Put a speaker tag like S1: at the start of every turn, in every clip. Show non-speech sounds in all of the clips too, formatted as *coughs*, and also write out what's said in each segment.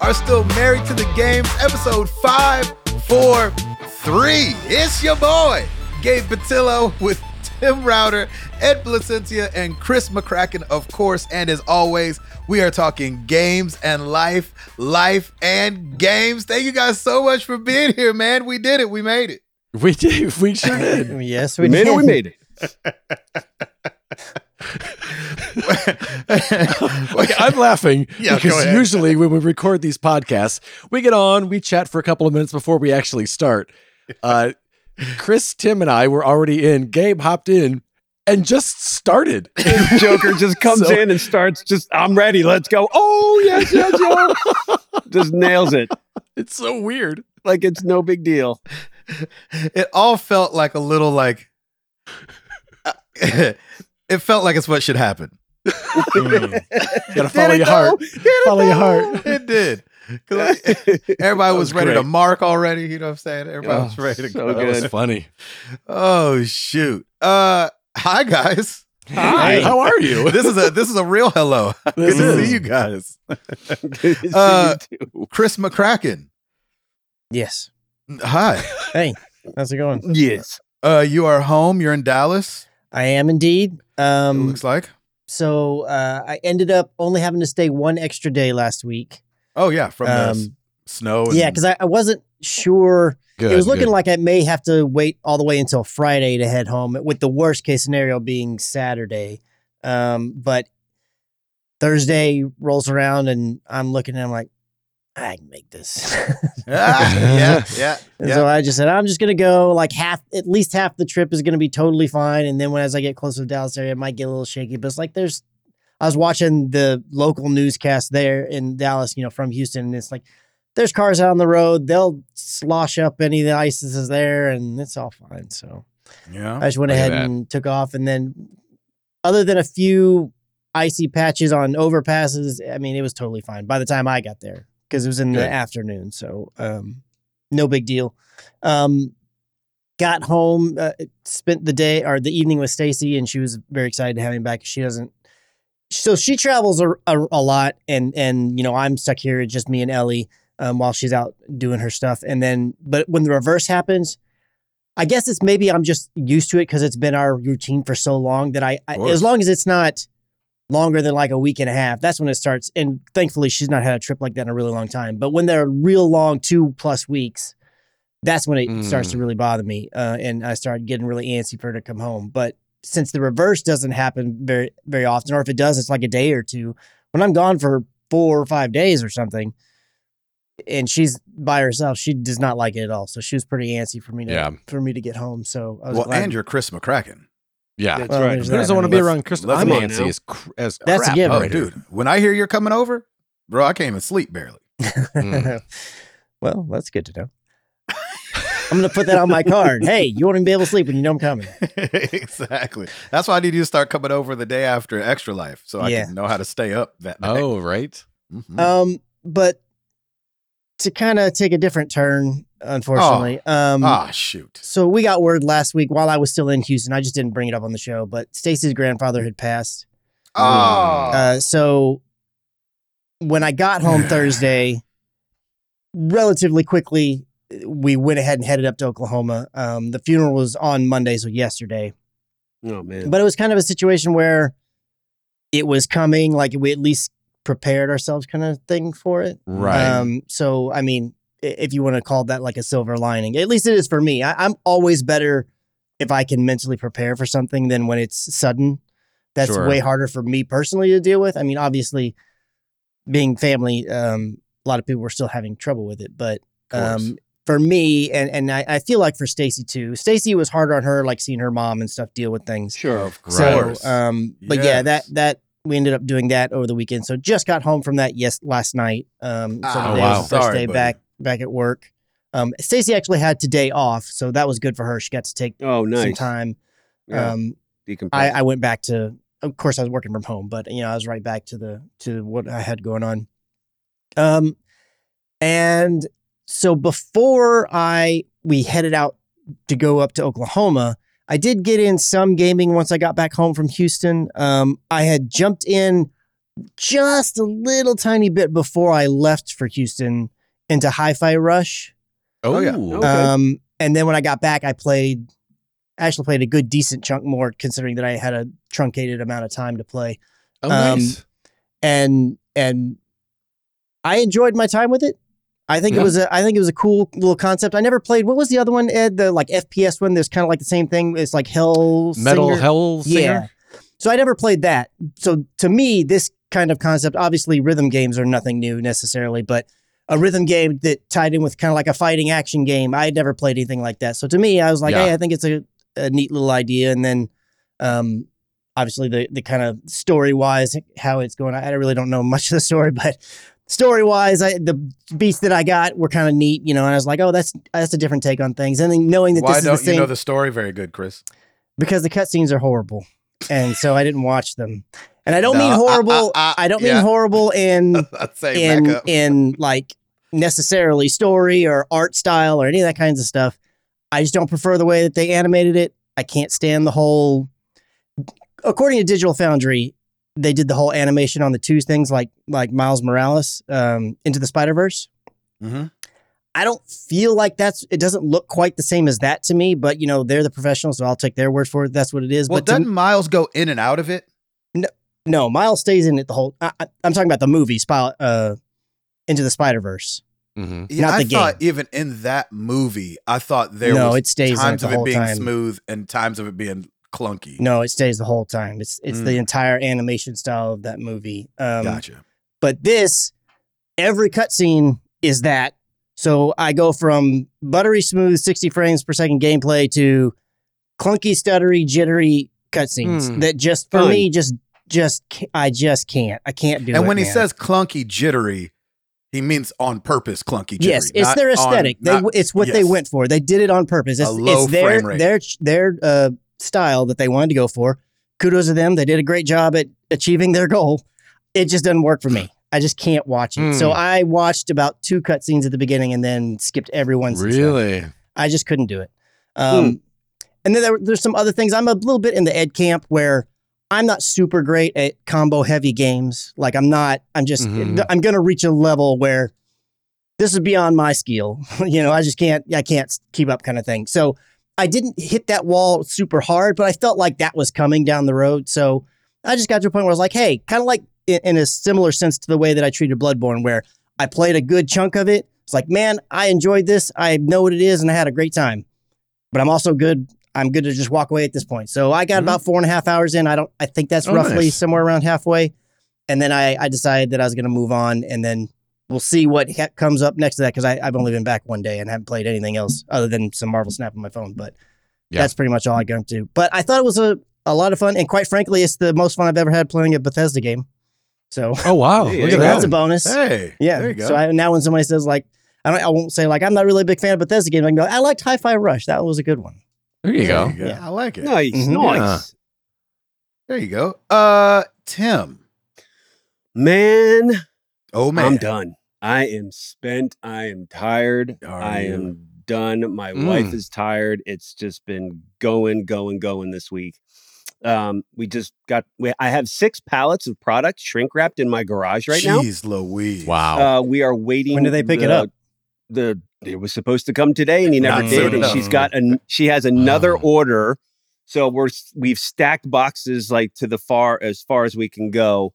S1: Oh, still married to the game, episode 543. It's your boy, Gabe Patillo, with Tim Router, Ed Placentia, and Chris McCracken, of course. And as always, we are talking games and life, life and games. Thank you guys so much for being here, man. We did it. We made it.
S2: We did. *laughs* We sure
S3: *laughs*
S2: did.
S3: Yes,
S4: We
S3: we
S4: made
S3: did.
S4: it. We made it.
S2: Okay, I'm laughing
S1: *laughs* Yeah, go
S2: because
S1: ahead.
S2: usually when we record these podcasts, we get on, we chat for a couple of minutes before we actually start. Uh, Chris, Tim, and I were already in. Gabe hopped in and just started.
S4: *laughs* Joker just comes
S2: So-
S4: in and starts just, I'm ready. Let's go. Oh, yes, yes, yes. *laughs* just nails it.
S2: It's so
S1: *laughs*
S2: weird.
S4: Like it's no big deal.
S1: it all felt like a little like uh, *laughs* it felt like it's what should
S3: *laughs*
S1: happen. Hmm.
S2: Gotta follow
S4: Did
S2: your
S4: it
S2: heart.
S4: though? Did
S2: *laughs*
S4: it
S2: Follow your
S4: though?
S2: heart.
S1: It did. 'Cause I- *laughs* Everybody was,
S2: was
S1: ready to
S2: great.
S1: mark already. You know what I'm saying? Everybody was
S4: Oh,
S1: ready to
S4: so
S1: go.
S2: That was
S4: Good.
S2: funny.
S1: Oh shoot. Uh hi guys.
S2: Hey, how are you?
S1: This is a this is a real
S3: *laughs*
S1: hello. Good
S2: This
S1: to
S2: is-
S1: see you guys.
S4: *laughs* Good to see
S1: Uh,
S4: you too.
S1: Chris McCracken.
S3: Yes.
S1: Hi.
S3: Hey, how's it going?
S4: Yes.
S1: Uh you are home. You're in Dallas.
S3: I am indeed.
S1: It
S3: Um,
S1: looks like.
S3: so uh, I ended up only having to stay one extra day last week.
S1: Oh yeah, from Oh, the s-
S3: um,
S1: snow. And, *laughs*
S3: Yeah, *laughs* because I, I wasn't sure.
S2: Good,
S3: it was looking
S2: good.
S3: like I may have to wait all the way until Friday to head home, with the worst case scenario being Saturday. Um, but Thursday rolls around and I'm looking and I'm like, I can make this. *laughs*
S1: Ah, yeah, yeah,
S3: And
S1: yeah.
S3: so I just said, I'm just gonna go like half, at least half the trip is gonna be totally fine. And then when as I get closer to the Dallas area, it might get a little shaky. But it's like there's, I was watching the local newscast there in Dallas, you know, from Houston, and it's like there's cars out on the road. They'll slosh up any of the ice that's there, and it's all fine. So
S1: yeah.
S3: I just went
S2: Look at
S3: ahead
S2: that.
S3: and took off, and then other than a few icy patches on overpasses, I mean, it was totally fine by the time I got there because it was in
S2: Good.
S3: the afternoon, so um, no big deal. Um, got home, uh, spent the day or the evening with Stacy, and she was very excited to have me back. She doesn't. So she travels a, a, a lot, and and you know I'm stuck here, it's just me and Ellie, um, while she's out doing her stuff. And then, but when the reverse happens, I guess it's maybe I'm just used to it because it's been our routine for so long that I, I
S1: course.
S3: as long as it's not longer than like a week and a half, that's when it starts. And thankfully, she's not had a trip like that in a really long time. But when they're real long, two plus weeks, that's when it starts to really bother me, uh, and I start getting really antsy for her to come home. But since the reverse doesn't happen very very often, or if it does, it's like a day or two. When I'm gone for four or five days or something, and she's by herself, she does not like it at all. So she was pretty antsy for me to
S2: Yeah.
S3: for me to get home. So I was
S1: Well,
S3: glad.
S1: and you're Chris McCracken.
S2: Yeah.
S4: That's right.
S3: there's
S2: Who doesn't
S3: that.
S2: want to be
S1: Let's-
S2: around Chris?
S1: let's
S2: I'm
S4: come on
S2: antsy
S4: now.
S2: as, cr- as
S3: That's a
S2: crap.
S3: given.
S1: Oh,
S3: Right.
S1: dude, when I hear you're coming over, bro, I can't even sleep barely.
S3: *laughs*
S2: Mm.
S3: well, that's good to know. I'm gonna put that on my card. Hey, you want to be able to sleep when you know I'm coming?
S1: *laughs* *laughs* exactly. That's why I need you to start coming over the day after Extra Life, so I
S3: Yeah.
S1: can know how to stay up that night.
S2: Oh, right.
S1: Mhm.
S3: Um, but to kind of take a different turn, unfortunately. um,
S1: ah, shoot.
S3: so we got word last week while I was still in Houston. I just didn't bring it up on the show, but Stacy's grandfather had passed.
S1: Oh,
S3: Uh, so when I got home Thursday, relatively quickly, we went ahead and headed up to Oklahoma. Um, the funeral was on Monday, so yesterday.
S4: Oh, man.
S3: But it was kind of a situation where it was coming, like we at least prepared ourselves, kind of thing for it.
S2: Right.
S3: Um, so I mean, i- if you want to call that like a silver lining, at least it is for me. I, I'm always better if I can mentally prepare for something than when it's sudden. That's
S2: Sure.
S3: way harder for me personally to deal with. I mean, obviously, being family, um, a lot of people were still having trouble with it, but um, for me, and and I, I feel like for Stacy too. Stacy was harder on her, like seeing her mom and stuff deal with things.
S4: Sure.
S1: of
S3: So,
S1: course.
S3: um, but yeah, that
S1: Yes.
S3: that we ended up doing that over the weekend. So just got home from that yes last night. Um, so
S1: Ah,
S3: today
S2: wow.
S3: was the first
S1: Sorry,
S3: day
S1: buddy.
S3: back back at work. Um, Stacy actually had today off, so that was good for her. She got to take
S4: Oh, nice.
S3: some time.
S4: Yeah,
S3: Um,
S4: decompress.
S3: I, I went back to, of course, I was working from home, but you know, I was right back to the to what I had going on. Um, and so before I we headed out to go up to Oklahoma, I did get in some gaming once I got back home from Houston. Um, I had jumped in just a little tiny bit before I left for Houston into Hi Fi Rush.
S1: Oh, yeah.
S2: Ooh.
S4: Okay.
S3: Um, and then when I got back, I played, actually played a good decent chunk more, considering that I had a truncated amount of time to play.
S2: Oh,
S3: um,
S2: nice.
S3: And and I enjoyed my time with it. I think
S2: Yeah.
S3: it was a I think it was a cool little concept. I never played. What was the other one, Ed? The like FPS one. There's kind of like the same thing. It's like Hell
S2: Metal
S3: Singer.
S2: Hell Singer.
S3: Yeah. So I never played that. So to me, this kind of concept, obviously, rhythm games are nothing new necessarily, but a rhythm game that tied in with kind of like a fighting action game, I had never played anything like that. So to me, I was like,
S2: Yeah.
S3: hey, I think it's a, a neat little idea. And then, um, obviously, the the kind of story wise, how it's going. I really don't know *laughs* much of the story, but story wise, I the beats that I got were kind of neat, you know. And I was like, oh, that's that's a different take on things. And then knowing that
S1: Why
S3: this
S1: don't
S3: is the same
S1: you know the story very good, Chris? *laughs*
S3: because the cutscenes are horrible, and so I didn't watch them. And I don't
S1: No,
S3: mean
S1: I-
S3: horrible. I,
S1: I- I-
S3: don't
S1: yeah.
S3: mean
S1: *laughs*
S3: horrible in
S1: I'd say back
S3: in
S1: up.
S3: in like necessarily story or art style or any of that kinds of stuff. I just don't prefer the way that they animated it. I can't stand the whole. According to Digital Foundry, they did the whole animation on the two things like like Miles Morales um, into the Spider Verse.
S1: Mm-hmm.
S4: Mhm.
S3: I don't feel like that's it doesn't look quite the same as that to me, but you know, they're the professionals, so I'll take their word for it. That's what it is.
S1: well,
S3: but to
S1: doesn't Miles go in and out of it?
S3: me- no, Miles stays in it the whole I, I, I'm talking about the movie Spy, uh into the Spider-Verse.
S4: Mm-hmm.
S2: hmm
S1: Yeah,
S3: Not
S1: I
S3: the
S1: thought even in that movie, I thought there
S3: no,
S1: was
S3: it stays in it
S1: times
S3: the
S1: of it
S3: whole
S1: being
S3: time.
S1: smooth and times of it being clunky.
S3: No, it stays the whole time. It's it's
S1: Mm.
S3: the entire animation style of that movie. Um
S1: gotcha.
S3: But this, every cutscene is that. So I go from buttery smooth 60 frames per second gameplay to clunky, stuttery, jittery cutscenes
S2: Hmm.
S3: that just for
S2: Fun.
S3: me just just ca- I just can't. I can't do it.
S1: And when he
S3: man.
S1: says clunky jittery, he means on purpose clunky jittery.
S3: yes, it's
S1: not
S3: their
S1: on-
S3: aesthetic. they,
S1: not-
S3: it's what they
S1: yes.
S3: went for. They did it on purpose. It's,
S1: A low
S3: it's their
S1: frame rate.
S3: their their uh, style that they wanted to go for. Kudos to them. They did a great job at achieving their goal. It just doesn't work for me. I just can't watch it. So
S2: Hmm.
S3: I watched about two cutscenes at the beginning and then skipped every one. since then.
S2: Really?
S3: I just couldn't do it. Um, And then there, there's some other things. I'm a little bit in the Ed camp where I'm not super great at combo heavy games. Like I'm not. I'm just.
S2: Mhm.
S3: I'm gonna reach a level where this is beyond my skill. *laughs* you know, I just can't. I can't keep up, kind of thing. So I didn't hit that wall super hard, but I felt like that was coming down the road. So I just got to a point where I was like, hey, kind of like in, in a similar sense to the way that I treated Bloodborne, where I played a good chunk of it. It's like, man, I enjoyed this. I know what it is, and I had a great time. But I'm also good. I'm good to just walk away at this point. So I got
S2: Mhm.
S3: about four and a half hours in. I don't. I think that's
S2: Oh,
S3: roughly
S2: nice.
S3: somewhere around halfway. And then I, I decided that I was going to move on, and then we'll see what he- comes up next to that because I've only been back one day and haven't played anything else other than some Marvel Snap on my phone. But
S2: Yeah.
S3: that's pretty much all I got to. But I thought it was a, a lot of fun, and quite frankly, it's the most fun I've ever had playing a Bethesda game. So
S2: Oh wow!
S1: Hey,
S2: Look
S1: there
S2: at
S1: you
S2: that.
S3: that's a bonus.
S1: Hey,
S3: Yeah.
S1: there you go.
S3: So I, now when somebody says like, I don't, I won't say like I'm not really a big fan of Bethesda games. I can go, I liked Hi-Fi Rush. That was a good one.
S2: there you
S1: There
S2: go.
S1: you
S3: Yeah.
S1: I like it.
S4: Nice,
S3: Mhm.
S4: nice.
S1: There you go. Uh, Tim.
S4: Man,
S1: Oh man,
S4: I'm done. I am spent. I am tired.
S1: Are
S4: I
S1: you?
S4: am done. My
S2: Mm.
S4: wife is tired. It's just been going, going, going this week. Um, we just got. We, I have six pallets of product shrink wrapped in my garage right now.
S1: Jeez Louise.
S2: Wow.
S4: Uh, we are waiting.
S3: When do they pick it
S4: the-
S3: up?
S4: The it was supposed to come today, and he never
S1: Not
S4: did.
S1: soon
S4: And
S1: enough.
S4: she's got an she has another
S2: Oh.
S4: order, so we're s- we've stacked boxes like to the far as far as we can go,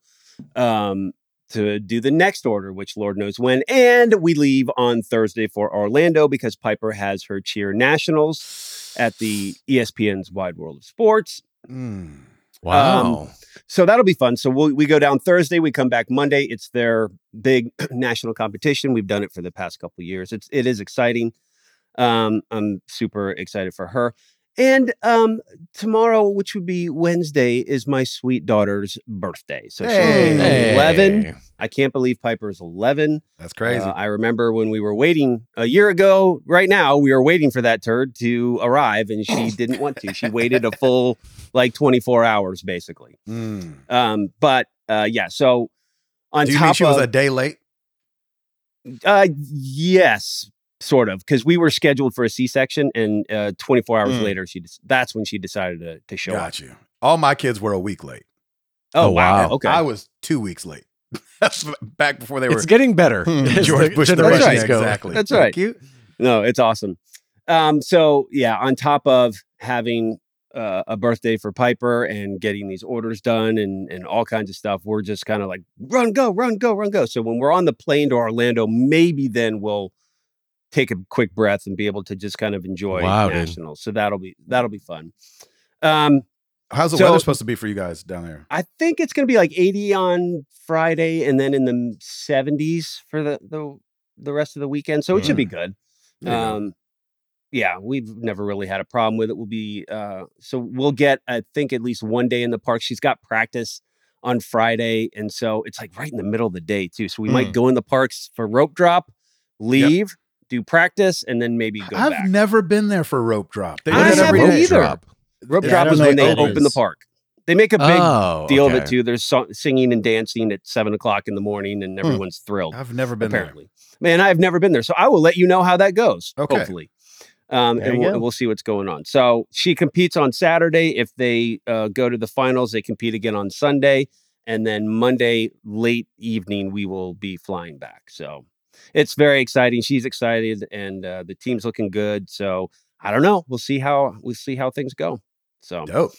S4: um, to do the next order, which Lord knows when. And we leave on Thursday for Orlando because Piper has her cheer nationals at the E ESPN's Wide World of Sports.
S1: Mm.
S2: wow.
S4: um, So that'll be fun. So we'll, we go down Thursday. We come back Monday. It's their big *clears throat* national competition. We've done it for the past couple years. It's it is exciting. Um, I'm super excited for her. And um, tomorrow, which would be Wednesday, is my sweet daughter's birthday. So she's
S1: Hey.
S2: Hey.
S4: 11. I can't believe Piper's 11.
S1: That's crazy.
S4: Uh, I remember when we were waiting a year ago, right now, we were waiting for that turd to arrive
S2: *laughs*
S4: and she didn't want to. She waited a full like 24 hours basically.
S1: Mm.
S4: Um, but uh, yeah, so on
S1: Do you
S4: top
S1: mean she
S4: of
S1: was a day late?
S4: uh, yes, sort of, because we were scheduled for a C-section, and uh, 24 hours
S1: Mm.
S4: later, she des- that's when she decided to, to show up.
S1: Got you. All my kids were a week late.
S4: Oh,
S2: Oh,
S4: wow.
S2: wow.
S4: Okay.
S1: I was two weeks late. *laughs* Back before they were
S2: it's getting better.
S1: Hmm, *laughs*
S2: as
S1: George
S2: the
S1: Bush the
S2: generations
S1: Russian.
S4: right.
S2: go.
S1: Exactly.
S4: That's
S1: Thank
S4: right.
S1: you.
S4: no, it's awesome. Um, so yeah, on top of having uh, a birthday for Piper and getting these orders done and and all kinds of stuff, we're just kind of like run, go, run, go, run, go. So when we're on the plane to Orlando, maybe then we'll take a quick breath and be able to just kind of enjoy
S2: Wow, dude.
S4: national. So that'll be that'll be fun. Um,
S1: How's the
S4: So-
S1: weather supposed to be for you guys down there?
S4: I think it's going to be like 80 on Friday and then in the 70s for the the, the rest of the weekend. So it should be good.
S1: There you go.
S4: Um, yeah, we've never really had a problem with it. We'll be uh, so we'll get I think at least one day in the park. She's got practice on Friday, and so it's like right in the middle of the day too. So we
S1: Mm.
S4: might go in the parks for rope drop, leave, do practice, and then maybe go
S1: I've
S4: back.
S1: never been there for rope drop. They
S4: I
S1: do
S2: What is
S1: that
S2: a
S1: every
S4: haven't
S2: rope
S1: day.
S4: either.
S2: drop?
S4: rope
S1: Yeah, I
S4: drop
S1: don't
S4: is
S1: know Ah.
S4: when
S1: what
S4: they
S1: that
S4: open the
S1: is.
S4: park. They make a big
S2: oh,
S4: deal of
S2: okay.
S4: it too. There's so- singing and dancing at seven o'clock in the morning, and everyone's thrilled.
S1: I've never been
S4: Apparently, man, I've never been there, so I will let you know how that goes.
S1: Okay.
S4: Hopefully, um,
S3: There
S4: and
S3: you
S4: we'll,
S3: go.
S4: and we'll see what's going on. So she competes on Saturday. If they uh, go to the finals, they compete again on Sunday, and then Monday late evening we will be flying back. So it's very exciting. She's excited, and uh, the team's looking good. So I don't know. We'll see how we'll see how things go. So
S1: there. Dope.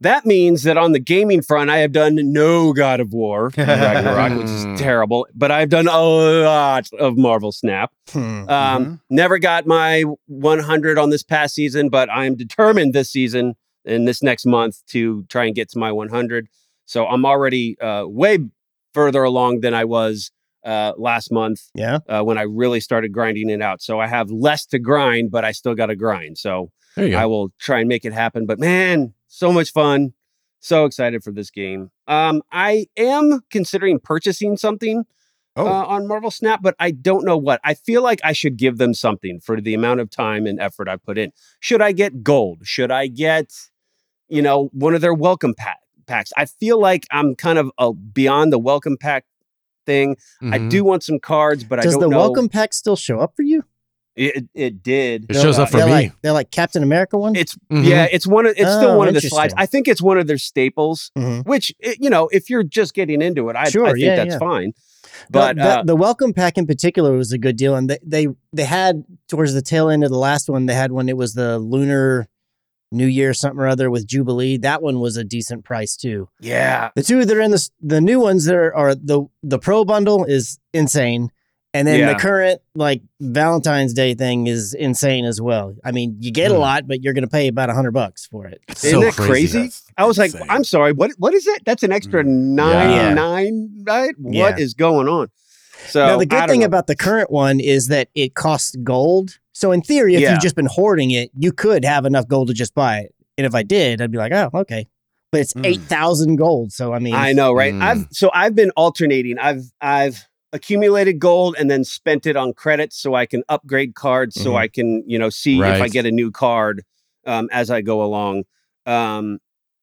S4: that means that on the gaming front, I have done no God of War, Ragnarok, which
S2: Mm.
S4: is terrible, but I've done a lot of Marvel Snap.
S3: Hmm.
S4: Um, Never got my 100 on this past season, but I'm determined this season and this next month to try and get to my 100. So I'm already uh, way further along than I was uh, last month
S3: Yeah.
S4: uh, when I really started grinding it out. So I have less to grind, but I still got to grind. So
S2: There you go.
S4: I will try and make it happen. But man, so much fun. So excited for this game. Um, I am considering purchasing something
S1: Oh,
S4: uh, on Marvel Snap, but I don't know what. I feel like I should give them something for the amount of time and effort I put in. Should I get gold? Should I get, you know, one of their welcome pack packs? I feel like I'm kind of uh beyond the welcome pack thing. I
S2: Mhm.
S4: do want some cards, but I
S3: Does
S4: don't
S3: the
S4: know.
S3: welcome pack still show up for you?
S4: It, it did.
S2: It shows up for
S3: they're
S2: me.
S3: Like, they're like Captain America one.
S4: It's
S2: Mhm.
S4: yeah, it's one of it's still
S3: Mm-hmm. Oh,
S4: one of the slides.
S3: interesting.
S4: I think it's one of their staples,
S3: Mhm.
S4: which i- you know, if you're just getting into it, I,
S3: Sure,
S4: I think
S3: yeah,
S4: that's
S3: yeah.
S4: fine.
S3: The-
S4: But
S3: the,
S4: uh,
S3: the welcome pack in particular was a good deal, and they, they they had towards the tail end of the last one, they had one. It was the lunar New Year something or other with Jubilee. That one was a decent price too.
S4: yeah,
S3: The two that are in this, the new ones that are, are the the pro bundle is insane, and then
S4: Yeah.
S3: the current like Valentine's Day thing is insane as well. I mean, you get a
S2: Hmm.
S3: lot, but you're going to pay about a hundred bucks for it.
S2: It's
S4: Isn't
S2: so
S4: it crazy?
S1: that's
S4: I was like,
S1: insane.
S4: I'm sorry, what what is that? That's an extra nine
S2: Yeah.
S4: nine, right? What is
S3: Mm. Yeah.
S4: going on? So
S3: now the
S4: I
S3: good
S4: don't
S3: thing
S4: know.
S3: about the current one is that it costs gold. So in theory, if
S4: Yeah.
S3: you've just been hoarding it, you could have enough gold to just buy it. And if I did, I'd be like, oh, okay. But it's
S1: Mm.
S3: eight thousand gold. So I mean,
S4: I know, right?
S2: Mm.
S4: I've so I've been alternating. I've I've accumulated gold and then spent it on credits so I can upgrade cards so
S3: Mhm.
S4: I can, you know, see if I
S2: Mm-hmm. Right.
S4: get a new card um as I go along. Um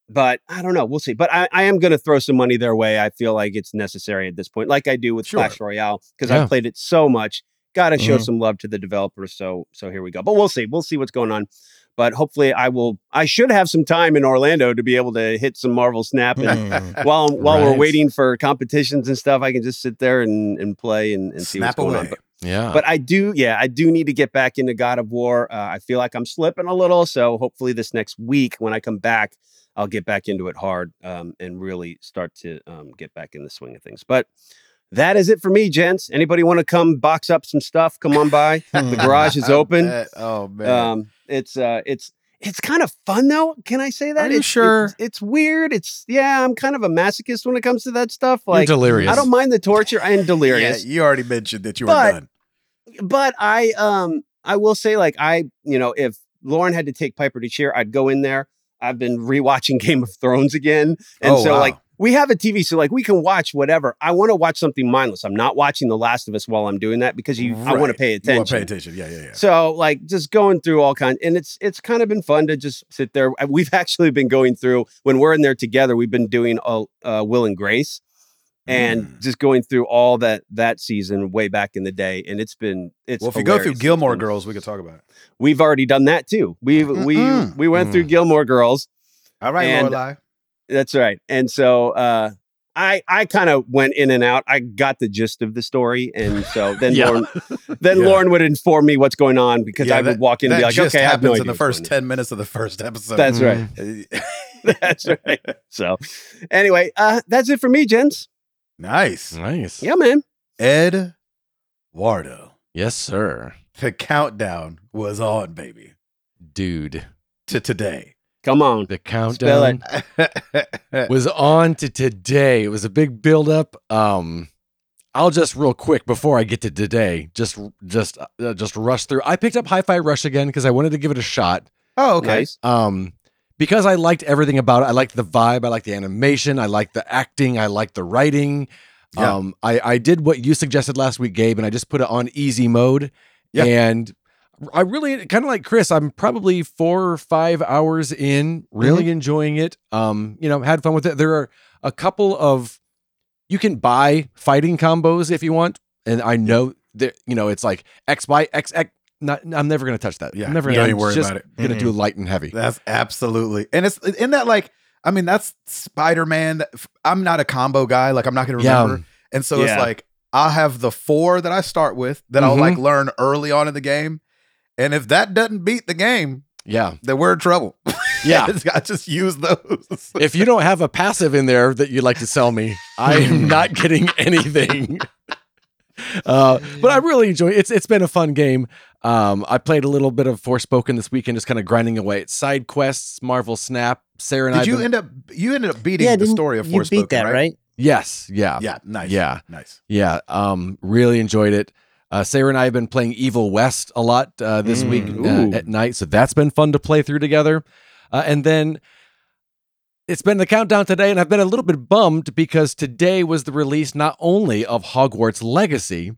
S4: but I don't know. We'll see. But I, I am going to throw some money their way. I feel like it's necessary at this point, like I do with
S1: Sure.
S4: Clash Royale, because
S2: Yeah. Mm-hmm.
S4: I've played it so much. Got to show
S3: Mhm.
S4: some love to the developers. So, so here we go. But we'll see. We'll see what's going on but hopefully I will I should have some time in Orlando to be able to hit some Marvel Snap *laughs* and
S1: *laughs*
S3: Mm.
S4: while while we're
S2: Right.
S4: waiting for competitions and stuff I can just sit there and, and play and, and see what's
S1: Snap
S4: going on
S1: away.
S4: but,
S2: Yeah.
S4: but I do yeah I do need to get back into God of War uh, I feel like I'm slipping a little so hopefully this next week when I come back I'll get back into it hard um, and really start to um, get back in the swing of things but that is it for me gents anybody want to come box up some stuff come on by
S1: *laughs*
S4: the garage is
S1: I
S4: open
S1: bet. Oh man.
S4: um, it's uh, it's it's kind of fun though. Can I say that?
S1: you
S4: It's-
S1: sure?
S4: It's, it's weird. It's yeah. I'm kind of a masochist when it comes to that stuff.
S2: You're
S4: Like
S2: delirious.
S4: I don't mind the torture and
S1: *laughs*
S4: delirious,
S1: Yeah, you already mentioned that you were
S4: But-
S1: done.
S4: but I um I will say like I you know if Lauren had to take Piper to cheer, I'd go in there. I've been rewatching *laughs* Game of Thrones again, and
S1: Oh,
S4: so
S1: wow.
S4: like we have a TV, so like we can watch whatever. I want to watch something mindless. I'm not watching The Last of Us while I'm doing that because you I want to
S1: Right.
S4: pay
S1: You want to
S4: attention.
S1: pay attention. Yeah, yeah, yeah.
S4: So like just going through all kinds, and it's it's kind of been fun to just sit there. Uh, We've *laughs* actually been going through when we're in there together. We've been doing all, uh, Will and Grace, and
S1: Mm.
S4: just going through all that that season way back in the day, and it's been it's.
S1: well, if you go
S4: hilarious.
S1: through
S4: It's
S1: Gilmore
S4: been-
S1: Girls, we could talk about it.
S4: we've already done that too. We've we
S1: Mm-mm.
S4: we went through
S2: Mm.
S4: Gilmore Girls,
S1: All right,
S4: And-
S1: Lorelai.
S4: That's right. And so uh, I I kind of went in and out. I got the gist of the story, and
S1: *laughs*
S4: so then
S2: Yeah.
S4: Lauren then
S1: Yeah.
S4: Lauren would inform me what's going on because
S1: Yeah,
S4: I would
S1: that-
S4: walk in and
S1: that
S4: be like,
S1: just
S4: okay, I have
S1: happens
S4: no idea
S1: in the
S4: what's
S1: first
S4: going on."
S1: ten minutes of the first episode.
S4: That's right.
S2: Mm-hmm.
S4: *laughs* That's right. So anyway, uh, that's it for me, gents.
S1: *laughs* nice.
S2: Nice.
S4: Yeah, man.
S1: Ed Wardo.
S2: Yes, sir.
S1: The countdown was on, baby,
S2: Dude,
S1: to
S4: *laughs*
S1: today.
S4: Come on.
S2: the
S4: Spell it.
S2: countdown was on to today. It was a big buildup. Um, I'll just real quick before I get to today, just just uh, just rush through. I picked up Hi-Fi Rush again because I wanted to give it a shot.
S1: oh, okay.
S4: Nice.
S2: um because i liked everything about it i liked the vibe i liked the animation i liked the acting i liked the writing
S1: Yeah.
S2: um i i did what you suggested last week gabe and i just put it on easy mode
S1: Yeah.
S2: and i really kind of like chris i'm probably four or five hours in really
S1: Mm-hmm.
S2: enjoying it um you know had fun with it there are a couple of you can buy fighting combos if you want and i know that you know it's like x by x x not, i'm never gonna touch that
S1: Yeah,
S2: i'm never
S1: yeah,
S2: gonna
S1: don't you worry
S2: it's just
S1: about it.
S2: gonna
S3: Mm-mm.
S2: do light and heavy
S1: That's absolutely, and it's in that like. I mean, that's Spider Man. I'm not a combo guy. Like, I'm not going to
S2: Yeah.
S1: remember. And so
S4: Yeah.
S1: it's like I'll have the four that I start with that I'll
S2: Mhm.
S1: like learn early on in the game. And if that doesn't beat the game,
S2: Yeah.
S1: then we're in trouble. *laughs*
S2: Yeah.
S1: I just use those.
S2: if you don't have a passive in there that you'd like to sell me,
S1: *laughs*
S2: I am not getting anything. *laughs* Uh, but I really enjoy it's it's been a fun game. Um, I played a little bit of Forspoken this weekend, just kind of grinding away at side quests, Marvel Snap, Sarah and I.
S1: Did you end up? You ended up beating
S3: yeah,
S1: the
S3: didn't-
S1: story of
S3: you
S1: Forspoken,
S3: beat that,
S1: right?
S3: right?
S2: yes, yeah, yeah,
S1: Yeah. Nice.
S2: Yeah.
S1: Nice.
S2: Um, really enjoyed it. Uh, Sarah and I have been playing Evil West a lot uh, this
S3: Mm.
S2: week
S4: Ooh.
S2: uh, at night, so that's been fun to play through together. Uh, and then it's been the countdown today, and I've been a little bit bummed because today was the release not only of Hogwarts Legacy,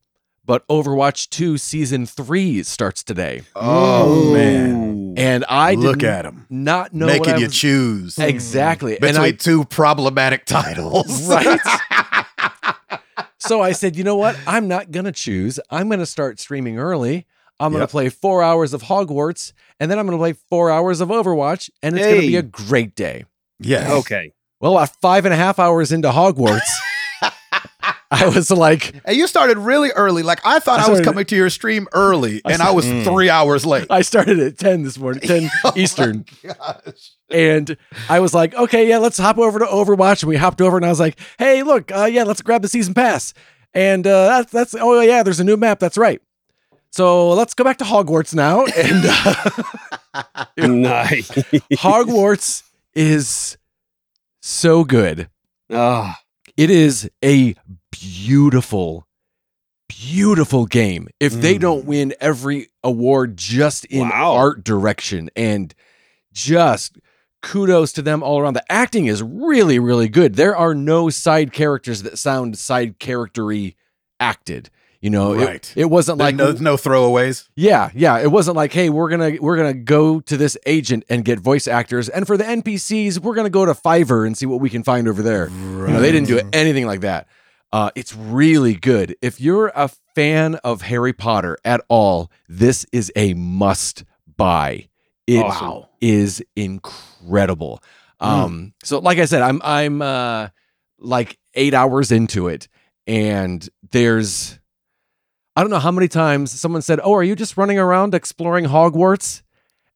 S2: but Overwatch 2 Season 3 starts today.
S1: Oh
S3: Ooh.
S1: man.
S2: And I did
S1: look at him
S2: not know what
S1: making
S2: I
S1: you
S2: was-
S1: choose
S2: exactly.
S1: between
S2: and I
S1: two problematic titles.
S2: *laughs* Right? So I said, you know what? I'm not going to choose. I'm going to start streaming early. I'm going
S1: Yep.
S2: to play four hours of Hogwarts and then I'm going to play four hours of Overwatch and it's going to be
S4: Hey.
S2: a great day.
S1: yes.
S4: Okay. *laughs*
S2: Well, about five and a half hours into Hogwarts, I was like,
S1: And you started really early. Like I thought
S2: I
S1: I, was
S2: started-
S1: coming to your stream early,
S2: I
S1: and I "Mm." was
S3: started-
S1: three hours *laughs*
S2: *laughs*
S1: late.
S2: I started at 10 this morning, 10
S1: Oh my
S2: Eastern.
S1: Gosh.
S2: And I was like, okay, yeah, let's hop over to Overwatch. And we hopped over and I was like, hey, look, uh, yeah, let's grab the season pass. And uh, that's, that's, oh, yeah, there's a new map. That's right. So let's go back to Hogwarts now. And uh,
S4: nice.
S1: *laughs*
S2: Hogwarts is so good.
S4: Oh,
S2: It is a beautiful, beautiful game. If they
S1: Mm.
S2: don't win every award just in
S4: Wow.
S2: art direction and just kudos to them all around. The acting is really, really good. There are no side characters that sound side charactery acted. You know, it-
S1: Right.
S2: it, wasn't
S1: Like
S2: like
S1: no, no throwaways.
S2: yeah, yeah. It wasn't like, hey, we're gonna we're gonna go to this agent and get voice actors, and for the NPCs, we're gonna go to Fiverr and see what we can find over there. You know, they didn't do anything like that. Uh, it's really good. If you're a fan of Harry Potter at all, this is a must buy. It is
S4: Awesome.
S2: incredible. Um, so like I said, I'm I'm uh like eight hours into it, and there's I don't know how many times someone said, "Oh, are you just running around exploring Hogwarts?"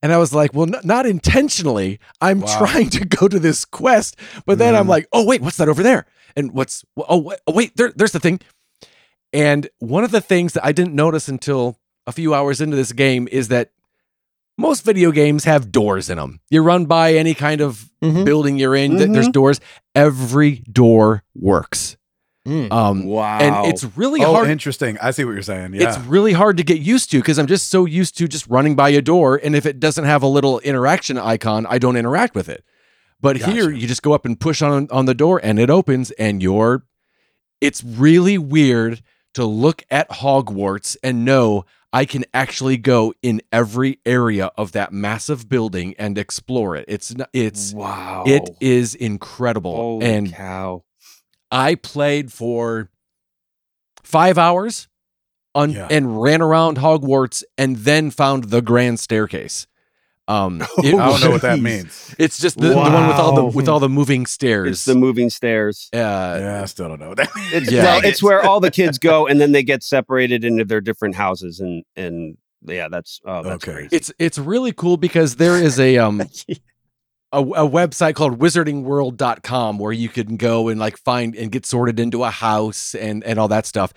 S2: And I was like, "Well, n- not intentionally. I'm
S1: Wow.
S2: trying to go to this quest, but then I'm
S1: Mhm.
S2: like, oh wait, what's that over there? And what's oh wait, oh, wait there, there's the thing. And one of the things that I didn't notice until a few hours into this game is that most video games have doors in them. You run by any kind of
S3: Mhm.
S2: building you're in, th- there's doors. Every door works.
S3: Mm.
S2: Um,
S4: wow.
S2: and it's really
S1: Oh,
S2: hard
S1: interesting. I see what you're saying. Yeah.
S2: it's really hard to get used to because I'm just so used to just running by a door. And if it doesn't have a little interaction icon, I don't interact with it. But here,
S1: Gotcha.
S2: you just go up and push on, on the door and it opens, and you're. It's really weird to look at Hogwarts and know I can actually go in every area of that massive building and explore it. It's, not- it's,
S4: wow.
S2: it is incredible.
S4: Holy
S2: and
S4: cow.
S2: I played for five hours on,
S1: Yeah.
S2: and ran around Hogwarts and then found the grand staircase.
S1: *laughs*
S2: Um,
S1: I
S2: it
S1: don't know what
S2: was-
S1: that means.
S2: *laughs* It's just the, the one with all the
S1: Wow.
S2: with all the moving stairs.
S4: It's the moving stairs.
S2: uh,
S1: Yeah, I still don't know what that means.
S4: It's,
S2: Yeah.
S4: well, it's where all the kids go, and then they get separated into their different houses, and and yeah, that's oh, that's
S1: Okay.
S4: crazy.
S2: it's it's really cool because there is a um
S3: *laughs*
S2: a, a website called wizardingworld.com where you can go and like find and get sorted into a house and and all that stuff.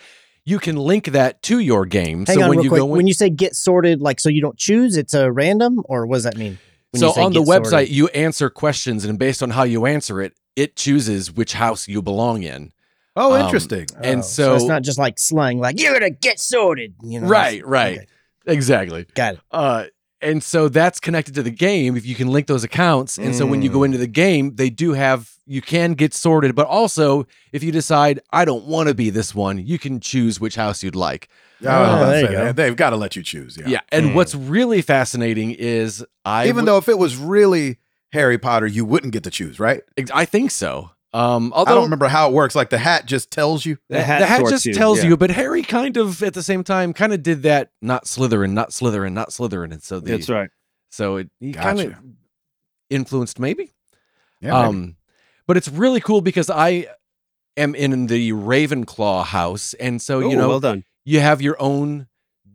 S2: You can link that to your game.
S3: Hang
S2: so
S3: on
S2: when
S3: real
S2: you
S3: quick.
S2: go in,
S3: when you say get sorted, like so you don't choose, it's a random, or what does that mean? When
S2: so
S3: you say
S2: on the
S3: get
S2: website
S3: sorted?
S2: you answer questions and based on how you answer it, it chooses which house you belong in.
S1: Oh,
S2: Um,
S1: interesting.
S2: and
S3: it's
S2: so-
S3: not just like slang, like you're gonna get sorted. You know,
S2: Right,
S3: that's-
S2: right.
S3: okay,
S2: Exactly.
S3: got it.
S2: Uh, and so that's connected to the game if you can link those accounts. And so when you go
S1: Mm.
S2: into the game, they do have you can get sorted, but also if you decide I don't want to be this one, you can choose which house you'd like.
S1: Yeah, I was
S3: Oh,
S1: about to
S3: there you
S1: say,
S3: go.
S1: they- They've got to let you choose. Yeah. Mm.
S2: Yeah. And
S3: Hmm.
S2: what's really fascinating is I
S1: Even
S2: w-
S1: though if it was really Harry Potter, you wouldn't get to choose, right?
S2: I think so. Um, although
S1: I don't remember how it works. Like the hat just tells you.
S2: The hat,
S4: sorts
S2: just tells
S4: yeah.
S2: you, but Harry kind of at the same time kind of did that not Slytherin, not Slytherin, not Slytherin. And so the,
S4: That's right.
S2: so it he kind of
S1: Gotcha.
S2: influenced maybe.
S1: Yeah.
S2: um but it's really cool because I am in the Ravenclaw house and
S1: Oh,
S2: so
S4: Ooh,
S2: you know
S4: well done.
S2: you have your own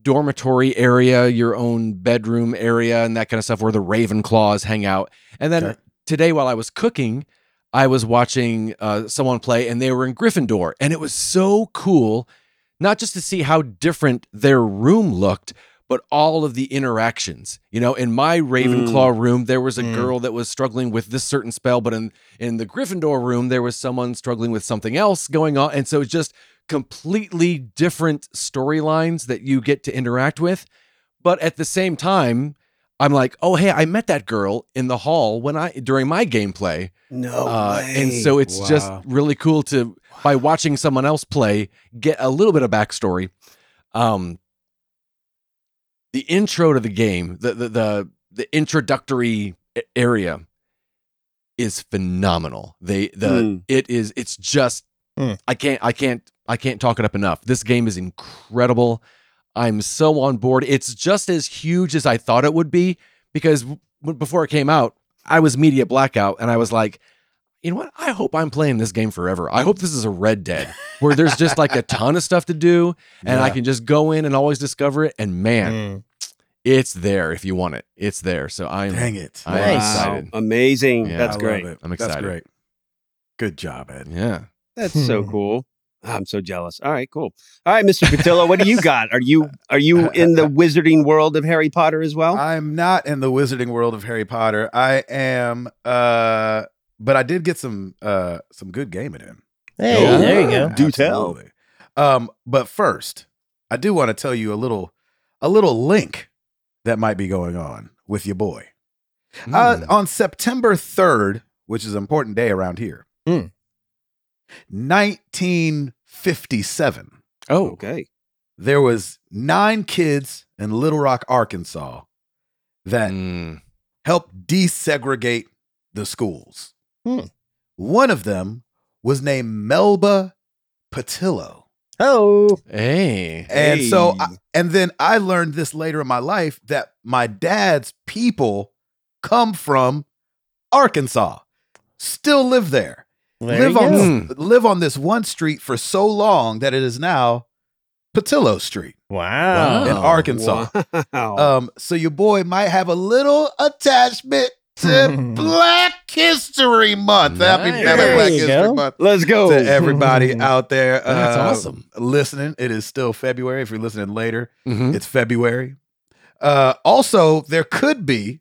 S2: dormitory area, your own bedroom area, and that kind of stuff where the Ravenclaws hang out. And then
S1: Okay.
S2: today, while I was cooking, I was watching uh, someone play, and they were in Gryffindor, and it was so cool, not just to see how different their room looked. But all of the interactions, you know, in my Ravenclaw room, there was a
S3: Mm.
S2: girl that was struggling with this certain spell, but in in the Gryffindor room, there was someone struggling with something else going on, and so it's just completely different storylines that you get to interact with. But at the same time, I'm like, oh hey, I met that girl in the hall when I during my gameplay,
S4: No
S2: uh, and so it's just
S1: Wow.
S2: really cool to by watching someone else play get a little bit of backstory. Um, the intro to the game, the the the, the introductory a- area is phenomenal. They the
S4: Mm.
S2: it is it's just
S3: Mm.
S2: I can't I can't I can't talk it up enough. This game is incredible. I'm so on board. It's just as huge as I thought it would be because w- before it came out, I was media blackout and I was like, you know what? I hope I'm playing this game forever. I hope this is a Red Dead where there's just like a ton of stuff to do and I
S1: Yeah.
S2: can just go in and always discover it. And man,
S3: Mm.
S2: it's there if you want it. It's there. So I'm
S1: Dang it.
S2: I
S3: am
S4: Wow.
S2: excited.
S4: Amazing.
S2: Yeah.
S4: That's
S1: I love
S4: great.
S1: it.
S2: I'm
S1: That's
S2: excited.
S1: great. Good job, Ed.
S2: *laughs* yeah.
S4: That's so
S3: Hmm.
S4: cool. I'm so jealous. All right, cool. All right, Mr. Patillo, what do you got? Are you
S1: *laughs*
S4: are you in the wizarding world of Harry Potter as well?
S1: I'm not in the wizarding world of Harry Potter. I am uh but I did get some uh some good gaming in.
S3: Hey,
S4: Oh,
S3: there you
S4: yeah.
S3: go.
S4: Do tell.
S1: Absolutely. Um, but first, I do want to tell you a little, a little link that might be going on with your boy. Uh,
S2: Mm.
S1: on September third, which is an important day around here,
S3: Mm.
S1: nineteen fifty-seven,
S2: oh,
S4: Okay.
S1: there was nine kids in Little Rock, Arkansas, that
S2: Mm.
S1: helped desegregate the schools.
S3: Hmm.
S1: One of them was named Melba Patillo.
S3: Oh,
S2: Hey.
S1: And so, uh, I,
S4: Hey.
S1: and then I learned this later in my life that my dad's people come from Arkansas, still live there,
S3: there
S1: live
S3: you
S1: on
S3: go.
S2: go.
S1: live on this one street for so long that it is now Patillo Street
S3: Wow. *laughs*
S1: in
S2: Oh,
S1: Arkansas.
S4: Wow.
S1: Um, so your boy might have a little attachment
S2: *laughs*
S1: to
S3: *laughs*
S1: Black History Month. Happy
S2: Nice. Oh.
S1: Black
S3: There you
S1: History
S3: go.
S1: Month
S4: Let's go.
S1: to
S2: *laughs*
S1: everybody out there.
S2: That's
S1: uh,
S2: awesome.
S1: Listening, it is still February. If you're listening later, *laughs*
S2: Mhm.
S1: it's February. Uh, also, there could be,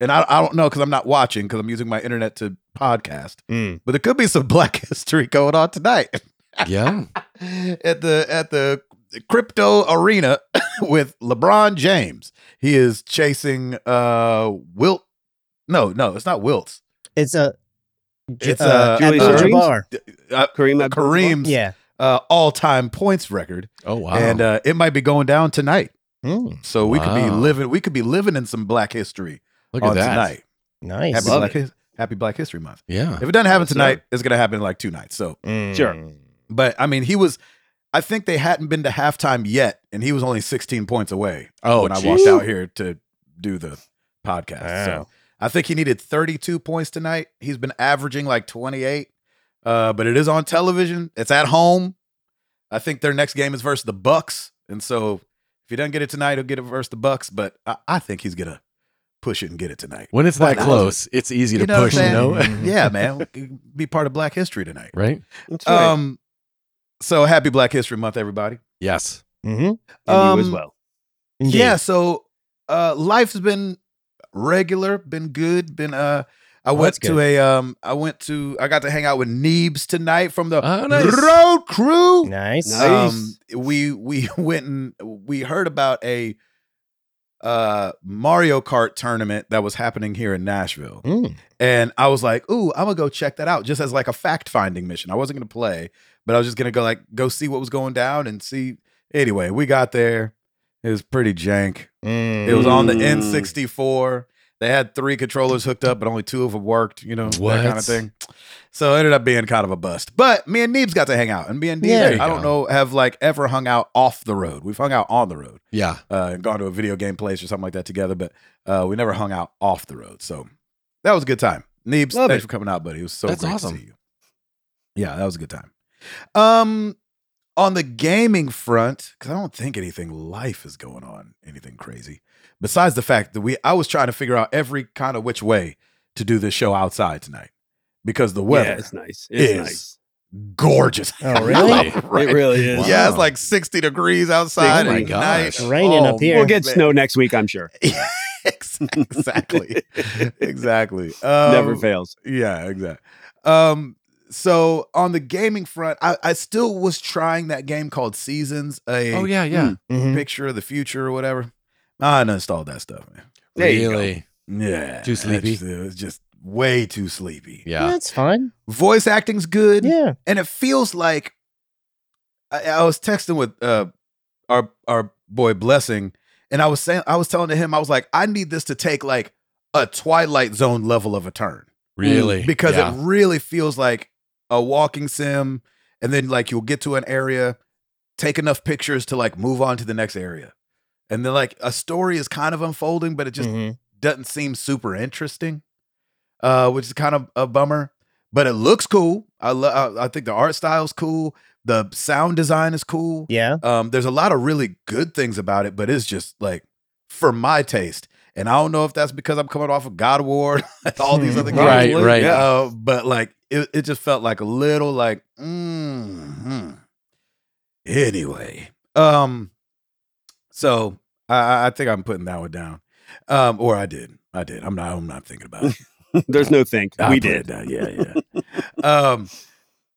S1: and I, I don't know because I'm not watching because I'm using my internet to podcast,
S3: Mm.
S1: but there could be some *laughs* Black History going on tonight
S2: Yeah.
S1: at the at the crypto arena *coughs* with LeBron James. He is chasing uh Wilt. No, no, it's not Wilt's.
S3: It's a
S1: It's uh,
S4: Julius
S1: Abdul
S4: Kareem?
S3: Jabbar.
S1: Jab- uh,
S4: Kareem Abdul-
S1: Kareem's
S3: Yeah.
S1: uh, all-time points record,
S2: Oh wow.
S1: and uh, it might be going down tonight.
S3: Mm,
S1: So we could be
S2: Wow.
S1: living, we could be living in some Black History.
S2: Look at
S1: on
S2: that.
S1: tonight.
S3: nice.
S1: Happy
S4: Love
S1: Black, His- Happy Black History Month.
S2: Yeah.
S1: If it doesn't happen
S4: Yes, sir.
S1: tonight, it's gonna happen in like two nights. So,
S3: Mm.
S4: Sure.
S1: but I mean, he was. I think they hadn't been to halftime yet, and he was only 16 points away
S2: Oh,
S1: when I
S2: geez.
S1: walked out here to do the podcast.
S3: Wow.
S1: So I think he needed 32 points tonight. He's been averaging like 28, uh, but it is on television. It's at home. I think their next game is versus the Bucks, and so if he doesn't get it tonight, he'll get it versus the Bucks. But I, I think he's gonna push it and get it
S2: *laughs*
S1: tonight.
S2: When it's
S1: Why
S2: that
S1: not?
S2: close, it's easy to
S1: um, what
S2: push, you
S1: I'm
S2: know?
S3: Mm-hmm.
S1: saying? yeah, man, be part of Black History tonight.
S2: *laughs* right?
S4: That's right.
S1: Um, so happy Black History Month, everybody.
S2: Yes.
S3: Mm-hmm.
S4: and you as
S1: um,
S4: well.
S1: Yeah, so uh life's been regular, been good, been uh I went
S3: that's
S1: to a um I went to I got to hang out with Neebs tonight from the
S2: Oh, nice.
S1: Road Crew.
S3: Nice.
S4: Nice.
S1: Um we we *laughs* went and we heard about a uh Mario Kart tournament that was happening here in Nashville.
S3: Mm.
S1: And I was like, ooh, I'm gonna go check that out just as like a fact finding mission. I wasn't gonna play, but I was just gonna go like go see what was going down and see. Anyway, we got there. It was pretty jank. It was on the
S4: Mm.
S1: N64. They had three controllers hooked up, but only two of them worked, you know, that kind
S2: What?
S1: of thing. So it ended up being kind of a bust. But me and Neebs got to hang out. And me and Neebs,
S3: Yeah. There
S2: you
S1: I don't know, have like ever hung out off the road. We've hung out on the road
S2: Yeah.
S1: uh, and gone to a video game place or something like that together, but uh, we never hung out off the road. So that was a good time. Neebs,
S4: Love
S1: thanks
S4: it.
S1: for coming out, buddy. It was so
S2: That's
S1: great
S2: awesome.
S1: to see you. Yeah, that was a good time. Um, on the gaming front, because I don't think anything life is going on, anything crazy. Besides the fact that we, I was trying to figure out every kind of which way to do this show outside tonight because the weather
S4: yeah, it's nice. It's
S1: is
S4: nice.
S1: gorgeous.
S3: Oh, really?
S1: Right.
S4: It really
S1: *laughs*
S4: is.
S1: Yeah, it's
S2: Wow.
S1: like sixty degrees outside.
S4: Oh my
S1: and nice.
S2: gosh.
S3: Raining up here.
S4: Oh, We'll get
S1: man.
S4: snow next week, I'm sure.
S1: *laughs*
S2: *laughs*
S1: exactly. exactly. Um,
S4: *laughs* Never fails.
S1: Yeah, exactly. Um, so on the gaming front, I, I still was trying that game called Seasons, a
S2: Oh, yeah, yeah.
S1: Mm.
S3: Mhm.
S1: picture of the future or whatever. I uninstalled that stuff, man.
S4: There you go.
S2: Really?
S1: Yeah.
S2: Too sleepy?
S1: It's- It was just way too sleepy.
S2: Yeah.
S3: That's fine.
S1: Voice acting's good
S3: Yeah.
S1: and it feels like I, I was texting with uh our our boy Blessing, and I was saying I was telling to him I was like I need this to take like a Twilight Zone level of a turn
S2: Really?
S1: because
S2: yeah.
S1: it really feels like a walking sim, and then like you'll get to an area, take enough pictures to like move on to the next area, and then like a story is kind of unfolding, but it just
S3: Mhm.
S1: doesn't seem super interesting, uh, which is kind of a bummer. But it looks cool. I lo- I I think the art style's cool. The sound design is cool.
S3: Yeah.
S1: Um, there's a lot of really good things about it, but it's just like for my taste. And I don't know if that's because I'm coming off of God of War, *laughs* and all these other games.
S2: Hmm, Right, right.
S1: Uh, but like it, it just felt like a little like, mm-hmm. anyway. Um, so I- I, I think I'm putting that one down. Um, or I did. I did. I'm not I'm not thinking about it.
S4: There's no think.
S1: I
S4: *laughs* we
S1: put it
S4: did.
S1: down. Yeah, yeah. um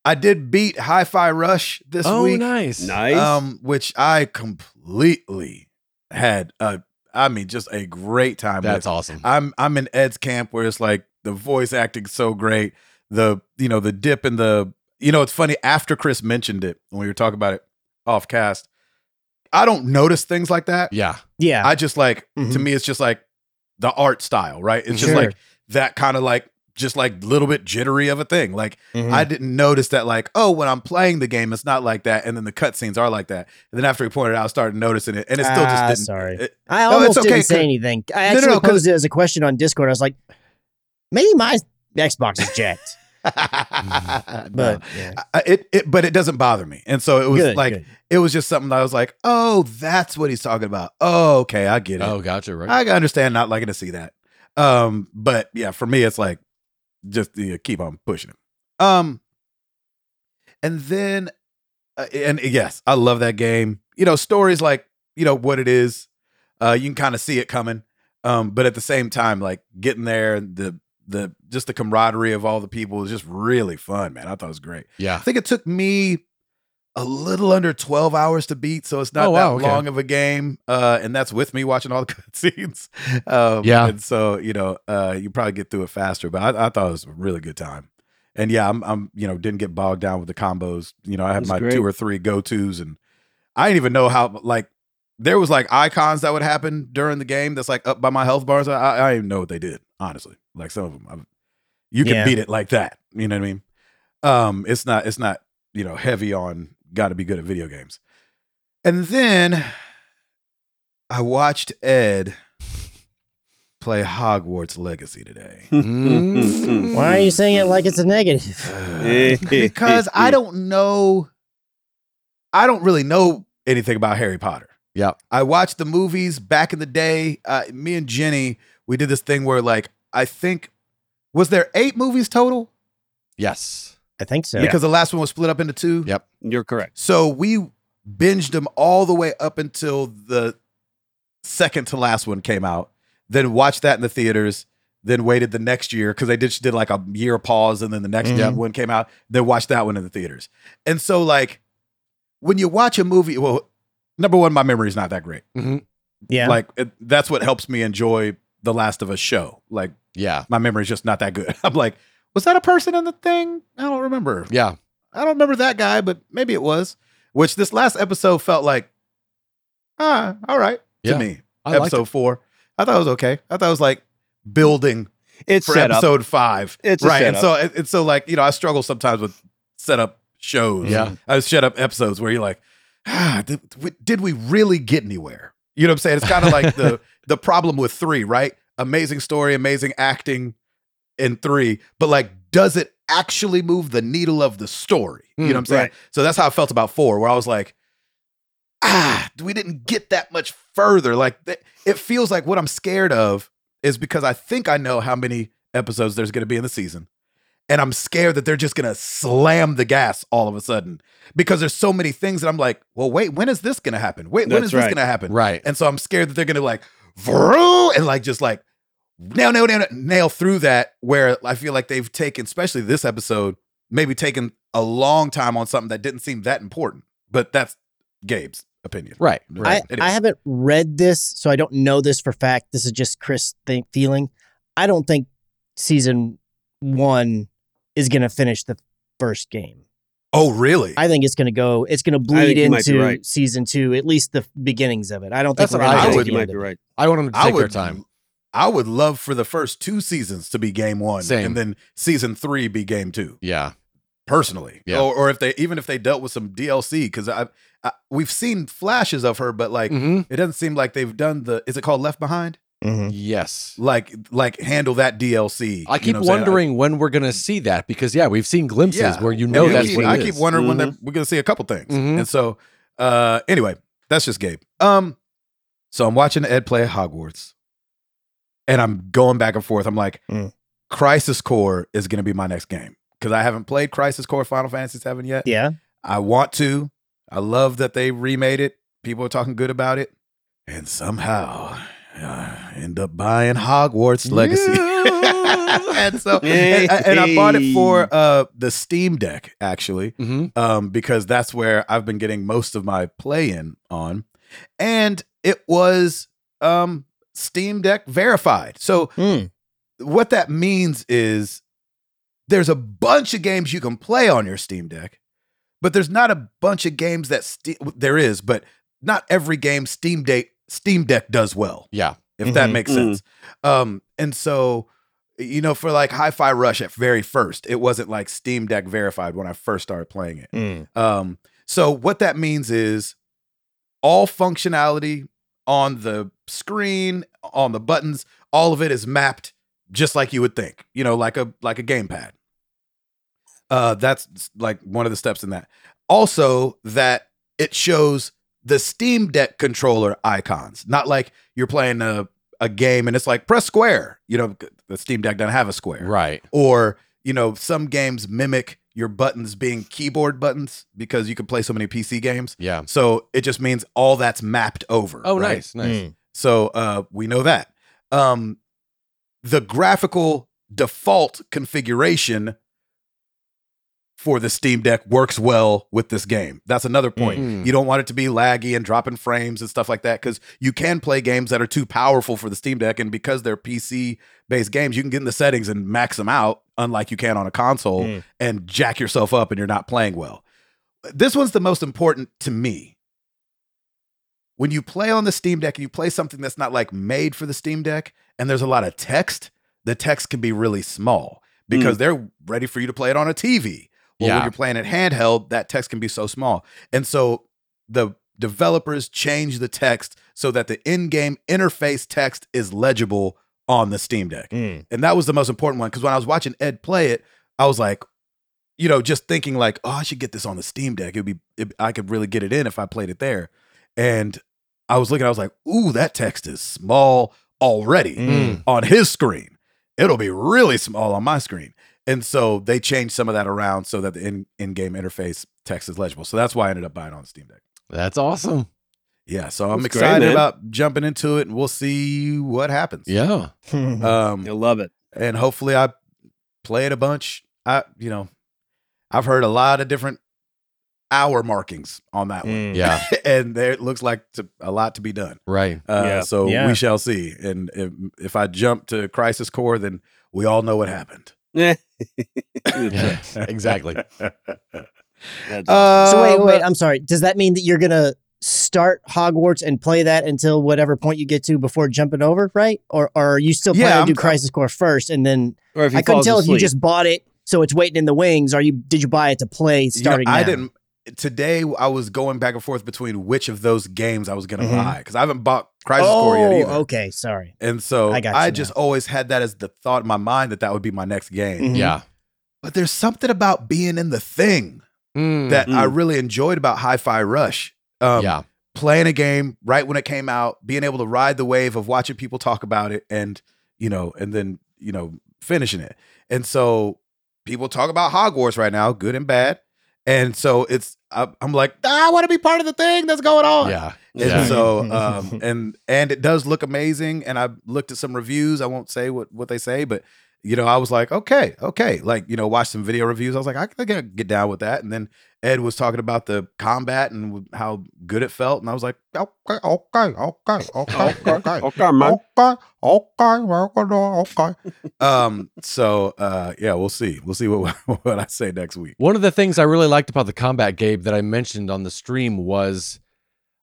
S1: I did beat Hi Fi Rush this
S2: oh,
S1: week
S2: nice.
S4: Nice.
S1: um, which I completely had a, I mean, just a great time.
S2: That's
S1: with.
S2: awesome.
S1: I'm I'm in Ed's camp where it's like the voice acting so great, the you know the dip in the you know it's funny after Chris mentioned it when we were talking about it off cast. I don't notice things like that.
S2: yeah. Mm-hmm.
S3: Yeah.
S1: I just like to
S3: Mhm.
S1: me it's just like the art style, right? It's just
S3: Sure.
S1: like that kind of like just like little bit jittery of a thing. Like
S3: Mhm.
S1: I didn't notice that, like, oh, when I'm playing the game, it's not like that. And then the cutscenes are like that. And then after he pointed it out, I started noticing it. And it still just
S3: Ah,
S1: didn't. *laughs*
S3: sorry.
S1: it-
S3: I
S1: No, it's
S3: almost
S1: okay,
S3: didn't say
S1: 'cause-
S3: anything. I
S1: No, no,
S3: actually
S1: no, 'cause-
S3: posed it as a question on Discord. I was like, maybe my Xbox is jacked,
S1: *laughs* No.
S3: but yeah.
S1: I- I- it, it, but it doesn't bother me. And so it was
S3: Good,
S1: like,
S3: good.
S1: it was just something that I was like, oh, that's what he's talking about. Oh, okay. I get it.
S2: Oh, gotcha. Right.
S1: I can understand not liking to see that. Um, but yeah, for me, it's like just you know, keep on pushing it. Um, and then, uh, and yes, I love that game. You know, stories like you know what it is. Uh, you can kind of see it coming. Um, but at the same time, like getting there, the the just the camaraderie of all the people is just really fun, man. I thought it was great. I
S2: yeah.
S1: think it took me a little under 12 hours to beat, so it's not
S2: Oh,
S1: that
S2: wow, okay.
S1: long of a game. Uh, and that's with me watching all the *laughs* cutscenes. Um,
S2: Yeah.
S1: And so, you know, uh, you probably get through it faster, but I, I thought it was a really good time. And yeah, I'm, I'm, you know, didn't get bogged down with the combos. You know, I had
S4: That's
S1: my
S4: great.
S1: two or three go tos, and I didn't even know how, like, there was like icons that would happen during the game that's like up by my health bars. I, I I didn't even know what they did, honestly. Like some of them, I, you can
S3: Yeah.
S1: beat it like that. You know what I mean? Um, it's not, it's not, you know, heavy on got to be good at video games. And then I watched Ed play Hogwarts Legacy
S4: *laughs*
S1: today. Um,
S2: Mm.
S3: Why are you saying it like it's a negative?
S4: Eh,
S1: *laughs* because I don't know. I don't really know anything about Harry Potter.
S2: Yep.
S1: I watched the movies back in the day. Uh, me and Jenny, we did this thing where, like, I think was there eight movies total
S2: Yes.
S3: I think so.
S1: because the last one was split up into two.
S2: Yep.
S4: You're correct.
S1: So we binged them all the way up until the second to last one came out. Then watched that in the theaters. Then waited the next year because they did did like a year pause, and then the next
S3: Mhm.
S1: one came out. Then watched that one in the theaters. And so, like, when you watch a movie, well, number one, my memory's not that great.
S3: Yeah.
S1: Like, it, that's what helps me enjoy the Last of Us show. Like,
S2: Yeah.
S1: my memory's just not that good. *laughs* I'm like, was that a person in the thing? I don't remember.
S2: Yeah.
S1: I don't remember that guy, but maybe it was. Which this last episode felt like, ah, all right
S2: Yeah.
S1: to me.
S2: I liked
S1: episode four, I thought it was okay. I thought it was like building
S4: It's
S1: for
S4: set up.
S1: episode five,
S4: It's a
S1: right? And
S4: setup.
S1: so it- it's so like you know, I struggle sometimes with setup shows.
S2: Yeah.
S1: I set up episodes where you're like, ah, did, we, did we really get anywhere? You know what I'm saying? It's kind of like
S4: *laughs*
S1: the the problem with three, right? Amazing story, amazing acting in three, but like, does it actually move the needle of the story? You know
S2: Mm,
S1: what I'm saying?
S4: right.
S1: So that's how I felt about four, where I was like, ah, we didn't get that much further. Like, th- it feels like what I'm scared of is because I think I know how many episodes there's going to be in the season. And I'm scared that they're just going to slam the gas all of a sudden because there's so many things that I'm like, well, wait, when is this going to happen? Wait, when
S4: That's
S1: is
S4: right.
S1: this going to happen?
S2: Right.
S1: And so I'm scared that they're going to like, vroom, and like just like nail, nail, nail, nail through that where I feel like they've taken, especially this episode, maybe taken a long time on something that didn't seem that important. But that's Gabe's opinion.
S2: Right.
S1: Right. It
S3: I, I
S1: is.
S3: haven't read this, so I don't know this for fact. This is just Chris think, feeling. I don't think season one is going to finish the first game.
S1: Oh, really?
S3: I think it's going to go. It's going to
S4: I
S3: bleed
S4: think you might be
S3: into
S4: right.
S3: season two, at least the beginnings of it. I don't think
S2: That's
S3: we're
S2: what
S3: gonna
S2: I
S4: I,
S3: get
S2: think
S3: to
S4: think
S3: the
S4: you might
S3: end
S4: be
S3: of it.
S4: right.
S2: I want them to take their time.
S1: I would love for the first two seasons to be game one,
S2: Same.
S1: and then season three be game two.
S2: Yeah.
S1: Personally,
S2: Yeah.
S1: or, or if they even if they dealt with some DLC, because I, I we've seen flashes of her, but like
S2: Mhm.
S1: it doesn't seem like they've done the. Is it called Left Behind?
S2: Mm-hmm. Yes.
S1: Like like handle that DLC.
S2: I
S1: you
S2: keep
S1: know what I'm saying?
S2: wondering when we're gonna see that because yeah, we've seen glimpses
S1: Yeah.
S2: where you
S1: I-
S2: know
S1: I
S2: that's
S1: keep,
S2: what it
S1: I
S2: is.
S1: keep wondering when
S3: Mm-hmm.
S1: that we're gonna see a couple things,
S2: Mhm.
S1: and so uh anyway, that's just Gabe. Um, so I'm watching Ed play Hogwarts, and I'm going back and forth. I'm like,
S3: Mm.
S1: Crisis Core is gonna be my next game because I haven't played Crisis Core Final Fantasy Seven yet.
S3: Yeah.
S1: I want to. I love that they remade it. People are talking good about it, and somehow I end up buying Hogwarts Legacy. *laughs*
S2: *laughs*
S1: and so, and, and I bought it for uh, the Steam Deck actually,
S2: Mhm.
S1: um, because that's where I've been getting most of my play in on, and it was um, Steam Deck verified. So
S3: Mm.
S1: what that means is there's a bunch of games you can play on your Steam Deck, but there's not a bunch of games that Ste- there is, but not every game Steam Deck Steam Deck does well.
S2: Yeah.
S1: if that
S3: Mhm.
S1: makes
S4: Mm.
S1: sense. Um, and so you know, for like Hi-Fi Rush at very first, it wasn't like Steam Deck verified when I first started playing it.
S3: Mm.
S1: Um, so what that means is all functionality on the screen, on the buttons, all of it is mapped just like you would think, you know, like a like a gamepad. Uh, that's like one of the steps in that. Also, that it shows the Steam Deck controller icons, not like you're playing a a game and it's like press square. You know, the Steam Deck doesn't have a square
S2: Right.
S1: or you know some games mimic your buttons being keyboard buttons because you can play so many pc games
S2: Yeah.
S1: so it just means all that's mapped over
S2: Oh,
S1: right?
S2: nice, nice.
S3: Mm.
S1: so uh we know that um the graphical default configuration for the steam deck works well with this game that's another point
S2: Mhm.
S1: you don't want it to be laggy and dropping frames and stuff like that because you can play games that are too powerful for the Steam Deck. And because they're PC based games, you can get in the settings and max them out, unlike you can on a console
S3: Mm.
S1: and jack yourself up and you're not playing well. This one's the most important to me. When you play on the Steam Deck and you play something that's not like made for the Steam Deck and there's a lot of text, the text can be really small because they're ready for you to play it on a TV. Well,
S2: Yeah.
S1: when you're playing it handheld, that text can be so small. And so the developers change the text so that the in-game interface text is legible on the Steam Deck. And that was the most important one because when I was watching Ed play it, I was like, you know, just thinking like, oh, I should get this on the Steam Deck. It'd be, it, I could really get it in if I played it there. And I was looking, I was like, ooh, that text is small already
S2: Mm.
S1: on his screen. It'll be really small on my screen. And so they changed some of that around so that the in, in-game interface text is legible. So that's why I ended up buying it on Steam Deck.
S2: That's awesome.
S1: Yeah, so I'm
S4: That's great,
S1: excited
S4: man.
S1: about jumping into it, and we'll see what happens.
S2: Yeah. Mm-hmm.
S1: Um,
S4: I
S1: *laughs*
S4: love it.
S1: and hopefully I play it a bunch. I you know, I've heard a lot of different hour markings on that
S3: Mm.
S1: one, *laughs*
S2: Mm. Yeah.
S1: and there it looks like to, a lot to be done. *laughs*
S2: Right.
S1: Uh,
S4: Yeah.
S1: So
S3: Yeah.
S1: we shall see. And if, if I jump to Crisis Core, then we all know what happened.
S2: Yeah, exactly.
S4: uh, That's
S3: so wait,
S1: Um,
S3: wait. I'm sorry. Does that mean that you're gonna start Hogwarts and play that until whatever point you get to before jumping over, right? Or, or are you still
S1: Yeah,
S3: planning
S1: I'm-
S3: to do Crisis Core first and then?
S4: Or if he
S3: I couldn't
S4: falls
S3: tell if you
S4: asleep.
S3: just bought it, so it's waiting in the wings. Or you did you buy it to play
S1: You know,
S3: starting?
S1: I
S3: now?
S1: didn't. Today I was going back and forth between which of those games I was going to
S3: Mhm.
S1: buy because I haven't bought Crisis
S3: Oh,
S1: Core yet either.
S3: okay. Sorry.
S1: And so
S3: I
S1: I,
S3: got you
S1: just always had that as the thought in my mind that that would be my next game.
S3: Mhm.
S2: Yeah.
S1: But there's something about being in the thing
S2: Mm.
S1: that I
S3: Mm-hmm.
S4: Mm.
S1: really enjoyed about Hi Fi Rush. Um,
S2: yeah.
S1: Playing a game right when it came out, being able to ride the wave of watching people talk about it and, you know, and then, you know, finishing it. And so people talk about Hogwarts right now, good and bad. And so it's, I, I'm like, "Ah, I want to be part of the thing that's going on.
S2: Yeah.
S1: And
S2: Yeah. *laughs*
S4: *laughs*
S1: so, um, and and it does look amazing. And I looked at some reviews. I won't say what what they say, but you know, I was like, okay, okay. Like you know, watch some video reviews. I was like, I can get get down with that. And then Ed was talking about the combat and w- how good it felt, and I was like, okay, okay, okay,
S4: Oh,
S1: okay, okay. *laughs*
S4: okay, man.
S1: Okay, okay, okay, okay. Um, so uh yeah, we'll see. We'll see what *laughs* what I say next week.
S2: One of the things I really liked about the combat, Gabe, that I mentioned on the stream was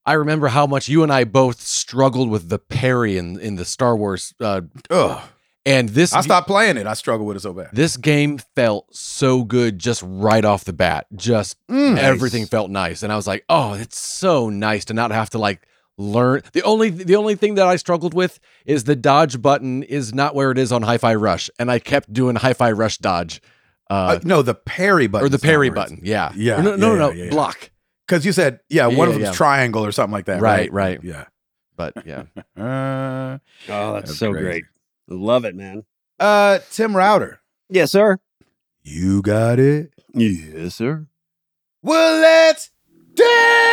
S2: I remember how much you and I both struggled with the parry in, in the Star Wars. Uh,
S1: Ugh.
S2: and this
S1: I stopped playing it. I struggle with it so bad.
S2: this game felt so good just right off the bat. Just
S1: Mm.
S2: everything felt nice, and I was like, oh, it's so nice to not have to like learn. The only the only thing that I struggled with is the dodge button is not where it is on Hi-Fi Rush, and I kept doing Hi-Fi Rush dodge. Uh,
S1: Uh, no, the parry button
S2: or the parry button, yeah,
S1: Yeah,
S2: Or no, no,
S1: yeah,
S2: no,
S1: yeah, yeah, yeah.
S2: block,
S1: Because you said, yeah,
S2: Yeah,
S1: one of
S2: yeah,
S1: them's
S2: yeah.
S1: triangle or something like that. Right,
S2: Right, right.
S1: Yeah.
S2: but yeah,
S1: Uh,
S4: Oh, that's,
S1: That's
S4: so
S1: crazy.
S4: great. Love it, man.
S1: uh, Tim Router,
S4: Yes, sir.
S1: you got it.
S4: Yes, sir.
S1: Well, let's do it.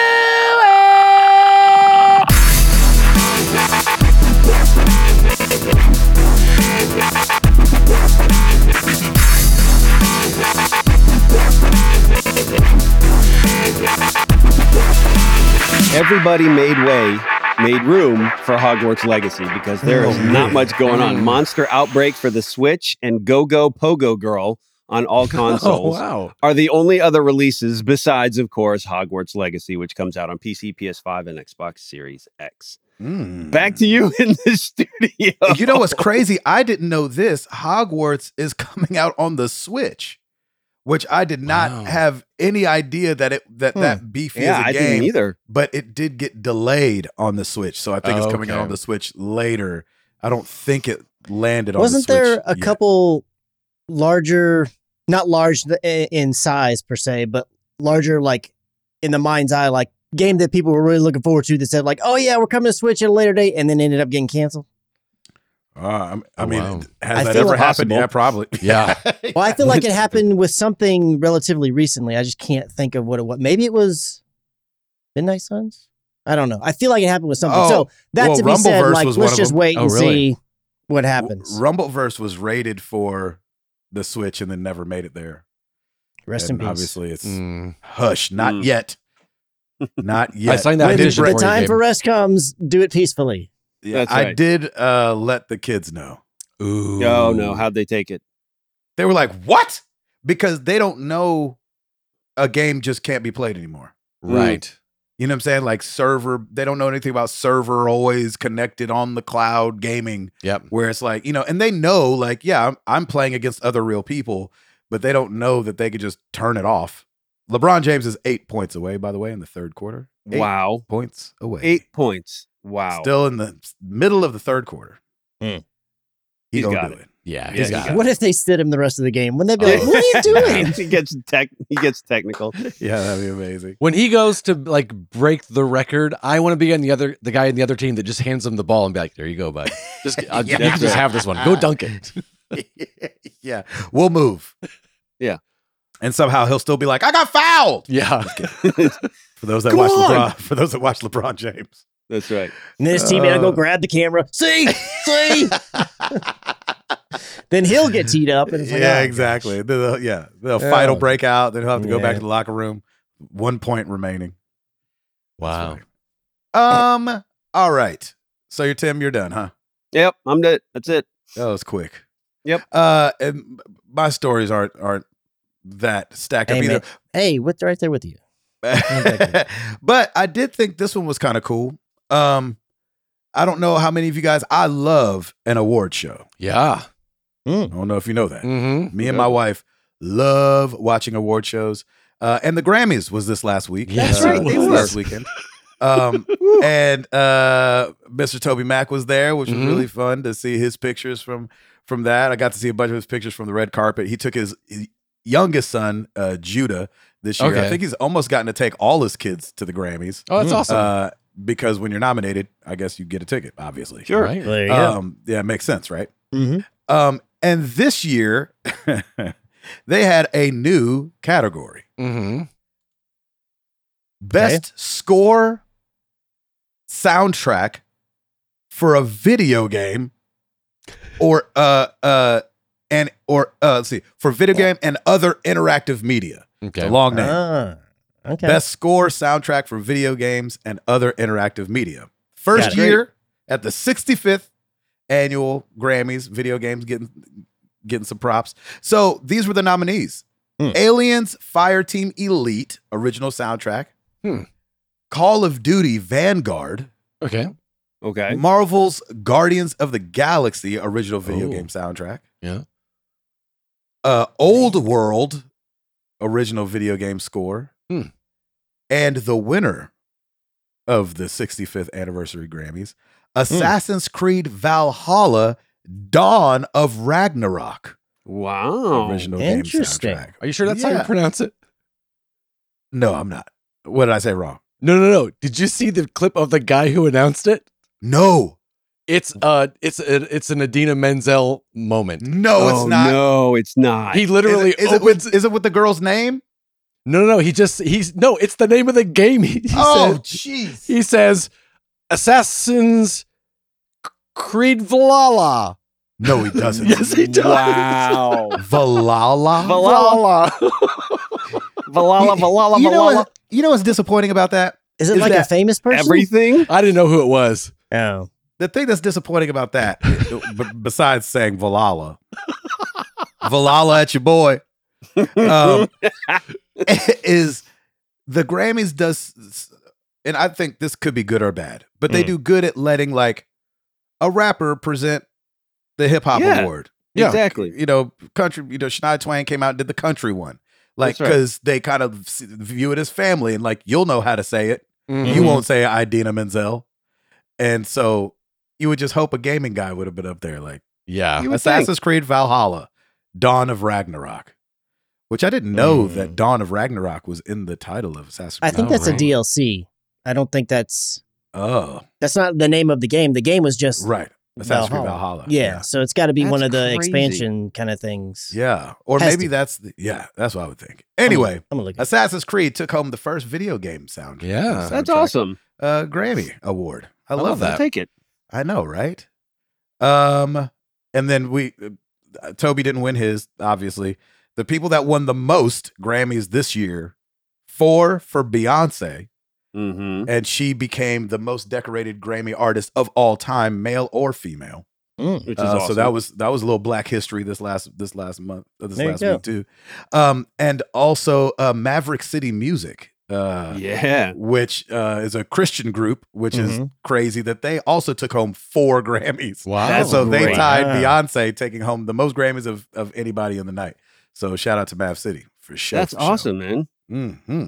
S4: Everybody made way, made room for Hogwarts Legacy because there is
S1: Oh,
S4: not
S1: yeah.
S4: much going
S2: Mm.
S4: on. Monster Outbreak for the Switch and Go Go Pogo Girl on all consoles
S2: wow,
S4: are the only other releases besides, of course, Hogwarts Legacy, which comes out on PC, PS5, and Xbox Series X.
S1: Mm.
S4: Back to you *laughs* in the studio.
S1: You
S4: *laughs*
S1: know what's crazy? I didn't know this. Hogwarts is *laughs* coming out on the Switch, which I did not
S2: Wow.
S1: have any idea that it that
S3: Hmm.
S1: that beefy
S4: Yeah,
S1: is a
S4: I
S1: game.
S4: didn't either.
S1: but it did get delayed on the Switch, so I think it's coming out
S2: Okay.
S1: on the Switch later. I don't think it landed on.
S3: Wasn't
S1: the Switch
S3: there a
S1: yet.
S3: couple larger, not large th- i- in size per se, but larger like in the mind's eye, like game that people were really looking forward to that said like, oh yeah, we're coming to Switch at a later date, and then ended up getting canceled.
S1: Uh, I'm- I
S2: Oh,
S1: mean,
S2: wow.
S1: has
S3: I
S1: that
S3: feel
S1: ever
S3: like-
S1: happened?
S4: Possible.
S1: Yeah, probably.
S2: Yeah.
S3: *laughs* Well, I feel
S1: *laughs*
S3: like it happened with something relatively recently. I just can't think of what it was. Maybe it was Midnight Suns. I don't know. I feel like it happened with something.
S1: Oh,
S3: so that
S1: well,
S3: to be said,
S1: Rumbleverse
S3: like
S1: was one
S3: let's
S1: of
S3: just
S1: them.
S3: wait
S2: Oh,
S3: and
S2: really?
S3: see what
S1: W-
S3: happens.
S1: Rumbleverse was rated for the Switch and then never made it there.
S3: Rest in
S1: And
S3: peace.
S1: Obviously, it's
S2: Mm.
S1: hush. Not
S4: Mm.
S1: yet. Not yet.
S2: signed that
S1: I did,
S2: petition
S1: bre-
S3: the
S2: for you,
S3: time
S2: Gabe.
S3: for rest comes, do it peacefully.
S1: yeah,
S4: That's
S1: I
S4: right.
S1: did uh, let the kids know.
S2: Ooh.
S4: Oh, no. How'd they take it?
S1: They were like, "What?" Because they don't know a game just can't be played anymore.
S2: right?
S1: You know what I'm saying? Like server, they don't know anything about server always connected on the cloud gaming,
S2: Yep.
S1: where it's like, you know, and they know, like, yeah, I'm, I'm playing against other real people, but they don't know that they could just turn it off. LeBron James is eight points away, by the way, in the third quarter. Eight
S4: Wow.
S1: Points away.
S4: *laughs* Eight points. Wow.
S1: Still in the middle of the third quarter. He
S5: He's
S1: gonna
S5: got
S1: do
S5: it.
S1: it.
S2: Yeah,
S5: Yeah,
S2: he's
S5: he
S2: got.
S5: got
S2: it.
S3: What if they sit him the rest of the game? Wouldn't they be like,
S4: *laughs* Yeah.
S3: what are you doing?
S4: he gets tech. He gets technical.
S1: Yeah, that'd be
S2: *laughs*
S1: amazing. *laughs*
S2: When he goes to like break the record, I want to be on the other the guy in the other team that just hands him the ball and be like, "There you go, bud.
S4: *laughs*
S2: Just uh,
S1: *laughs* Yeah.
S2: you can just have this one.
S1: *laughs*
S2: Go dunk it."
S1: yeah, we'll move.
S4: Yeah.
S1: and somehow he'll still be like, "I got fouled."
S2: Yeah,
S1: For those that
S4: Come
S1: watch
S4: on.
S1: LeBron, for those that watch LeBron James.
S4: That's right.
S3: And then his teammate will go grab the camera. See, see. then he'll get teed up, and it's like,
S1: yeah,
S3: oh,
S1: exactly. The, the- yeah, the
S3: Yeah.
S1: fight will break out. Then he'll have to go back
S3: Yeah.
S1: to the locker room. One point remaining.
S2: wow.
S1: Um. All right. So you're Tim. You're done, huh?
S4: Yep, I'm done. That's it.
S1: That was quick.
S4: Yep.
S1: Uh, and my stories aren't aren't that stacked up
S3: Hey,
S1: either.
S3: man. Hey, what's right there with you? Exactly.
S1: *laughs* but I did think this one was kind of cool. Um, I don't know how many of you guys. I love an award show.
S2: Yeah.
S1: I don't know if you know that.
S2: Mm-hmm.
S1: Me and my wife love watching award shows. Uh, and the Grammys was this last week.
S2: Yes,
S1: uh,
S2: it
S1: this
S2: was.
S1: last
S2: *laughs*
S1: weekend. Um, and uh, Mr. Toby Mack was there, which was
S2: Mhm.
S1: really fun to see his pictures from from that. I got to see a bunch of his pictures from the red carpet. He took his youngest son, uh, Judah, this year. I
S2: Okay.
S1: think he's almost gotten to take all his kids to the Grammys.
S2: Oh, that's awesome.
S1: Uh, because when you're nominated, I guess you get a ticket, obviously.
S4: Sure.
S2: Right.
S3: There you go.
S1: Um, yeah, it makes sense, right?
S3: Mhm.
S1: Um, and this year, they had a new category
S2: Mm-hmm.
S1: Best Score Soundtrack for a Video Game or, uh, uh, and or uh, let's see for video game and other interactive media. It's
S2: Okay.
S1: a long name.
S3: Ah, okay.
S1: Best score soundtrack for video games and other interactive media. First
S3: Got it.
S1: year at the 65th annual Grammys, video games getting getting some props. So these were the nominees:
S3: Hmm.
S1: Aliens Fire Team Elite original soundtrack,
S2: Hmm.
S1: Call of Duty Vanguard,
S2: Okay.
S4: Okay.
S1: Marvel's Guardians of the Galaxy original video
S2: Ooh.
S1: game soundtrack,
S2: Yeah.
S1: uh, Old World original video game score,
S2: Hmm.
S1: and the winner of the 65th anniversary Grammys,
S2: Hmm.
S1: Assassin's Creed Valhalla: Dawn of Ragnarok
S4: Wow.
S1: original game
S3: Interesting.
S1: soundtrack.
S2: Are you sure that's how
S1: Yeah.
S2: you pronounce it?
S1: No, I'm not. What did I say wrong?
S2: No, no, no. Did you see the clip of the guy who announced it?
S1: No,
S2: It's uh, it's a, it's an Adina Menzel moment.
S1: no,
S4: Oh,
S1: it's not.
S4: No, it's not.
S2: He literally
S1: is,
S2: oh,
S1: it, is, it
S2: opens.
S1: with, is it with the girl's name?
S2: no, no, no. He just he's no. It's the name of the game. He, he
S1: oh,
S2: said-
S1: jeez.
S2: he says Assassin's Creed Valhalla.
S1: No, he doesn't.
S2: Yes, he
S1: *laughs*
S2: does.
S4: Wow. *laughs*
S1: Valhalla.
S4: Val-
S2: Valhalla.
S4: Valhalla, Valhalla,
S1: you know,
S4: Valhalla.
S1: what, you know what's disappointing about that?
S3: Is it
S1: is
S3: like a
S1: that
S3: famous person?
S4: Everything.
S2: I didn't know who it was.
S3: Oh.
S1: The thing that's disappointing about that, b- besides saying Valhalla, Valhalla at your boy,
S4: *laughs*
S1: um, *laughs* is the Grammys does, and I think this could be good or bad, but they
S2: Mm.
S1: do good at letting like a rapper present the hip hop
S4: Yeah.
S1: award.
S2: Yeah.
S4: Exactly.
S1: you know, country, you know, Shania Twain came out and did the country one. Like,
S4: That's right.
S1: because they kind of s- view it as family and like, you'll know how to say it. You
S2: Mhm.
S1: won't say Idina Menzel. And so you would just hope a gaming guy would have been up there. Like,
S2: Yeah.
S4: You would
S1: Assassin's Creed Valhalla, Dawn of Ragnarok, which I didn't know
S3: Mm.
S1: that Dawn of Ragnarok was in the title of Assassin's
S3: I
S1: Creed.
S3: think
S2: Oh,
S3: that's
S2: right.
S3: a DLC. I don't think that's
S1: oh,
S3: that's not the name of the game. The game was just
S1: right. Assassin's Creed
S3: Valhalla.
S1: Valhalla.
S3: Yeah, so it's got to be one
S4: That's
S3: of the
S4: crazy.
S3: expansion kind of things.
S1: Yeah. Or
S3: Has
S1: maybe
S3: to.
S1: that's, the, yeah, that's what I would think. Anyway.
S3: I'm gonna look. At
S1: Assassin's Creed took home the first video game sound.
S2: Yeah.
S4: That's
S1: soundtrack,
S4: awesome.
S1: Uh, Grammy award. I,
S2: I
S1: love,
S2: love
S1: that.
S4: I'll take it.
S1: I know, right? Um, and then we, uh, Toby didn't win his. Obviously, the people that won the most Grammys this year, four for Beyonce,
S4: Mm-hmm.
S1: and she became the most decorated Grammy artist of all time, male or female.
S4: Which is
S1: Uh,
S4: awesome.
S1: So that was that was a little Black History this last this last month uh, this
S3: There you
S1: last
S3: go.
S1: week too, um, and also uh, Maverick City Music. Uh,
S4: yeah. Mm-hmm.
S1: which uh, is a Christian group, which is
S3: Mhm.
S1: crazy that they also took home four *laughs* Grammys.
S2: Wow.
S1: And
S4: That's
S1: so they
S4: great.
S1: tied
S3: Wow.
S1: Beyonce taking home the most Grammys of, of anybody in the night. So shout out to Mav City for sure.
S4: That's awesome, man.
S1: hmm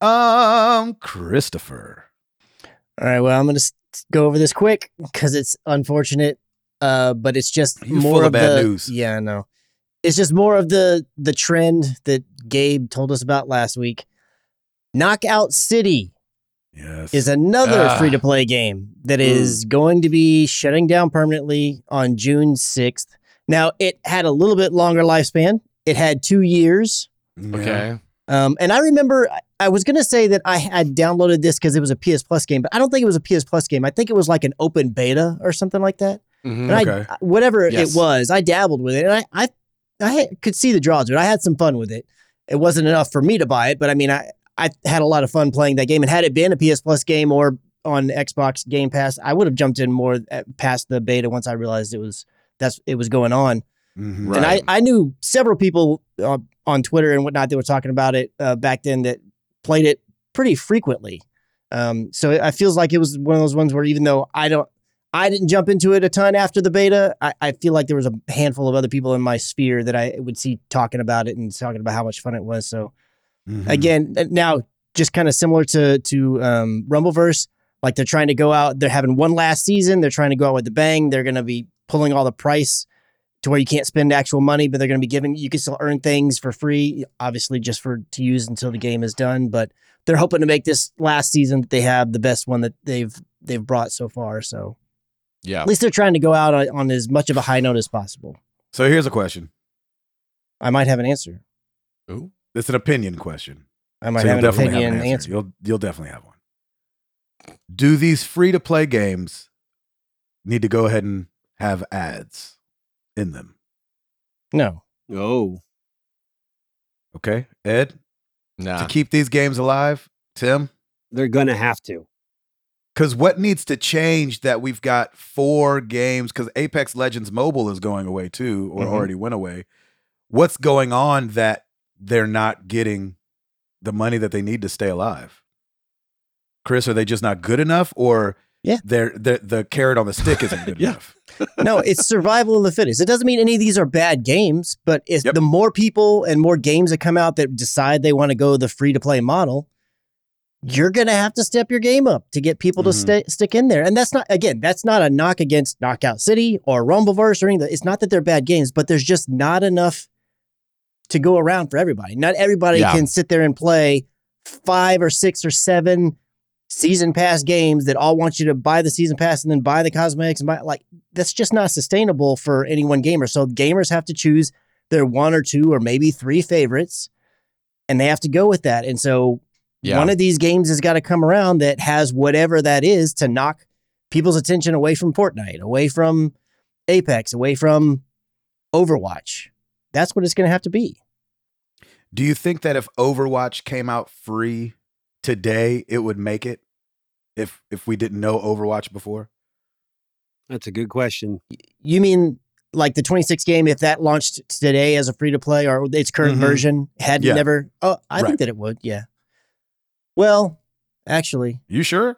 S1: Um, Christopher.
S3: All right, well, I'm gonna s- go over this quick because it's unfortunate. Uh, but it's just
S1: You
S3: more
S1: full of
S3: the
S1: bad news.
S3: yeah, I know. It's just more of the the trend that Gabe told us about last week. Knockout City
S1: Yes.
S3: is another
S2: Ah.
S3: free to play game that
S1: Hmm.
S3: is going to be shutting down permanently on June 6th. Now, it had a little bit longer lifespan. It had 2 years.
S2: Okay.
S3: Um, and I remember I- I was going to say that I had downloaded this because it was a PS Plus game, but I don't think it was a PS Plus game. I think it was like an open beta or something like that.
S2: Mhm.
S3: And
S1: Okay.
S3: I, whatever
S2: Yes.
S3: it was, I dabbled with it, and I, I, I had- could see the draws, but I had some fun with it. It wasn't enough for me to buy it, but I mean, I, I had a lot of fun playing that game. And had it been a PS Plus game or on Xbox Game Pass, I would have jumped in more at, past the beta once I realized it was that's it was going on.
S1: Mhm.
S2: Right.
S3: And I, I knew several people uh, on Twitter and whatnot that were talking about it uh, back then that played it pretty frequently. Um, so it, it feels like it was one of those ones where even though I don't, I didn't jump into it a ton after the beta, I, I feel like there was a handful of other people in my sphere that I would see talking about it and talking about how much fun it was. So
S1: Mhm.
S3: again uh, now just kind of similar to to um, Rumbleverse. Like they're trying to go out, they're having one last season. They're trying to go out with the bang. They're going to be pulling all the price to where you can't spend actual money, but they're going to be giving you can still earn things for free, obviously just for to use until the game is done. But they're hoping to make this last season that they have the best one that they've they've brought so far. So
S2: Yeah.
S3: at least they're trying to go out on, on as much of a high note as possible.
S1: So here's a question.
S3: I might have an answer.
S2: Ooh.
S1: It's an opinion question.
S3: I might
S1: So
S3: have
S1: you'll
S3: an
S1: definitely have
S3: opinion
S1: an
S3: answer.
S1: answer. You'll you'll definitely have one. Do these free to play games need to go ahead and have ads in them?
S3: No,
S4: Oh,
S1: Okay, Ed, to
S2: Nah.
S1: keep these games alive, Tim,
S4: they're gonna have to.
S1: because what needs to change that we've got four games? Because Apex Legends Mobile is going away too, or
S3: Mhm.
S1: already went away. What's going on that they're not getting the money that they need to stay alive? Chris, are they just not good enough, or
S3: Yeah.
S1: they're, they're, the carrot on the stick
S3: *laughs*
S1: isn't good
S2: Yeah.
S1: enough?
S3: no, it's survival of the fittest. It doesn't mean any of these are bad games, but it's
S1: Yep.
S3: the more people and more games that come out that decide they want to go the free to play model, you're going to have to step your game up to get people to
S1: Mhm.
S3: stay, stick in there. And that's not, again, that's not a knock against Knockout City or Rumbleverse or anything. It's not that they're bad games, but there's just not enough to go around for everybody. Not everybody
S2: Yeah.
S3: can sit there and play five or six or seven season pass games that all want you to buy the season pass and then buy the cosmetics and buy like that's just not sustainable for any one gamer. So gamers have to choose their one or two or maybe three favorites and they have to go with that. And so
S2: Yeah.
S3: one of these games has got to come around that has whatever that is to knock people's attention away from Fortnite, away from Apex, away from Overwatch. That's what it's going to have to be.
S1: Do you think that if Overwatch came out free today, it would make it? If if we didn't know Overwatch before,
S4: That's a good question.
S3: You mean like the 26 game if that launched today as a free to play or its current
S1: Mhm.
S3: version had
S1: Yeah.
S3: never Oh, I
S1: Right.
S3: think that it would. Yeah. Well, actually,
S1: you sure?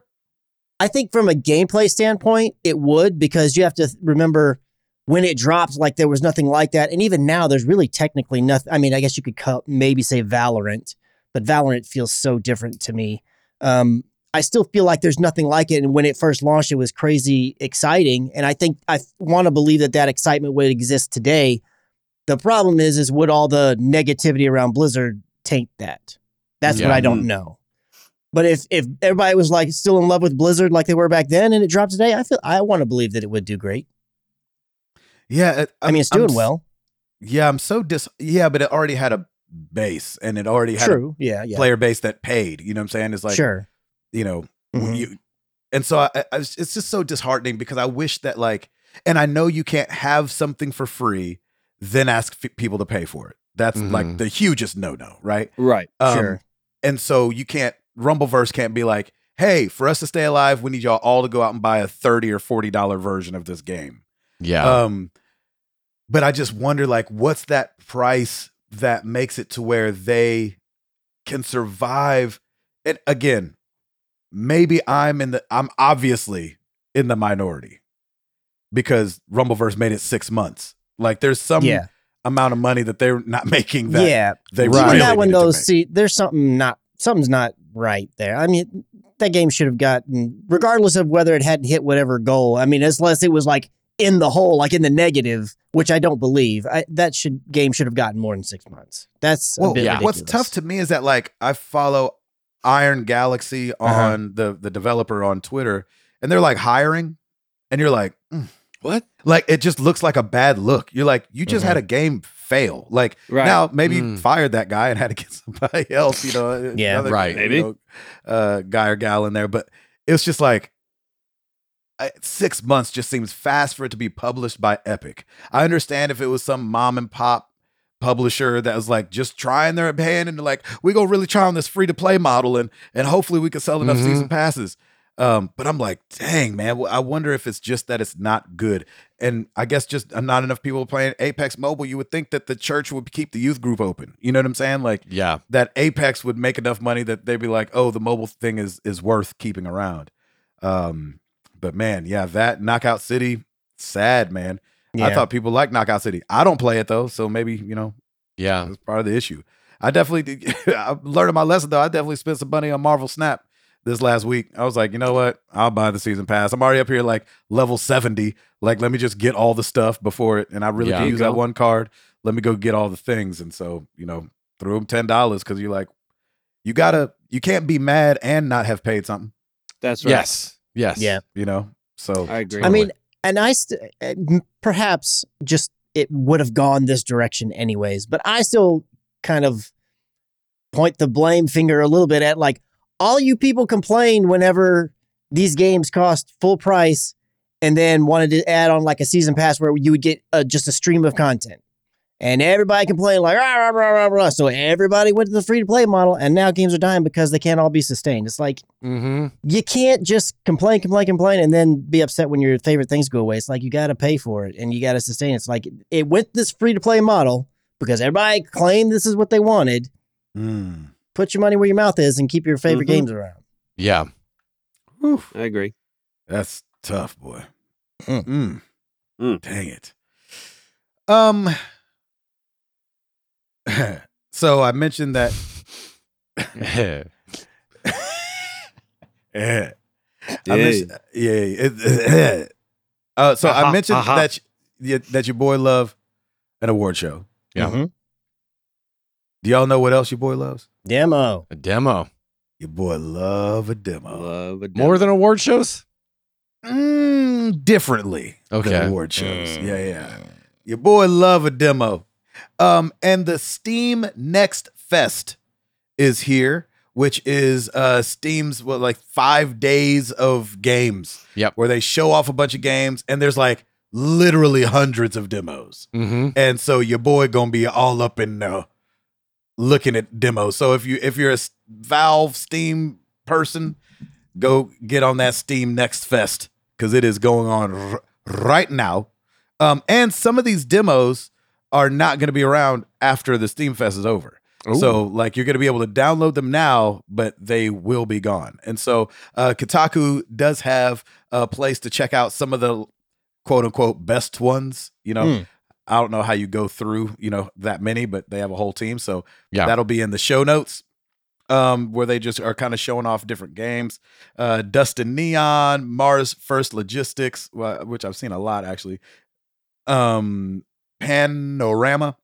S3: I think from a gameplay standpoint, it would because you have to th- remember when it dropped, like there was nothing like that. And even now, there's really technically nothing. I mean, I guess you could call, maybe say Valorant, but Valorant feels so different to me. Um, I still feel like there's nothing like it. And when it first launched, it was crazy exciting. And I think I want to believe that that excitement would exist today. The problem is, is would all the negativity around Blizzard taint that? That's what
S2: Yeah.
S3: I
S1: Mm.
S3: don't know. But if if everybody was like still in love with Blizzard like they were back then, and it dropped today, I feel I want to believe that it would do great.
S1: Yeah, it-
S3: I mean, it's
S1: I'm
S3: doing
S1: s-
S3: well.
S1: Yeah, I'm so dis. Yeah, but it already had a base, and it already had
S3: True. Yeah.
S1: a
S3: Yeah.
S1: player base that paid. You know what I'm saying? It's like
S3: sure.
S1: you know w-
S3: Mhm.
S1: you. And so I, I, I was- it's just so disheartening because I wish that like, and I know you can't have something for free, then ask f- people to pay for it. That's like
S2: Mhm.
S1: the hugest no no, right? Um,
S4: Right.
S3: Mm-hmm. Sure.
S1: And so you can't Rumbleverse can't be like, hey, for us to stay alive, we need y'all all to go out and buy a thirty or forty dollar version of this game.
S2: yeah.
S1: Um, but I just wonder, like, what's that price that makes it to where they can survive? And again, maybe I'm in the I'm obviously in the minority because Rumbleverse made it six months. Like, there's some
S3: yeah.
S1: amount of money that they're not *laughs* making that
S3: yeah.
S1: they
S2: Even
S1: really
S3: Even that one
S1: needed to
S3: though,
S1: make.
S3: see, there's something not something's not right there. I mean, that game should have gotten, regardless of whether it hadn't hit whatever goal. I mean, as unless it was like in the hole, like in the negative, which I don't believe. I, that should game should have gotten more than six months. That's
S1: Well,
S3: a bit
S2: yeah.
S1: what's
S3: ridiculous.
S1: tough to me is that like I follow Iron Galaxy on the the developer on Twitter, and they're like hiring, and you're like, mm.
S2: What?
S1: Like it just looks like a bad look. You're like, you just had a game fail. Like
S4: Right.
S1: now, maybe you
S2: Mm.
S1: fired that guy and had to get *laughs* somebody else. You know,
S3: Yeah.
S1: another,
S2: Right.
S1: you
S4: Maybe.
S1: know, uh, guy or gal in there, but it's just like. I- Six months just seems fast for it to be published by Epic. I understand if it was some mom and pop publisher that was like just trying their hand and like we gonna really try on this free to play model and and hopefully we can sell enough
S2: Mhm.
S1: season passes. Um, but I'm like, dang man, I wonder if it's just that it's not good. And I guess just uh, not enough people playing Apex Mobile. You would think that the church would keep the youth group open. You know what I'm saying? Like
S2: Yeah.
S1: that Apex would make enough money that they'd be like, oh, the mobile thing is is worth keeping around. Um, but man, yeah, that Knockout City, sad man. I
S3: Yeah.
S1: thought people liked Knockout City. I don't play it though, so maybe you know
S2: Yeah.
S1: that's part of the issue. I definitely *laughs* did, I learned my lesson though. I definitely spent some money on Marvel Snap this last week. I was like, you know what? I'll buy the season pass. I'm already up here like level 70. Like, let me just get all the stuff before it. And I really
S2: Yeah.
S1: can
S2: There you
S1: use that
S2: go.
S1: one card. Let me go get all the things. And so, you know, threw him ten dollars because you're like, you gotta you can't be mad and not have paid something,
S4: That's right.
S2: Yes. Yes.
S3: Yeah.
S1: you know? So
S4: I agree.
S3: I mean, and I st- and perhaps just it would have gone this direction anyways, but I still kind of point the blame finger a little bit at like all you people complain whenever these games cost full price and then wanted to add on like a season pass where you would get uh, just a stream of content. And everybody complained like "Ah, rah, rah, rah, rah, rah. So everybody went to the free to play model, and now games are dying because they can't all be sustained. It's like
S2: Mm-hmm.
S3: you can't just complain, complain, complain, and then be upset when your favorite things go away. It's like you got to pay for it and you got to sustain it. It's like it went this free to play model because everybody claimed this is what they wanted.
S1: mm.
S3: Put your money where your mouth is and keep your favorite
S1: Mm-hmm.
S4: Mhm.
S3: games around.
S2: *laughs* Yeah.
S1: Whew.
S4: I agree.
S1: That's tough, boy.
S3: Mm.
S1: Mm.
S4: Mm.
S1: Dang it. Um. *laughs* so I mentioned that. eh. I mentioned, yeah. yeah, it- uh, so I
S4: Aha,
S1: mentioned
S4: aha.
S1: that y- that your boy love an award show.
S2: Yeah.
S3: Mhm.
S1: Do y'all know what else your boy loves?
S3: Demo.
S2: A demo.
S1: Your boy love a demo.
S4: Love
S2: More
S4: a demo.
S2: than award shows?
S1: Mm, differently than
S2: Okay. Mm.
S1: award shows. Yeah, yeah. Your boy love a demo. Um, and the Steam Next Fest is here, which is uh Steam's what like five days of games.
S2: Yep.
S1: Where they show off a bunch of games and there's like literally hundreds of demos.
S2: Mm-hmm.
S1: And so your boy gonna be all up in there looking at demos. So if you if you're a S- Valve Steam person, go get on that Steam Next Fest because it is going on r- right now. Um, and some of these demos are not gonna be around after the Steam Fest is over. So like you're going to be able to download them now, but they will be gone. And so uh, Kotaku does have a place to check out some of the quote unquote best ones. You know,
S3: Hmm.
S1: I don't know how you go through you know that many, but they have a whole team. So
S2: Yeah.
S1: that'll be in the show notes. Um, where they just are kind of showing off different games, uh, Dustin Neon, Mars First Logistics, wh- which I've seen a lot actually, um, Panorama,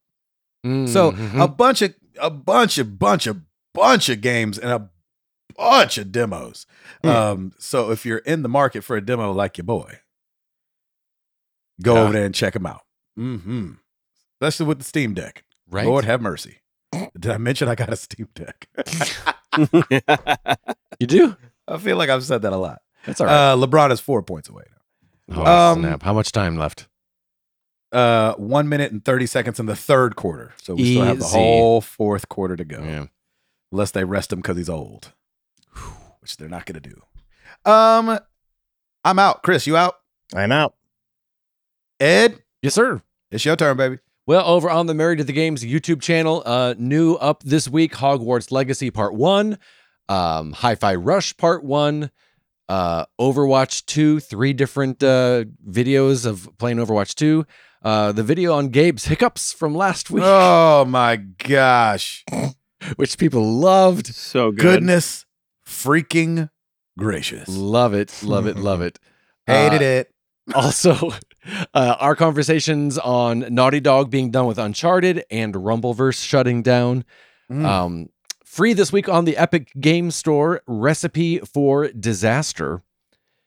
S1: so
S2: Mhm.
S1: a bunch of a bunch of bunch of bunch of games and a bunch of demos.
S3: Hmm.
S1: Um, so if you're in the market for a demo like your boy, go
S2: Yeah.
S1: over there and check them out. Mm-hmm. Especially with the Steam Deck.
S2: right. Eh.
S1: Lord have mercy. Did I mention I got a Steam Deck? *laughs*
S4: *laughs*
S2: You do?
S1: I feel like I've said that a lot.
S2: That's all right.
S1: Uh, LeBron is four points away.
S2: oh,
S1: um,
S2: snap. How much time left?
S1: Uh, one minute and thirty seconds in the third quarter. So we still have the
S2: Easy.
S1: whole fourth quarter to go.
S2: Yeah.
S1: unless they rest him because he's old, which they're not going to do. Um, I'm out. Chris, you out?
S3: I'm out.
S1: Ed,
S2: Yes, sir.
S1: it's your turn, baby.
S2: Well, over on the Married to the Games YouTube channel, uh, new up this week Hogwarts Legacy Part 1, um, Hi Fi Rush Part 1, uh, Overwatch 2, three different uh, videos of playing Overwatch 2, uh, the video on Gabe's hiccups from last week,
S1: *laughs* Oh my gosh!
S2: *laughs* which people loved.
S4: so good.
S1: Goodness, freaking gracious!
S2: Love it, *laughs* love it, love it.
S1: Hated
S2: Uh,
S1: it.
S2: also *laughs* Uh, our conversations on Naughty Dog being done with Uncharted and Rumbleverse shutting down.
S1: Mm.
S2: Um, free this week on the Epic Game Store Recipe for Disaster.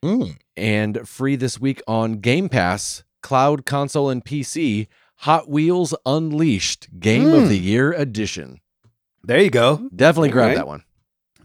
S1: Mm.
S2: And free this week on Game Pass, Cloud Console, and PC Hot Wheels Unleashed Game
S1: Mm.
S2: of the Year Edition.
S1: There you go.
S2: Definitely grab
S4: Alright.
S2: that one.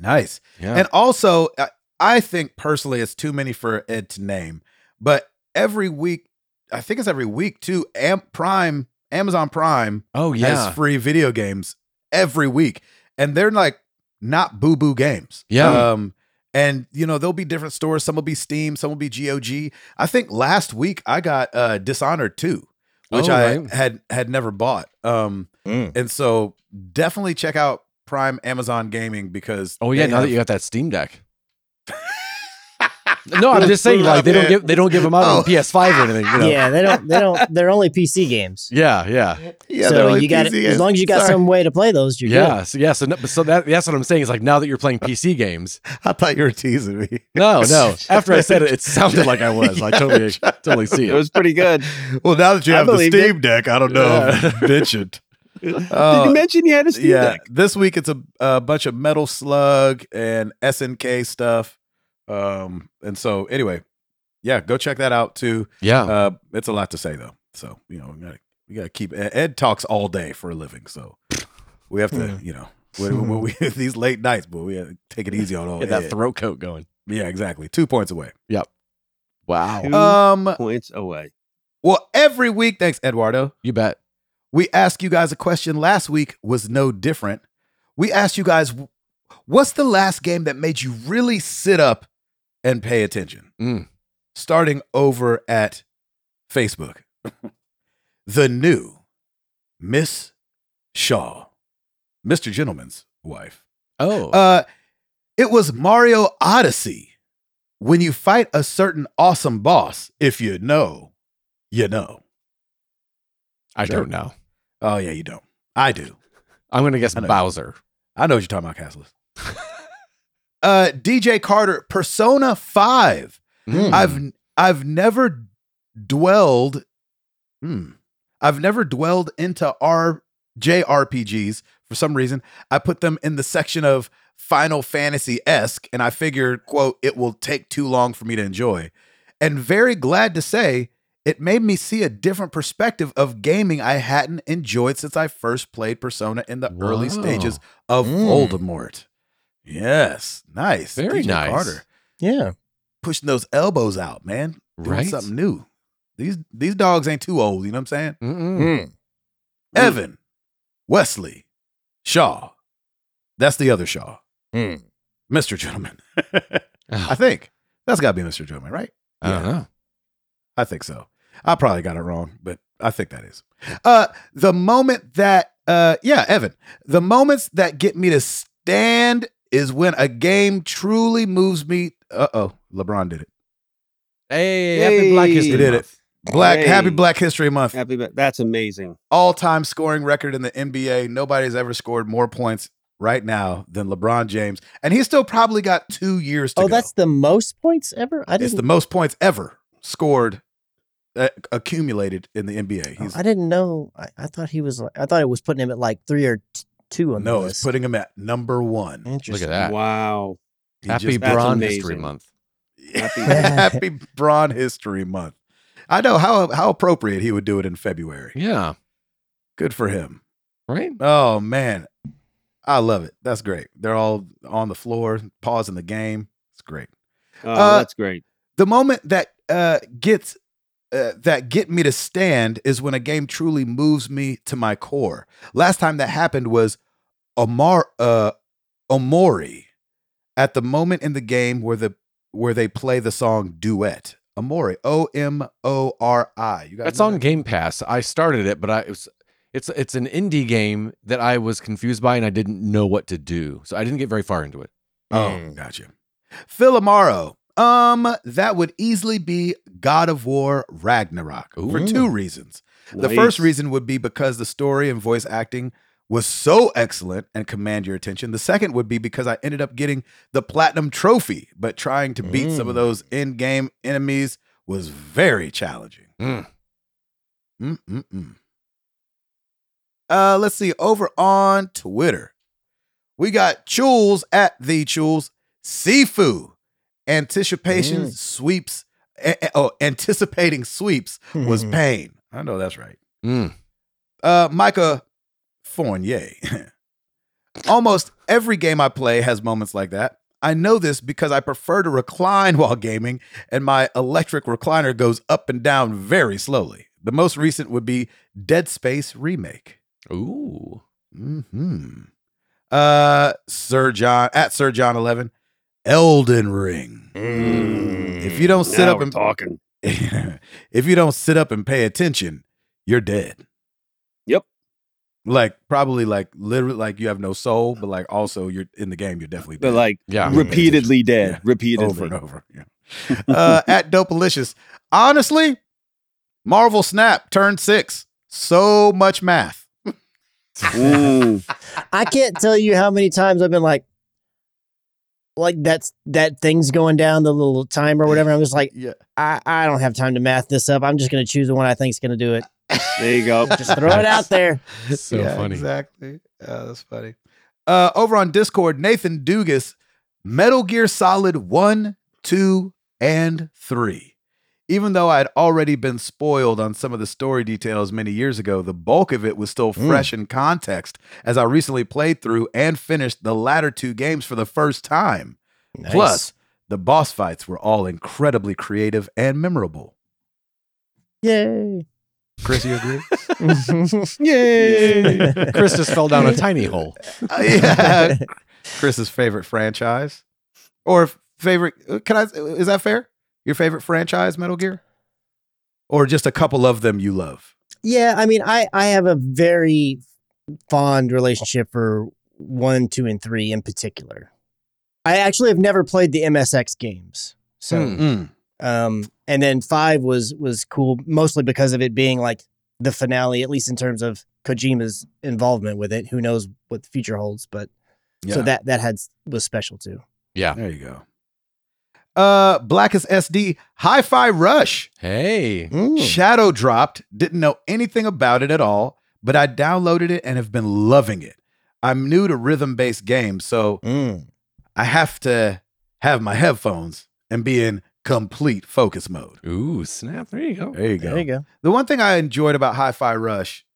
S1: Nice.
S2: Yeah.
S1: And also, I- I think personally, it's too many for Ed to name. But every week, I think it's every week too. Am- Prime, Amazon Prime
S2: oh,
S1: has free video games every week, and they're like not boo boo games.
S2: Yeah.
S1: Um, and you know there'll be different stores. Some will be Steam. Some will be GOG. I think last week I got uh, Dishonored two, which
S2: Oh,
S1: I
S2: right.
S1: had had never bought. Um,
S5: Mm.
S1: and so definitely check out Prime Amazon Gaming because
S2: Oh yeah,
S1: they
S2: now that
S1: have-
S2: you got that
S1: *laughs*
S2: Steam Deck. no, I'm just saying like they don't give they don't give them out
S1: Oh.
S2: on PS5 or anything. You know?
S3: Yeah, they don't. They don't. They're only PC games.
S2: yeah, yeah,
S1: *laughs* yeah, they're
S3: so
S1: only
S3: you got
S1: PC
S3: as long as you got
S1: Sorry.
S3: some way to play those, you're
S2: yeah. So yeah, so, no, so that that's what I'm saying is like now that you're playing PC games.
S1: *laughs* I thought you were teasing me. *laughs*
S2: No, no. After I said it, it sounded like I was. I totally totally see
S4: It
S2: it.
S4: was
S1: *laughs*
S4: pretty good.
S1: Well, now that you
S4: I
S1: have the
S4: believed
S1: Steam Deck, I don't know. *laughs*
S2: Yeah.
S1: if you Mentioned.
S4: Did
S1: Uh,
S4: you mention you
S2: *laughs*
S4: had a Steam
S1: yeah,
S4: Deck?
S1: this week it's a, a bunch of Metal Slug and SNK stuff. Um, and so anyway, yeah, go check that out too.
S2: Yeah.
S1: Uh, it's a lot to say though, so you know we gotta we gotta keep Ed, Ed talks all day for a living, so we have
S2: Hmm.
S1: to you know we, we, we- *laughs* these late nights, but we gotta take it easy on all
S2: Get that throat coat going.
S1: yeah, exactly. Two points away.
S2: Wow.
S4: Two
S1: Um,
S4: points away.
S1: well, every week, thanks Eduardo.
S2: *laughs* You bet.
S1: We asked you guys a question last week was no different. We asked you guys, what's the last game that made you really sit up and pay attention?
S2: Mm.
S1: Starting over at Facebook. the new Miss Shaw, Mr. Gentleman's wife.
S2: Oh.
S1: Uh, it was Mario Odyssey. When you fight a certain awesome boss, if you know, you know.
S2: I
S1: sure.
S2: don't know.
S1: Oh, yeah, you don't. I do.
S2: I'm gonna guess
S1: I know.
S2: Bowser.
S1: I know what you're talking about, Castless. *laughs* uh, DJ Carter, Persona 5.
S2: Mm.
S1: Hmm. I've I've never dwelled. Hmm. I've never dwelled into our JRPGs for some reason. I put them in the section of Final Fantasy esque, and I figured, quote, it will take too long for me to enjoy. And very glad to say, it made me see a different perspective of gaming I hadn't enjoyed since I first played Persona in the early
S2: Wow.
S1: stages of
S5: Mm.
S1: Voldemort. Yes, nice,
S2: Very
S1: DJ
S2: nice.
S1: Carter
S3: good. Yeah.
S1: pushing those elbows out, man. Doing
S2: Right?
S1: something new. These these dogs ain't too old, you know what I'm saying?
S2: Mm-mm.
S5: Mm.
S1: Evan, Wesley, Shaw. That's the other Shaw.
S5: Mm.
S1: Mr. Gentleman. *laughs* I
S2: *sighs* I
S1: think. That's gotta be Mr. Gentleman, right?
S2: don't know.
S1: I think so. I probably got it wrong, but I think that is. Uh the moment that uh yeah, Evan. The moments that get me to stand is when a game truly moves me. Uh-oh, LeBron did it.
S2: Hey, happy Black
S4: Hey.
S2: History
S1: You did
S2: Month.
S1: Black
S4: Hey.
S1: happy Black History Month.
S4: Happy about that's amazing.
S1: all-time scoring record in the NBA. Nobody's ever scored more points right now than LeBron James, and he's still probably got two years to
S3: Oh,
S1: go.
S3: that's the most points ever. I
S1: it's
S3: didn't.
S1: the most points ever scored, uh, accumulated in the NBA.
S3: oh,
S1: He's
S3: I didn't know. I, I thought he was. like- I thought it was putting him at like three or t- two on
S1: no,
S3: the
S1: it's
S3: list.
S1: putting him at number one.
S2: Look
S3: Interesting.
S2: at that.
S4: Wow.
S1: He
S2: Happy
S1: just-
S4: That's
S2: Braun
S4: amazing.
S2: History Month.
S1: *laughs*
S4: Happy-
S1: happy Braun History Month. I know how how appropriate he would do it in February.
S2: Yeah.
S1: Good for him.
S2: Right.
S1: Oh man, I love it. That's great. They're all on the floor, pausing the game. It's great.
S4: Oh,
S1: Uh,
S4: that's great.
S1: the moment that uh, gets uh, that get me to stand is when a game truly moves me to my core. Last time that happened was Omar uh, Omori at the moment in the game where the where they play the song duet. Amori, O M O R I. You guys
S2: That's
S1: know
S2: on
S1: that?
S2: Game Pass. I started it, but I it was it's it's an indie game that I was confused by and I didn't know what to do. So I didn't get very far into it.
S1: Oh, gotcha. Phil Amaro. Um, that would easily be God of War Ragnarok for
S5: Ooh.
S1: two reasons. The first reason would be because the story and voice acting was so excellent and command your attention. The second would be because I ended up getting the platinum trophy, but trying to beat some of
S5: Mm.
S1: those in-game enemies was very challenging.
S2: Mm.
S1: Mm-mm-mm. Uh, let's see. Over on Twitter, we got Chules at the Chules Sifu. Anticipation
S3: Mm.
S1: sweeps. a- a- oh, anticipating sweeps was
S3: Mhm.
S1: pain. I know that's right.
S2: Mm.
S1: Uh, Micah Fournier. *laughs* Almost every game I play has moments like that. I know this because I prefer to recline *laughs* while gaming, and my electric recliner goes up and down very slowly. The most recent would be Dead Space Remake.
S2: Ooh.
S1: Hmm. Uh, Sir John at Sir John Eleven, Elden Ring.
S2: Mm.
S1: If you don't sit
S4: now
S1: up
S4: we're
S1: and-
S4: talking,
S1: *laughs* if you don't sit up and pay attention, you're dead.
S4: Yep.
S1: Like probably like literally like you have no soul, but like also you're in the game. You're definitely
S4: but
S1: dead.
S4: like
S2: Yeah.
S1: Rip-
S4: repeatedly dead,
S1: Yeah.
S4: repeatedly.
S1: over and over. Yeah.
S4: *laughs*
S1: uh, at Dopalicious, honestly, Marvel Snap turned six. So much math.
S4: Mm.
S3: I can't tell you how many times I've been like, like that's that thing's going down the little timer or whatever. I'm just like,
S1: *laughs* Yeah.
S3: I, I don't have time to math this up. I'm just gonna choose the one I think's gonna do it.
S4: There you go.
S3: Just throw it out there.
S2: so
S1: Yeah,
S2: funny.
S1: Exactly. Yeah, that's funny. Uh, over on Discord, Nathan Dugas, Metal Gear Solid 1, 2, and 3. Even though I had already been spoiled on some of the story details many years ago, the bulk of it was still
S2: Hmm.
S3: Mm.
S1: fresh in context as I recently played through and finished the latter two games for the first time. Plus, the boss fights were all incredibly creative and
S2: *laughs*
S1: memorable. *laughs*
S3: yay!
S1: Chris, you agree?
S4: Yay!
S2: *laughs*
S3: *laughs*
S2: Chris just fell down
S1: *laughs*
S2: a tiny hole.
S1: Uh, yeah. Chris's favorite franchise or f- favorite uh, can I is that fair? Your favorite franchise Metal Gear? Or just a couple of them you love?
S3: Yeah, I mean, I I have a very fond relationship for one, two, and three in particular. I actually have never played the MSX games, Mm. so
S2: Hmm.
S1: Mm,
S3: um, and then five was was cool mostly because of it being like the finale, at least in terms of Kojima's involvement with it. Who knows what the future holds, but so
S1: Yeah.
S3: that that had was special too.
S2: Yeah.
S1: There you go. Uh Blackest SD Hi-Fi Rush.
S2: Hey.
S1: Mm. Shadow dropped, didn't know anything about it at all, but I downloaded it and have been loving it. I'm new to rhythm-based games, so
S3: Mm.
S1: I have to have my headphones and be in complete focus mode.
S2: Ooh, snap. There you go.
S1: There you go.
S3: There you go.
S1: The one thing I enjoyed about Hi Fi Rush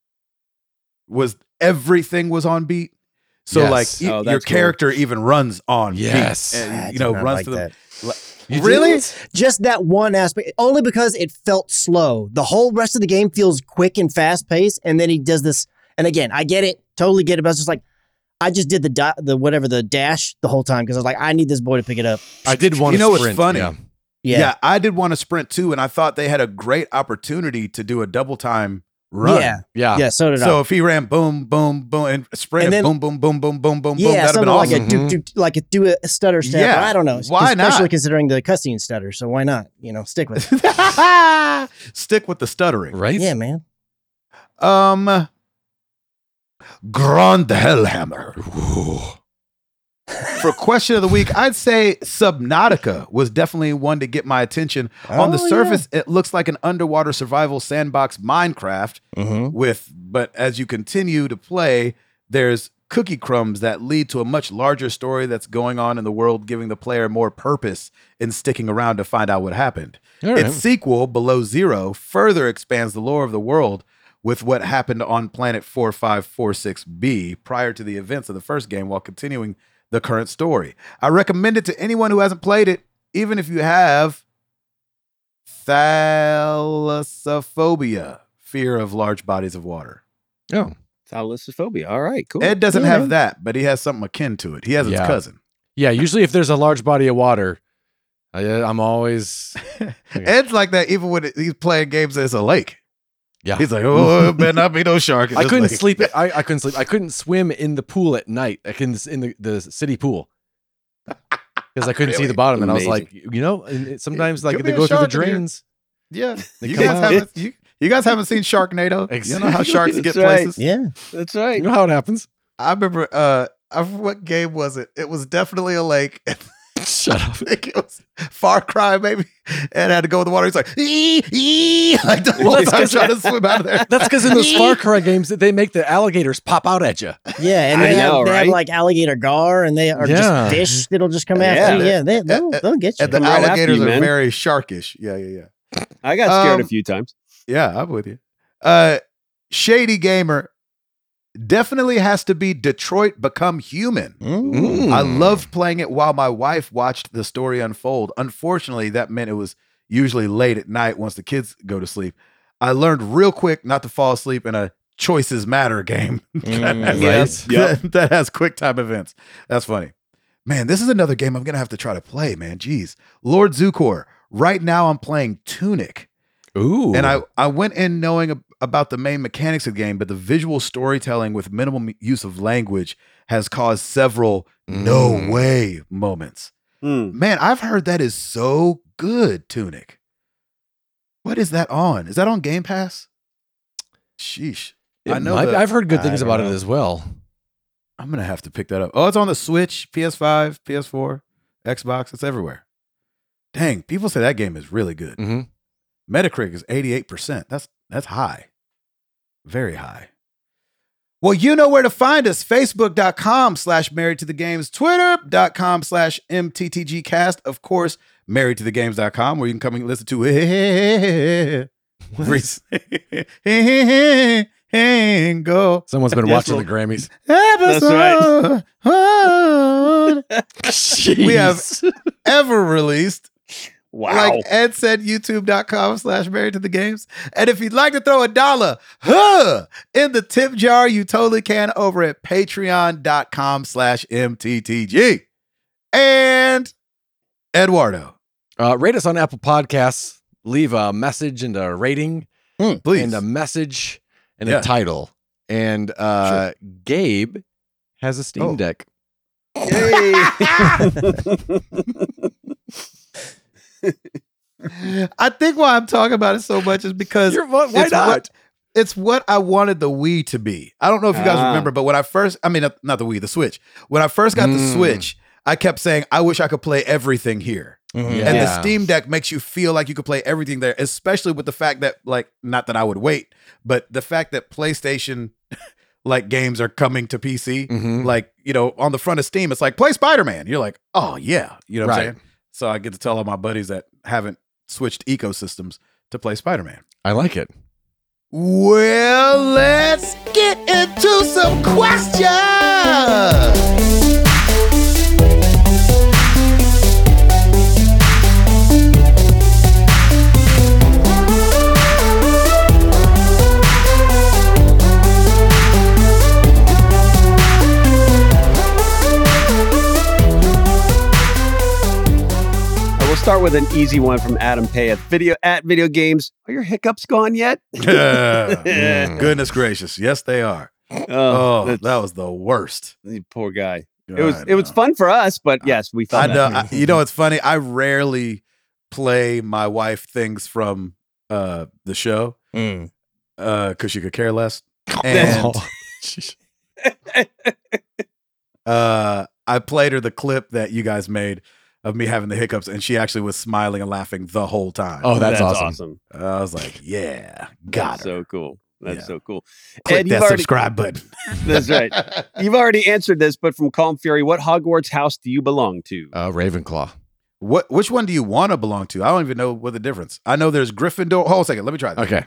S1: was everything was on beat. So
S2: Yes.
S1: like y-
S4: Oh,
S1: your
S4: that's cool.
S1: character even runs on
S2: Yes.
S1: beat. And,
S3: Ah, I
S1: you
S3: did
S1: know,
S3: not
S1: runs
S3: like
S1: to the
S3: that.
S2: You
S1: Really?
S2: did?
S3: Just that one aspect, only because it felt slow. The whole rest of the game feels quick and fast paced, and then he does this. And again, I get it, totally get it, but I was just like, I just did the di- the whatever the dash the whole time because I was like, I need this boy to pick it up.
S2: I did want
S1: You know
S2: to
S1: what's
S2: sprint.
S1: funny?
S2: Yeah.
S1: Yeah.
S3: Yeah,
S1: I did want to sprint too, and I thought they had a great opportunity to do a double time run. Ah.
S3: yeah,
S2: Yeah.
S3: yeah. So did I.
S1: So if he ran boom, boom, boom, and sprinted
S3: And then-
S1: boom, boom, boom, boom, boom, boom, boom,
S3: yeah,
S1: that'd have
S3: something
S1: been
S3: like
S1: awesome.
S3: a
S4: Mm-hmm.
S3: do, do, like a do a stutter step.
S1: Yeah,
S3: I don't know.
S1: why
S3: Especially
S1: not?
S3: considering the cussing stutter. So why not? You know, stick
S1: *laughs*
S3: with it.
S1: Stick with the stuttering.
S2: Right?
S3: yeah, man.
S1: Um Grand Hellhammer.
S2: Ooh.
S1: for question of the week, I'd say Subnautica was definitely one to get my attention. On the
S3: Oh, yeah.
S1: surface, it looks like an underwater survival sandbox Minecraft
S3: Mm-hmm.
S1: with but as you continue to play, there's cookie crumbs that lead to a much larger story that's going on in the world, giving the player more purpose in sticking around to find out what happened.
S2: All
S1: Its sequel, Below Zero, further expands the lore of the world with what happened on Planet 4546b prior to the events of the first game while continuing the current story. I recommend it to anyone who hasn't played it, even if you have thalassophobia, fear of large bodies of water.
S2: Oh.
S4: Thalassophobia. All right, cool.
S1: Ed doesn't
S3: Yeah,
S1: have
S3: man.
S1: that, but he has something akin to it. He has his
S2: Yeah.
S1: cousin.
S2: Yeah. Usually, if there's a large body of water, I, uh,
S1: *laughs*
S2: I'm always.
S1: Ed's like that even when he's playing games as a lake.
S2: Yeah.
S1: He's like, oh, it better not be no shark. in
S2: I
S1: this
S2: couldn't
S1: lake."
S2: sleep. I, I couldn't sleep. I couldn't swim in the pool at night. Like in the, in the, the city
S1: *laughs*
S2: pool. Because I couldn't see the
S1: Really?
S2: bottom, and I was
S4: Amazing.
S2: like, you know, and it, sometimes like
S1: Could be
S2: they
S1: a
S2: go through the
S1: shark in here.
S2: drains.
S1: Yeah,
S2: They
S1: you
S2: come
S1: guys,
S2: out.
S1: haven't, you, you guys haven't seen Sharknado. You know how sharks get
S4: That's right.
S1: places.
S3: Yeah.
S4: That's
S1: *laughs*
S4: right.
S2: You know how it happens.
S1: I remember. Uh, I remember what game was it? It was definitely a lake. *laughs*
S2: Shut up.
S1: I think it was Far Cry, maybe, and had to go in the water. He's like, ee, ee, *laughs* like the whole
S2: Well, that's
S1: time
S2: 'cause-
S1: trying to swim out of
S4: *laughs*
S1: there.
S2: That's because in those Far Cry games, they make the alligators pop out at you.
S3: Yeah, and
S4: *laughs* I
S3: they, have,
S4: know,
S3: they have
S4: right?
S3: like alligator gar, and they are
S2: Yeah.
S3: just fish that'll just come
S4: Yeah.
S3: after you. Yeah, they, they'll,
S1: at-
S3: they'll get you.
S1: And the
S4: Come right after
S1: alligators
S4: you,
S1: are
S4: man.
S1: very sharkish. Yeah, yeah, yeah.
S4: I got scared
S1: Um,
S4: a few times.
S1: Yeah, I'm with you. Uh, Shady Gamer definitely has to be Detroit Become Human.
S3: Mm.
S1: I
S2: Hmm.
S1: loved playing it while my wife watched the story unfold. Unfortunately, that meant it was usually late at night once the kids go to sleep. I learned real quick not to fall asleep in a choices matter game that, *laughs*
S2: Mm,
S1: has,
S2: right.
S4: Yep.
S1: that, that has quick time events. That's funny. Man, this is another game I'm going to have to try to play, man. Jeez. Lord Zukor. Right now I'm playing Tunic.
S2: Ooh.
S1: And I, I went in knowing ab- about the main mechanics of the game, but the visual storytelling with minimal m- use of language has caused several no
S2: Mm.
S1: way moments.
S4: Mm.
S1: Man, I've heard that is so good, Tunic. What is that on? Is that on Game Pass? Sheesh. I know
S2: I've,
S1: that-
S2: I've heard good
S3: I
S2: things
S3: don't
S2: about it
S3: know.
S2: as well.
S1: I'm going to have to pick that up. Oh, it's on the Switch, PS5, PS4, Xbox. It's everywhere. Dang, people say that game is really good.
S2: hmm
S1: Metacritic is 88%. That's that's high. Very high. Well, you know where to find us. Facebook.com slash married to the games, twitter.com slash mttgcast. Of course, married to the games.com where you can come and listen to *laughs* it. Single
S2: Someone's been
S4: Yes,
S2: watching
S4: well-
S2: the Grammys.
S1: episode
S2: we
S1: have- *laughs* ever released.
S4: Wow.
S1: Like Ed said, youtube.com slash married to the games. And if you'd like to throw a dollar huh, in the tip jar, you totally can over at patreon.com slash MTTG. And Eduardo,
S2: uh, rate us on Apple Podcasts. Leave a message and a rating
S4: Hmm,
S1: please.
S2: and a message and
S1: Yeah.
S2: a title. And uh, Gabe has a Steam
S1: Oh.
S2: Deck.
S1: *laughs*
S3: Mm-hmm.
S4: *laughs*
S1: *laughs* I think why I'm talking about it so much is because
S2: You're- why
S1: it's What, it's what I wanted the Wii to be. I don't know if you guys
S4: Ah.
S1: remember, but when I first, I mean, not the Wii, the Switch. When I first got the
S4: Hmm.
S2: Mm.
S1: Switch, I kept saying, I wish I could play everything here.
S3: Mm-hmm.
S2: Yeah.
S1: And the Steam Deck makes you feel like you could play everything there, especially with the fact that, like, not that I would wait, but the fact that PlayStation *laughs* like games are coming to PC.
S4: Mm-hmm.
S2: Mhm.
S1: Like, you know, on the front of Steam, it's like play Spider Man. You're like, oh yeah. You know what I'm
S2: Right.
S1: saying? So I get to tell all my buddies that haven't switched ecosystems to play Spider Man.
S2: I like it.
S1: Well, let's get into some questions.
S4: And *laughs* we'll start with an easy one from Adam Pay at video at video games. Are your hiccups gone yet?
S1: *laughs*
S4: *laughs*
S1: Yeah. Goodness gracious. Yes, they are. Oh,
S4: that's-
S1: that was the worst.
S4: the poor guy. It was
S1: God,
S4: it was
S1: no.
S4: fun for us, but yes, we
S1: I
S4: felt
S1: know.
S4: that.
S1: I, you know, it's funny. I rarely play my wife things from uh, the show because she could care less.
S2: *laughs*
S1: And
S2: Oh,
S1: uh, I played her the clip that you guys made of me having the hiccups, and she actually was smiling and laughing the whole time.
S2: Oh, that's awesome.
S1: I was like, "Yeah,
S4: That's
S1: got her.
S4: so cool. That's
S1: Yeah.
S4: so cool.
S1: Click
S4: Ed, you've
S1: that
S4: already-
S1: subscribe button."
S4: That's
S1: *laughs*
S4: right. You've already answered this, but from Calm Fury, what Hogwarts house do you belong to?
S2: Uh, Ravenclaw.
S1: what? Which one do you want to belong to? I don't even know what the difference. I know there's Gryffindor. Hold on a second. Let me try this.
S2: Okay.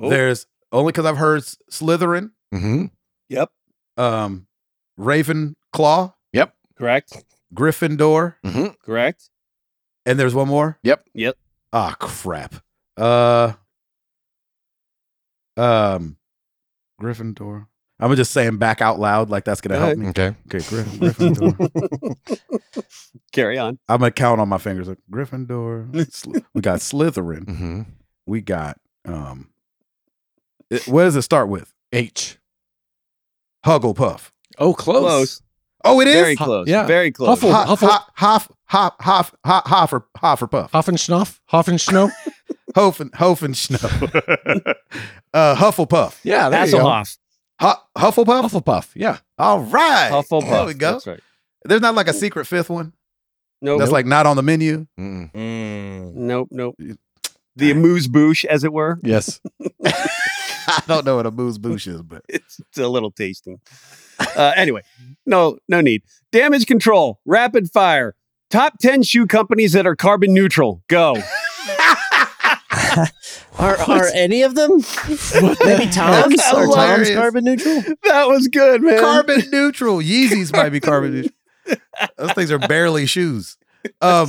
S4: Oh,
S1: There's only because I've heard S- Slytherin,
S2: hmm
S4: Yep.
S1: um, Ravenclaw,
S4: Correct.
S1: Gryffindor,
S2: hmm
S4: Correct. *laughs*
S1: and there's one more.
S2: Yep.
S4: Yep.
S1: Ah, crap. Uh, um, Gryffindor. I'm gonna just say 'em back out loud, like that's gonna
S4: Go
S1: help me.
S2: Okay.
S1: Okay, Gryff- Gryffindor.
S4: Carry on.
S1: I'm gonna count on my fingers. Like, Gryffindor. Sly- we got Slytherin.
S2: hmm
S1: We got um. It, what does it start with?
S2: H.
S1: Hugglepuff.
S2: Oh, close.
S4: Close.
S1: Oh, it is.
S4: Very
S2: Hu-
S4: close.
S2: yeah.
S4: Very close.
S2: Huffle-
S1: Ho- ho- Hoff, Hoff, Hoff, Hoff, Hoffer, Hofferpuff.
S2: Hoffenschnoff. Hoffenschno.
S1: Hofen, Hoffenschnuff. uh, Hufflepuff.
S2: yeah. There you go.
S4: Hasselhoff.
S1: Hu- Hufflepuff?
S2: Hufflepuff. Yeah.
S1: All right.
S4: Hufflepuff.
S1: There we go.
S4: That's right.
S1: There's not like a secret fifth one.
S4: Nope.
S1: That's like not on the menu.
S2: Mm-mm. Mm.
S4: nope. Nope. The amuse bouche, as it were. *laughs*
S2: Yes.
S1: I don't know what a booze boosh is, *laughs* but
S4: It's, it's a little tasting. Uh, anyway, no, no need. Damage control, rapid fire. Top ten shoe companies that are carbon neutral. Go.
S1: *laughs*
S3: Are, are any of them? Maybe Tom's?
S1: That's
S3: Are Tom's
S1: hilarious.
S3: carbon neutral?
S4: that was good, man.
S1: carbon neutral. Yeezys might be *laughs* carbon neutral. Those things are barely shoes. Um,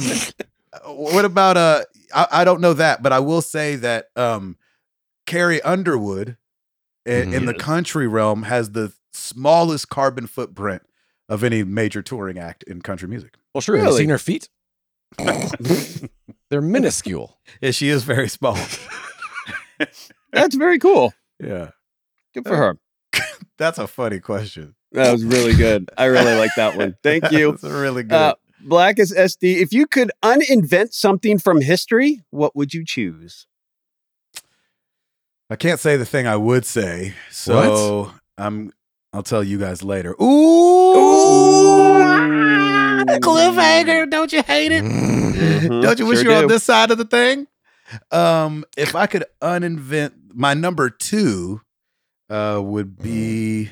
S1: what about uh? I, I don't know that, but I will say that um, Carrie Underwood i- in,
S2: Mhm.
S1: the country realm has the smallest carbon footprint of any major touring act in country music.
S2: Well, sure. Have you
S4: Really?
S2: seen her feet? They're minuscule.
S1: Yeah, she is very small.
S4: That's very cool.
S1: *laughs* yeah,
S4: Good for her.
S1: that's a funny question.
S4: That was really good. I really like *laughs* that one. Thank you.
S1: That's really good.
S4: Uh, Blackest SD, if you could uninvent something from history, what would you choose?
S1: I can't say the thing I would say, so I'm. I'll tell you guys later. Ooh, cliffhanger! Don't you hate it?
S4: Mhm,
S1: Don't you wish
S4: sure
S1: you were on
S4: do.
S1: this side of the thing? Um, if I could uninvent my number two, uh, would
S4: Mm-hmm.
S1: be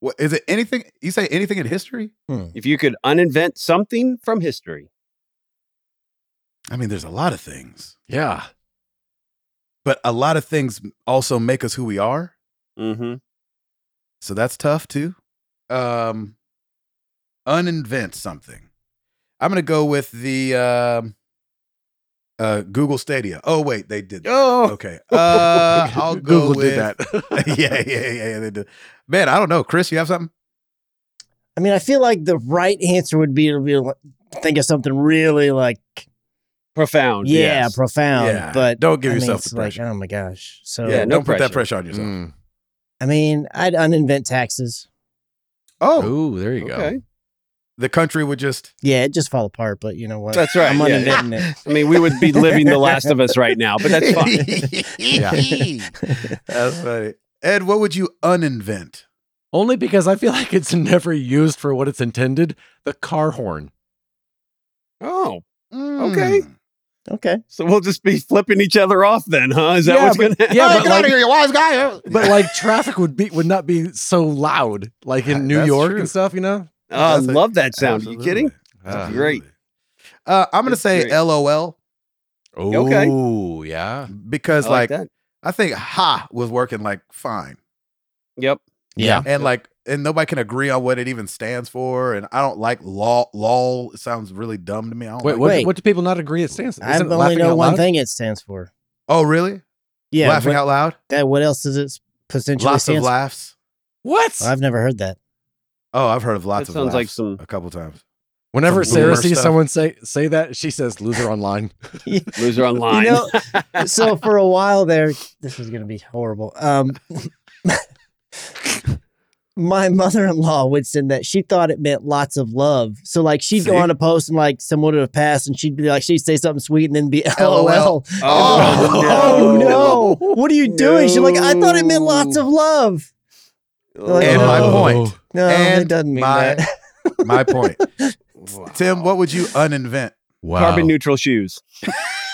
S1: what is it? Anything you say? Anything in history?
S4: If you could uninvent something from history,
S1: I mean, there's a lot of things,
S2: Yeah.
S1: but a lot of things also make us who we are.
S4: mm-hmm.
S1: So that's tough too. Um uninvent something. I'm gonna go with the um uh Google Stadia. Oh wait, they did that.
S2: *laughs*
S4: oh,
S1: Okay. Uh I'll go
S2: Google
S1: with
S2: did that.
S1: *laughs*
S2: *laughs*
S1: yeah, yeah, yeah, yeah, they did. Man, I don't know. Chris, you have something?
S3: I mean, I feel like the right answer would be to be like, think of something really like,
S4: profound.
S3: yeah,
S4: yes.
S3: profound.
S1: Oh, Yeah.
S3: But
S1: Don't give
S3: I mean,
S1: yourself
S3: it's
S1: the
S3: like,
S1: pressure.
S3: oh my gosh. So,
S1: yeah,
S4: no
S1: don't put that pressure
S4: pressure.
S1: on yourself.
S2: Mm.
S3: I mean, I'd uninvent taxes.
S1: Oh,
S2: Oh, there you go.
S4: okay.
S1: the country would just
S3: Yeah, it just fall apart, but you know what?
S4: That's right,
S3: I'm
S4: yeah,
S3: uninventing it.
S4: I mean, we would be living The Last of Us right now,
S1: *laughs*
S4: but that's fine.
S1: yeah. *laughs* That's funny. Ed, what would you uninvent?
S2: Only because I feel like it's *laughs* never used for what it's intended. The car horn.
S4: Oh, Okay.
S1: Mm.
S3: Okay.
S4: so we'll just be flipping each other off then, huh? Is that
S2: Yeah,
S4: what's
S2: but-
S4: going to happen?
S2: yeah,
S1: Hey,
S2: but
S1: get
S2: like-
S1: out of here, you wise guy.
S2: But like traffic would be would not be so loud like in New
S1: That's
S2: York
S1: true.
S2: and stuff, you know?
S4: Oh, I
S1: That's a-
S4: love that sound. Are you
S1: Absolutely.
S4: kidding?
S2: Ah.
S4: great.
S1: Uh, I'm gonna
S4: That's
S1: say
S4: great.
S1: LOL
S4: Okay.
S2: Oh, yeah.
S1: because
S4: I
S1: like,
S4: like that.
S1: I think ha was working like fine
S4: Yep.
S2: Yeah.
S1: and like and nobody can agree on what it even stands for and I don't like lol lol it sounds really dumb to me. I don't
S2: Wait,
S1: like
S2: what,
S1: it.
S3: Wait.
S2: what do people not agree it stands?
S3: I
S2: isn't it
S3: only
S2: laughing
S3: know
S2: out
S3: one
S2: loud?
S3: thing it stands for.
S1: Oh really?
S3: Yeah.
S1: laughing
S3: what,
S1: out loud.
S3: That, what else does it potentially
S1: Lots of
S3: stand for?
S1: laughs.
S2: What?
S3: I've never heard that.
S1: Oh, I've heard of lots
S4: That
S1: of.
S4: sounds like
S1: laughs
S4: some-
S1: a couple times.
S2: Whenever
S1: Some
S2: Sarah
S1: boomer
S2: sees
S1: stuff.
S2: someone say say that, she says loser online.
S4: *laughs* Loser online.
S3: You *laughs* know, so for a while there, this is going to be horrible. Um, *laughs* my mother-in-law would send that. She thought it meant lots of love. So like she'd go
S1: See?
S3: on a post and like someone would have passed, and she'd be like, she'd say something sweet, and *laughs* then be LOL.
S1: LOL.
S4: Oh,
S3: Oh,
S4: no.
S3: no! What are you doing? She's like, I thought it meant lots of love.
S1: *laughs* And my
S3: Oh.
S1: point.
S3: No,
S1: and
S3: it doesn't mean
S1: my,
S3: that. *laughs*
S1: my point.
S4: *laughs* Wow.
S1: Tim, what would you uninvent?
S2: Wow.
S4: Carbon neutral shoes.
S2: *laughs*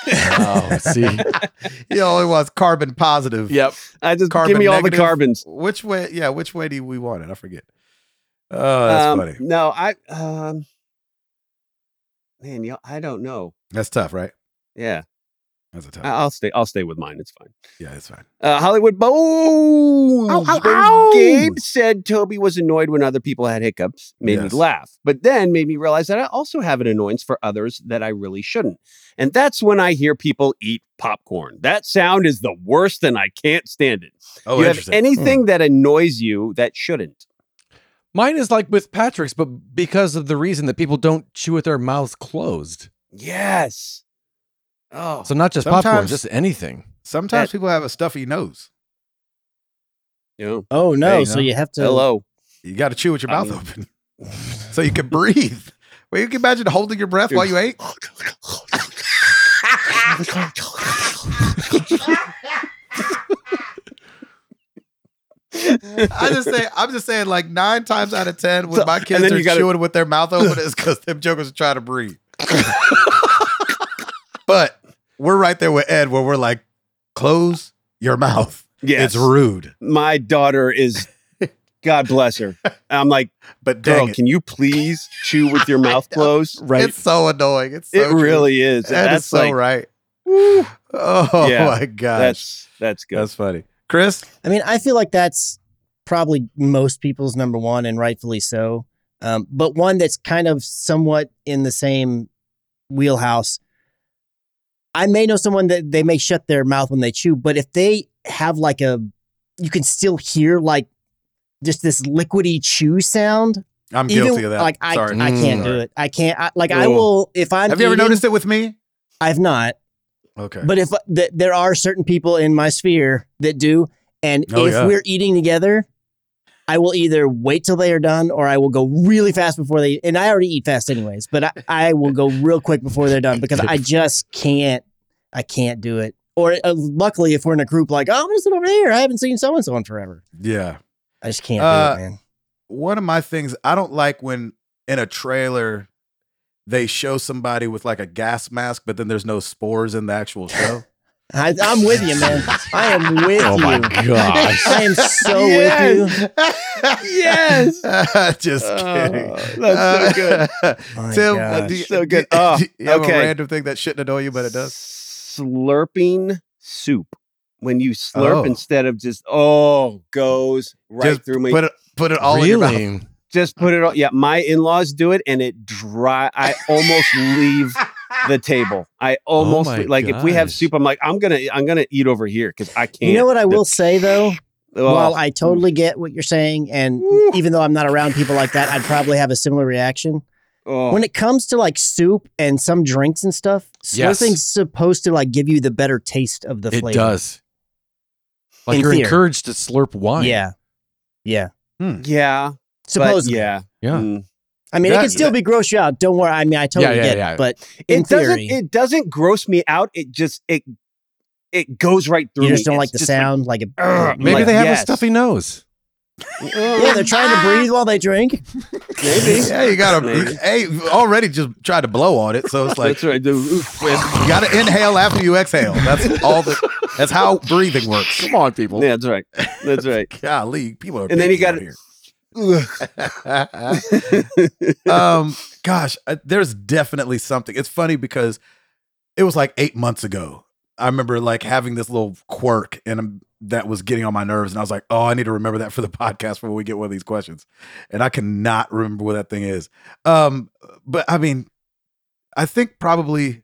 S2: Wow. Oh, See.
S1: He only wants carbon positive.
S2: yep.
S4: I just
S1: Carbon
S4: give me all
S1: negative.
S4: the carbons.
S1: Which way? Yeah, which way do we want it? I forget. Oh, that's
S4: Um,
S1: funny.
S4: No, I um, man, y'all, I don't know.
S1: That's tough, right?
S4: Yeah,
S1: That's a tough.
S4: I, I'll stay. I'll stay with mine. It's fine.
S1: yeah, it's fine.
S4: Uh, Hollywood Bones.
S1: Ow, ow,
S4: When
S1: ow.
S4: Gabe said Toby was annoyed when other people had hiccups. Made
S1: Yes.
S4: me laugh, but then made me realize that I also have an annoyance for others that I really shouldn't. And that's when I hear people eat popcorn. That sound is the worst, and I can't stand it.
S1: Oh,
S4: you have
S1: interesting.
S4: anything that annoys you that shouldn't.
S2: Mine is like with Patrick's, but because of the reason that people don't chew with their mouths closed.
S4: Yes. Oh,
S2: So not just popcorn,
S1: Sometimes-
S2: just anything.
S1: Sometimes
S4: That-
S1: people have a stuffy nose.
S4: no.
S3: Oh no!
S1: There you
S3: so
S1: go.
S3: you have to.
S4: Hello.
S1: You got to chew with your
S4: I
S1: mouth
S4: mean-
S1: open *laughs* so you can breathe. Well, you can imagine holding your breath while you ate. I just say, I'm just saying, like nine times out of ten, when
S4: So-
S1: my
S4: and
S1: kids
S4: then
S1: are
S4: you gotta- *laughs*
S1: chewing with their mouth open, it's because them jokers are trying to breathe. But we're right there with Ed where we're like, close your mouth.
S4: Yes.
S1: It's rude.
S4: My daughter is, God
S1: *laughs*
S4: bless her. I'm like,
S1: But
S4: girl,
S1: dang it.
S4: can you please chew with
S1: *laughs*
S4: your mouth closed?
S2: right?
S1: It's so annoying. It's so
S4: it
S1: true.
S4: really is.
S1: Ed is
S4: that's
S1: so
S4: like,
S1: right. Oh
S4: Yeah,
S1: my gosh.
S4: that's that's good.
S2: That's funny.
S1: Chris,
S3: I mean, I feel like that's probably most people's number one, and rightfully so. Um, but one that's kind of somewhat in the same wheelhouse. I may know someone that they may shut their mouth when they chew, but if they have like a, you can still hear like just this liquidy chew sound.
S1: I'm
S3: even-
S1: guilty of that.
S3: Like I,
S1: Sorry.
S3: I can't
S2: Mm.
S3: do it. I can't. I, like I
S2: Ugh.
S3: will if I'm.
S1: Have you ever
S3: eating-
S1: noticed it with me?
S3: I've not.
S1: Okay.
S3: But if uh, th- there are certain people in my sphere that do, and
S1: Oh,
S3: if
S1: yeah.
S3: we're eating together, I will either wait till they are done, or I will go really fast before they. And I already eat fast anyways, but I, I will go real quick before they're done because I just can't. I can't do it. Or uh, luckily, if we're in a group, like, oh, I'm gonna sit over there. I haven't seen so and so in forever.
S1: yeah.
S3: I just can't
S1: Uh,
S3: do it, man.
S1: one of my things I don't like when in a trailer they show somebody with like a gas mask, but then there's no spores in the actual show.
S3: I, I'm with you, man. I am with
S2: Oh
S3: you. *laughs*
S2: my gosh.
S3: I am so with you.
S4: Yes.
S1: *laughs* Just kidding. *laughs*
S4: Oh, that's so good.
S1: Uh,
S3: My
S1: Tim,
S3: gosh.
S1: uh, do you,
S4: So good.
S1: do you- *laughs*
S4: Oh,
S1: do you have
S4: okay.
S1: a random thing that shouldn't annoy you, but it does.
S4: Slurping soup. When you slurp
S1: Oh.
S4: instead of just oh goes right
S1: Just
S4: through my
S1: put it, put it all in your mouth.
S2: really?
S4: just put it on. Yeah, my in-laws do it, and it dry. I almost leave the table. I almost
S2: my
S4: like if we have
S2: gosh.
S4: soup, I'm like I'm gonna I'm gonna eat over here because I can't.
S3: You know what I will say though.
S4: Oh,
S3: While I totally get what you're saying, and
S4: Woo.
S3: even though I'm not around people like that, I'd probably have a similar reaction.
S4: oh,
S3: When it comes to like soup and some drinks and stuff,
S2: Yes.
S3: slurping's supposed to like give you the better taste of the
S2: It
S3: flavor.
S2: does. Like
S3: In
S2: you're
S3: theory.
S2: encouraged to slurp wine.
S3: Yeah. Yeah.
S4: yeah, but
S3: Supposedly.
S4: yeah,
S2: Yeah.
S4: mm.
S3: I mean, it
S1: That-
S3: can still
S1: that-
S3: be gross you out. Don't worry. I mean, I totally
S2: Yeah, yeah,
S3: get
S2: yeah.
S3: it. But in
S4: It doesn't.
S3: theory,
S4: It doesn't gross me out. It just it it goes right through.
S3: you just don't
S4: me. It's
S3: like the
S4: just
S3: sound. Like, it,
S4: Ugh,
S2: Maybe
S4: Like,
S2: they have
S4: yes.
S2: a stuffy nose.
S3: yeah, they're
S1: *laughs*
S3: trying to
S4: Ah!
S3: breathe while they drink.
S4: Maybe.
S1: Yeah, you gotta.
S4: Maybe.
S1: Hey, you already just tried to blow on it, so it's *laughs* like
S4: That's right. dude.
S1: you gotta inhale after you exhale. That's all. The, that's how breathing works.
S2: Come on, people.
S4: Yeah, that's right. That's *laughs* right.
S1: Golly, people are.
S4: And then you
S1: picky
S4: gotta-
S1: out here.
S4: *laughs*
S1: um, gosh, uh, there's definitely something. It's funny because it was like eight months ago. I remember like having this little quirk and um, that was getting on my nerves. And I was like, oh, I need to remember that for the *laughs* podcast when we get one of these questions. And I cannot remember what that thing is. Um, but I mean, I think probably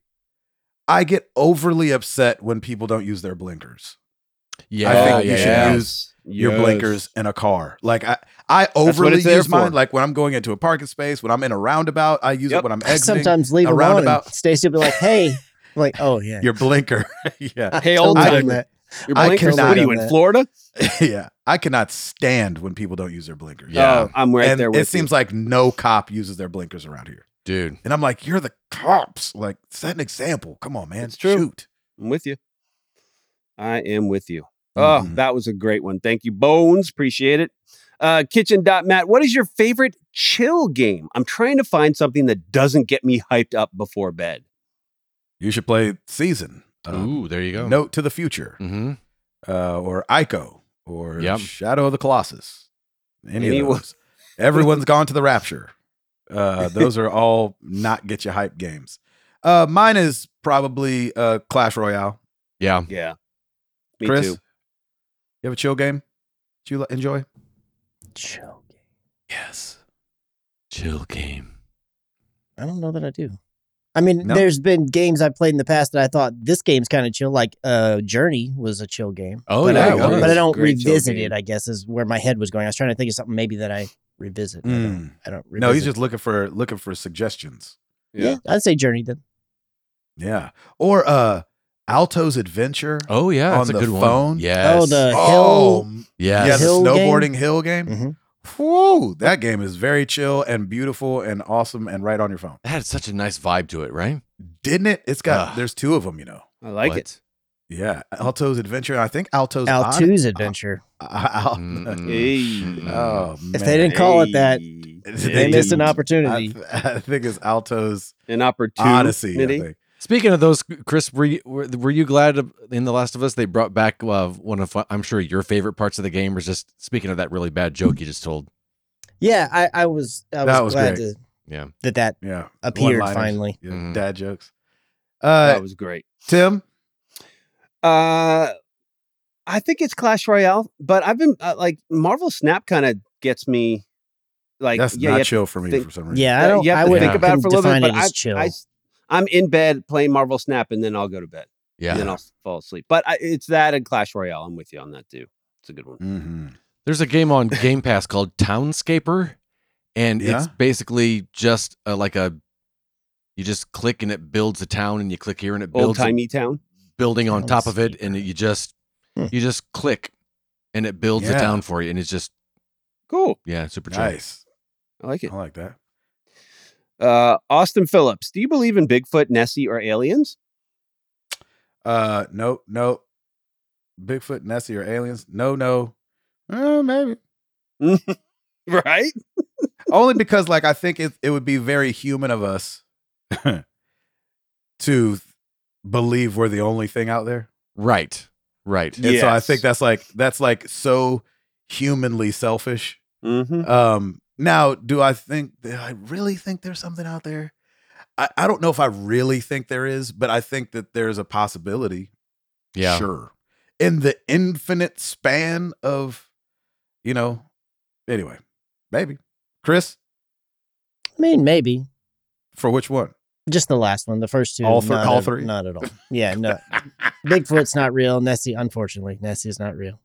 S1: I get overly upset when people don't use their blinkers
S2: Yeah,
S1: I think
S2: Uh, yeah,
S1: you should
S2: yeah.
S1: use your
S4: Yes.
S1: *laughs* blinkers in a car. Like I, I overly
S4: it's there
S1: use mine.
S4: for.
S1: Like when I'm going into a parking space, when I'm in a roundabout, I use
S4: Yep. *laughs*
S1: it when I'm
S3: I
S1: exiting.
S3: sometimes leave
S1: a
S3: them on. and
S1: roundabout.
S3: Stacy will be like, hey, I'm like, oh, yeah.
S1: Your blinker, *laughs* yeah,
S4: Hey,
S3: Totally
S4: old
S3: done
S4: timer.
S3: that.
S4: Your
S1: I
S4: blinkers.
S1: cannot
S4: What are
S3: have
S4: you in
S3: that.
S4: Florida?
S1: yeah. I cannot stand when people don't use their blinkers.
S2: Yeah.
S4: Oh, I'm right
S1: and
S4: there with
S1: it seems like no cop uses their blinkers around here.
S2: Dude.
S1: And I'm like, you're the cops. Like, set an example. Come on, man.
S4: It's true.
S1: Shoot.
S4: you. I'm with you. I am with you. Oh,
S1: Mhm.
S4: that was a great one. Thank you, Bones. Appreciate it. Uh, Kitchen.Matt, what is your favorite chill game? I'm trying to find something that doesn't get me hyped up before bed.
S1: You should play season. Um,
S2: Ooh, there you go.
S1: Note to the future,
S2: Mm-hmm.
S1: uh, or Ico, or
S2: Yep.
S1: Shadow of the Colossus. Any
S4: Any
S1: of
S4: one-
S1: those.
S4: *laughs*
S1: Everyone's gone to the rapture. Uh, those are all not get you hype games. Uh, mine is probably uh, Clash Royale.
S2: Yeah.
S4: Yeah. Me
S1: Chris,
S4: too.
S1: you have a chill game that you li- enjoy?
S3: Chill.
S1: Yes.
S2: Chill game.
S3: I don't know that I do. I mean,
S1: No?
S3: there's been games I've played in the past that I thought this game's kind of chill. Like uh, Journey was a chill game.
S2: Oh,
S3: but
S2: yeah,
S3: I,
S2: it was.
S3: but I don't
S4: Great chill
S3: revisit
S4: game.
S3: it. I guess is where my head was going. I was trying to think of something maybe that I revisit. I don't. I don't revisit.
S1: Hmm. Mm. No, he's just looking for looking for suggestions.
S3: yeah. I'd say Journey then.
S1: Yeah. Or uh Alto's Adventure.
S2: Oh, yeah. That's
S1: On
S2: a
S1: the
S2: good
S1: phone?
S2: one. Yes.
S3: Oh, the
S1: Oh,
S3: hill.
S1: m-
S2: Yes.
S1: yeah, the
S3: Hill game?
S1: snowboarding hill game.
S3: Mhm.
S1: Whew, that game is very chill and beautiful and awesome and right on your phone.
S2: That had such a nice vibe to it, right?
S1: Didn't it? It's got
S2: Ugh.
S1: there's two of them, you know.
S4: I like
S2: What?
S4: it.
S3: *laughs*
S1: Yeah, Alto's Adventure. I think Alto's
S3: Alto's Adventure.
S1: Odd- *laughs* Al-
S2: Mm-mm.
S3: *laughs*
S4: Hey.
S2: Mm-mm.
S1: Oh man.
S3: If they didn't- call it that.
S4: Hey.
S3: They missed an opportunity.
S1: I, th- I think it's Alto's
S4: An opportunity.
S1: Odyssey. I think.
S2: Speaking of those, Chris, were you, were, were you glad of- in The Last of Us they brought back uh, one of I'm sure your favorite parts of the game was just speaking of that really bad joke you just told.
S3: yeah, I, I was. I was,
S1: That was
S3: glad
S1: great.
S3: to,
S2: Yeah.
S3: that that
S1: Yeah,
S3: appeared
S1: One-liners.
S3: finally.
S1: Yeah,
S2: Mhm.
S1: Dad jokes. Uh,
S4: that was great.
S1: Tim,
S4: Uh, I think it's Clash Royale, but I've been uh, like Marvel Snap kind of gets me. Like
S1: that's
S4: yeah, you
S1: not
S4: have to
S1: chill for me
S4: think-
S1: for some reason.
S3: Yeah, I don't.
S4: you have
S3: I
S4: to
S3: would
S4: think about it for a little bit,
S3: define
S4: but
S3: it
S4: I,
S3: as chill.
S4: I, am in bed playing Marvel Snap, and then I'll go to bed,
S2: Yeah.
S4: and then I'll s- fall asleep. But I, it's that and Clash Royale. I'm with you on that too. It's a good one.
S1: Mm-hmm.
S2: There's a game on Game Pass called Townscaper, and it's
S1: Yeah?
S2: basically just uh like a you just click and it builds a town, and you click here and it
S4: Old
S2: builds a
S4: timey town.
S2: building on top of it, and
S3: Townscaper.
S2: you just
S3: Hmm.
S2: you just click, and it builds a
S1: Yeah.
S2: town for you, and it's just
S4: Cool.
S2: yeah, super chill.
S1: Nice.
S4: I like it.
S1: I like that.
S4: Uh, Austin Phillips. Do you believe in Bigfoot, Nessie, or aliens?
S1: Uh, no, no. Bigfoot, Nessie, or aliens? No, no. Uh, maybe
S4: Right.
S1: only because like I think it it would be very human of us *laughs* to believe we're the only thing out there.
S2: Right, right.
S1: And so I
S4: Yes.
S1: think that's like that's like so humanly selfish.
S4: Mm-hmm.
S1: Um now do I think do I really think there's something out there? I, I don't know if I really think there is, but I think that there's a possibility.
S2: Yeah,
S1: Sure. In the infinite span of, you know, anyway, maybe. Chris,
S3: I mean, maybe
S1: for which one?
S3: just the last one. The first two,
S1: All thr-
S3: not
S1: all
S3: at-
S1: three?
S3: not at all.
S1: *laughs*
S3: Yeah, no. Bigfoot's not real. Nessie, unfortunately, Nessie is not real.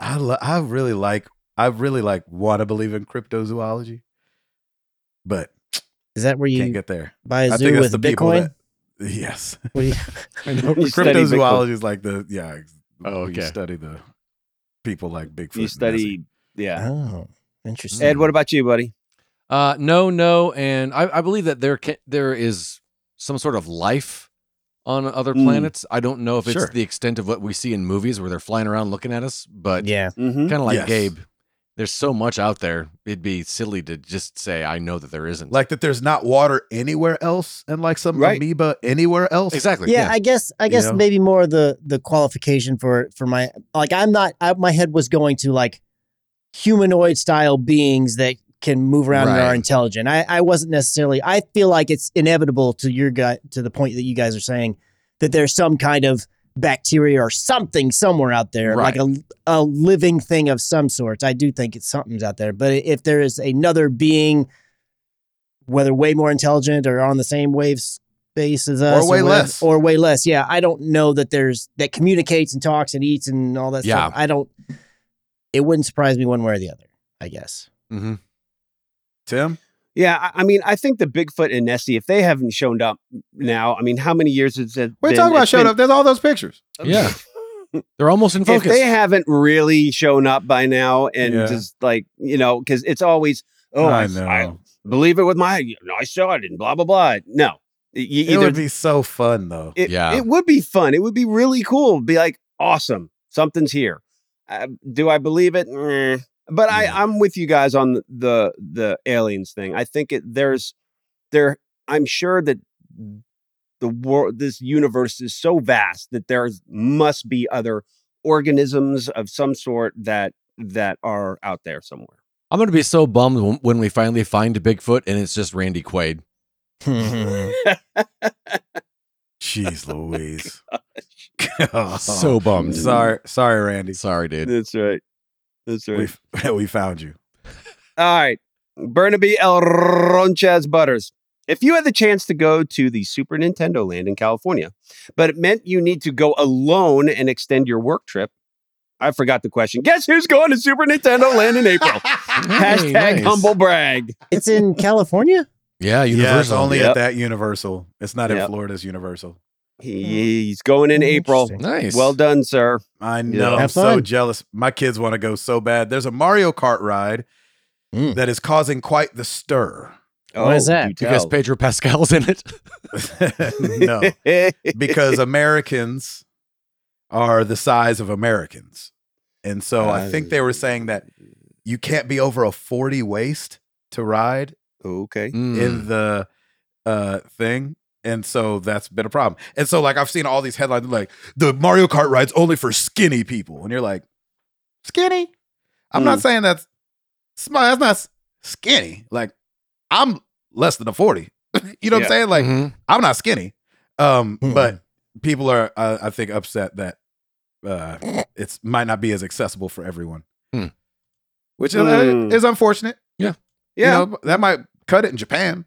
S1: I lo- I really like I really like want to believe in cryptozoology, but
S3: Is that where
S1: can't
S3: you
S1: get there.
S3: buy a
S1: I
S3: zoo
S1: think that's
S3: with
S1: the people
S3: Bitcoin?
S1: that yes,
S3: What
S1: *laughs*
S3: do you-
S4: *laughs* You study Bigfoot.
S1: cryptozoology is like the yeah.
S2: Oh,
S1: where you
S2: okay.
S1: study the people like Bigfoot. and
S4: You
S1: Nessie.
S4: study. Yeah.
S3: Oh, interesting.
S4: Ed, what about you, buddy?
S2: Uh, no, no, and I, I believe that there can, there is some sort of life on other
S3: Hmm.
S4: Mm.
S2: planets. I don't know if it's
S1: Sure.
S2: the extent of what we see in movies where they're flying around looking at us, but
S3: yeah,
S4: Mm-hmm.
S2: kind of like
S1: Yes.
S2: Gabe, there's so much out there. It'd be silly to just say I know that there isn't.
S1: like that. There's not water anywhere else, and like some
S4: Right.
S1: amoeba anywhere else.
S2: exactly.
S3: yeah. I guess. I
S1: You
S3: guess
S1: know?
S3: maybe more the the qualification for for my like. I'm not. I, my head was going to like humanoid style beings that can move around and
S2: Right.
S3: are intelligent. I I wasn't necessarily. I feel like it's inevitable to your gut to the point that you guys are saying that there's some kind of bacteria or something somewhere out there,
S2: Right.
S3: like a a living thing of some sorts. I do think it's something's out there, but if there is another being. Whether way more intelligent or on the same wave space as us,
S1: way
S3: whatever-
S1: less.
S3: or way less. Yeah, I don't know that there's that communicates and talks and eats and all that
S2: Yeah.
S3: stuff. I don't. It wouldn't surprise me one way or the other. I guess.
S2: hmm
S1: Tim,
S4: Yeah, I, I mean, I think the Bigfoot and Nessie, if they haven't shown up now, I mean, how many years has it?
S1: what are you
S4: been?
S1: talking about?
S4: It's
S1: Showed
S4: been-
S1: up. There's all those pictures.
S2: Yeah. They're almost in
S4: if
S2: focus.
S4: they haven't really shown up by now, and
S1: Yeah.
S4: just like you know, because it's always oh, I, I believe it with my I saw it and blah blah blah. No, you
S1: it
S4: either
S1: would be so fun though.
S4: *laughs* It,
S2: Yeah.
S4: it would be fun. It would be really cool. Be like, awesome, something's here. Uh, do I believe it? Meh. But
S1: Yeah.
S4: I, I'm with you guys on the the, the aliens thing. I think it, there's there. I'm sure that the world, this universe is so vast that there must be other organisms of some sort that that are out there somewhere.
S2: I'm gonna be so bummed when- when we finally find Bigfoot and it's just Randy Quaid.
S1: Jeez
S4: *laughs*
S1: Louise.
S4: Oh,
S1: Oh,
S2: so bummed.
S1: sorry, sorry, Randy.
S2: Sorry, dude.
S4: That's right. That's
S1: We *laughs* we found you.
S4: All right. Burnaby El Ronchaz Butters. If you had the chance to go to the Super Nintendo Land in California, but it meant you need to go alone and extend your work trip, I forgot the question. Guess who's going to Super Nintendo Land in April? *laughs* Hashtag
S2: nice.
S4: humble brag.
S3: it's in California.
S2: Yeah, Universal.
S1: Yeah, it's only
S4: Yep.
S1: at that Universal. It's not
S4: Yep.
S1: at Florida's Universal.
S4: He's going in April.
S3: Interesting.
S2: nice.
S4: Well done, sir.
S1: I know. I'm
S3: Have
S1: so
S3: fun.
S1: jealous. My kids want to go so bad. There's a Mario Kart ride
S3: Mm.
S1: that is causing quite the stir. *laughs*
S3: Why is that?
S4: Oh, you
S2: Because Pedro Pascal's in it.
S4: *laughs*
S1: *laughs* no, because Americans are the size of Americans. And so I think they were saying that you can't be over a 40 waist to ride
S4: Okay.
S2: Mm,
S1: in the uh thing. And so that's been a problem. And so like I've seen all these headlines like the Mario Kart rides only for skinny people. And you're like, skinny? I'm not saying that's small, that's not s- skinny. Like I'm less than a 40. *laughs* you know what
S4: Yeah.
S1: I'm saying? Like
S2: Mhm.
S1: I'm not skinny. Um,
S3: Mm.
S1: but people are, uh, I think, upset that uh, it's might not be as accessible for everyone,
S2: Hmm.
S1: which is, uh,
S4: Mm.
S1: is unfortunate.
S4: Yeah.
S1: You know, that might cut it in Japan.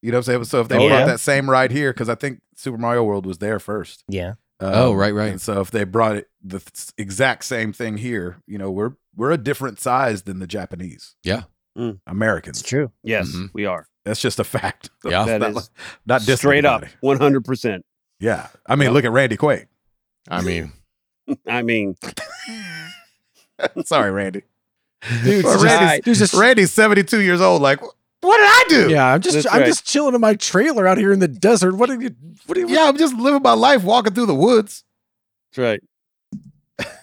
S1: You know what I'm saying? So if they
S4: Oh,
S1: brought
S4: yeah.
S1: that same ride here, because I think Super Mario World was there first. Um,
S3: Yeah.
S2: Oh, right, right.
S1: And so if they brought it the th- exact same thing here, you know, we're we're a different size than the Japanese.
S2: Yeah.
S4: Mm.
S1: Americans.
S3: It's true.
S4: yes,
S2: Mhm.
S4: we are.
S1: That's just a fact. *laughs*
S2: Yeah.
S1: That's
S4: That
S1: Oh, not,
S4: is
S1: not dissing
S4: Straight up,
S1: anybody.
S4: 100%.
S1: Yeah. I mean, look at Randy Quaid.
S2: I mean,
S4: I mean,
S1: *laughs* Sorry, Randy.
S2: dude's
S1: Well,
S2: just-
S1: Randy's-
S2: dude's just-
S1: Randy's 72 years old. Like, what did I do?
S2: yeah, I'm just
S4: That's
S2: I'm
S4: right.
S2: just chilling in my trailer out here in the desert. What are you? What are you?
S1: Yeah, I'm just living my life walking through the woods.
S4: that's right.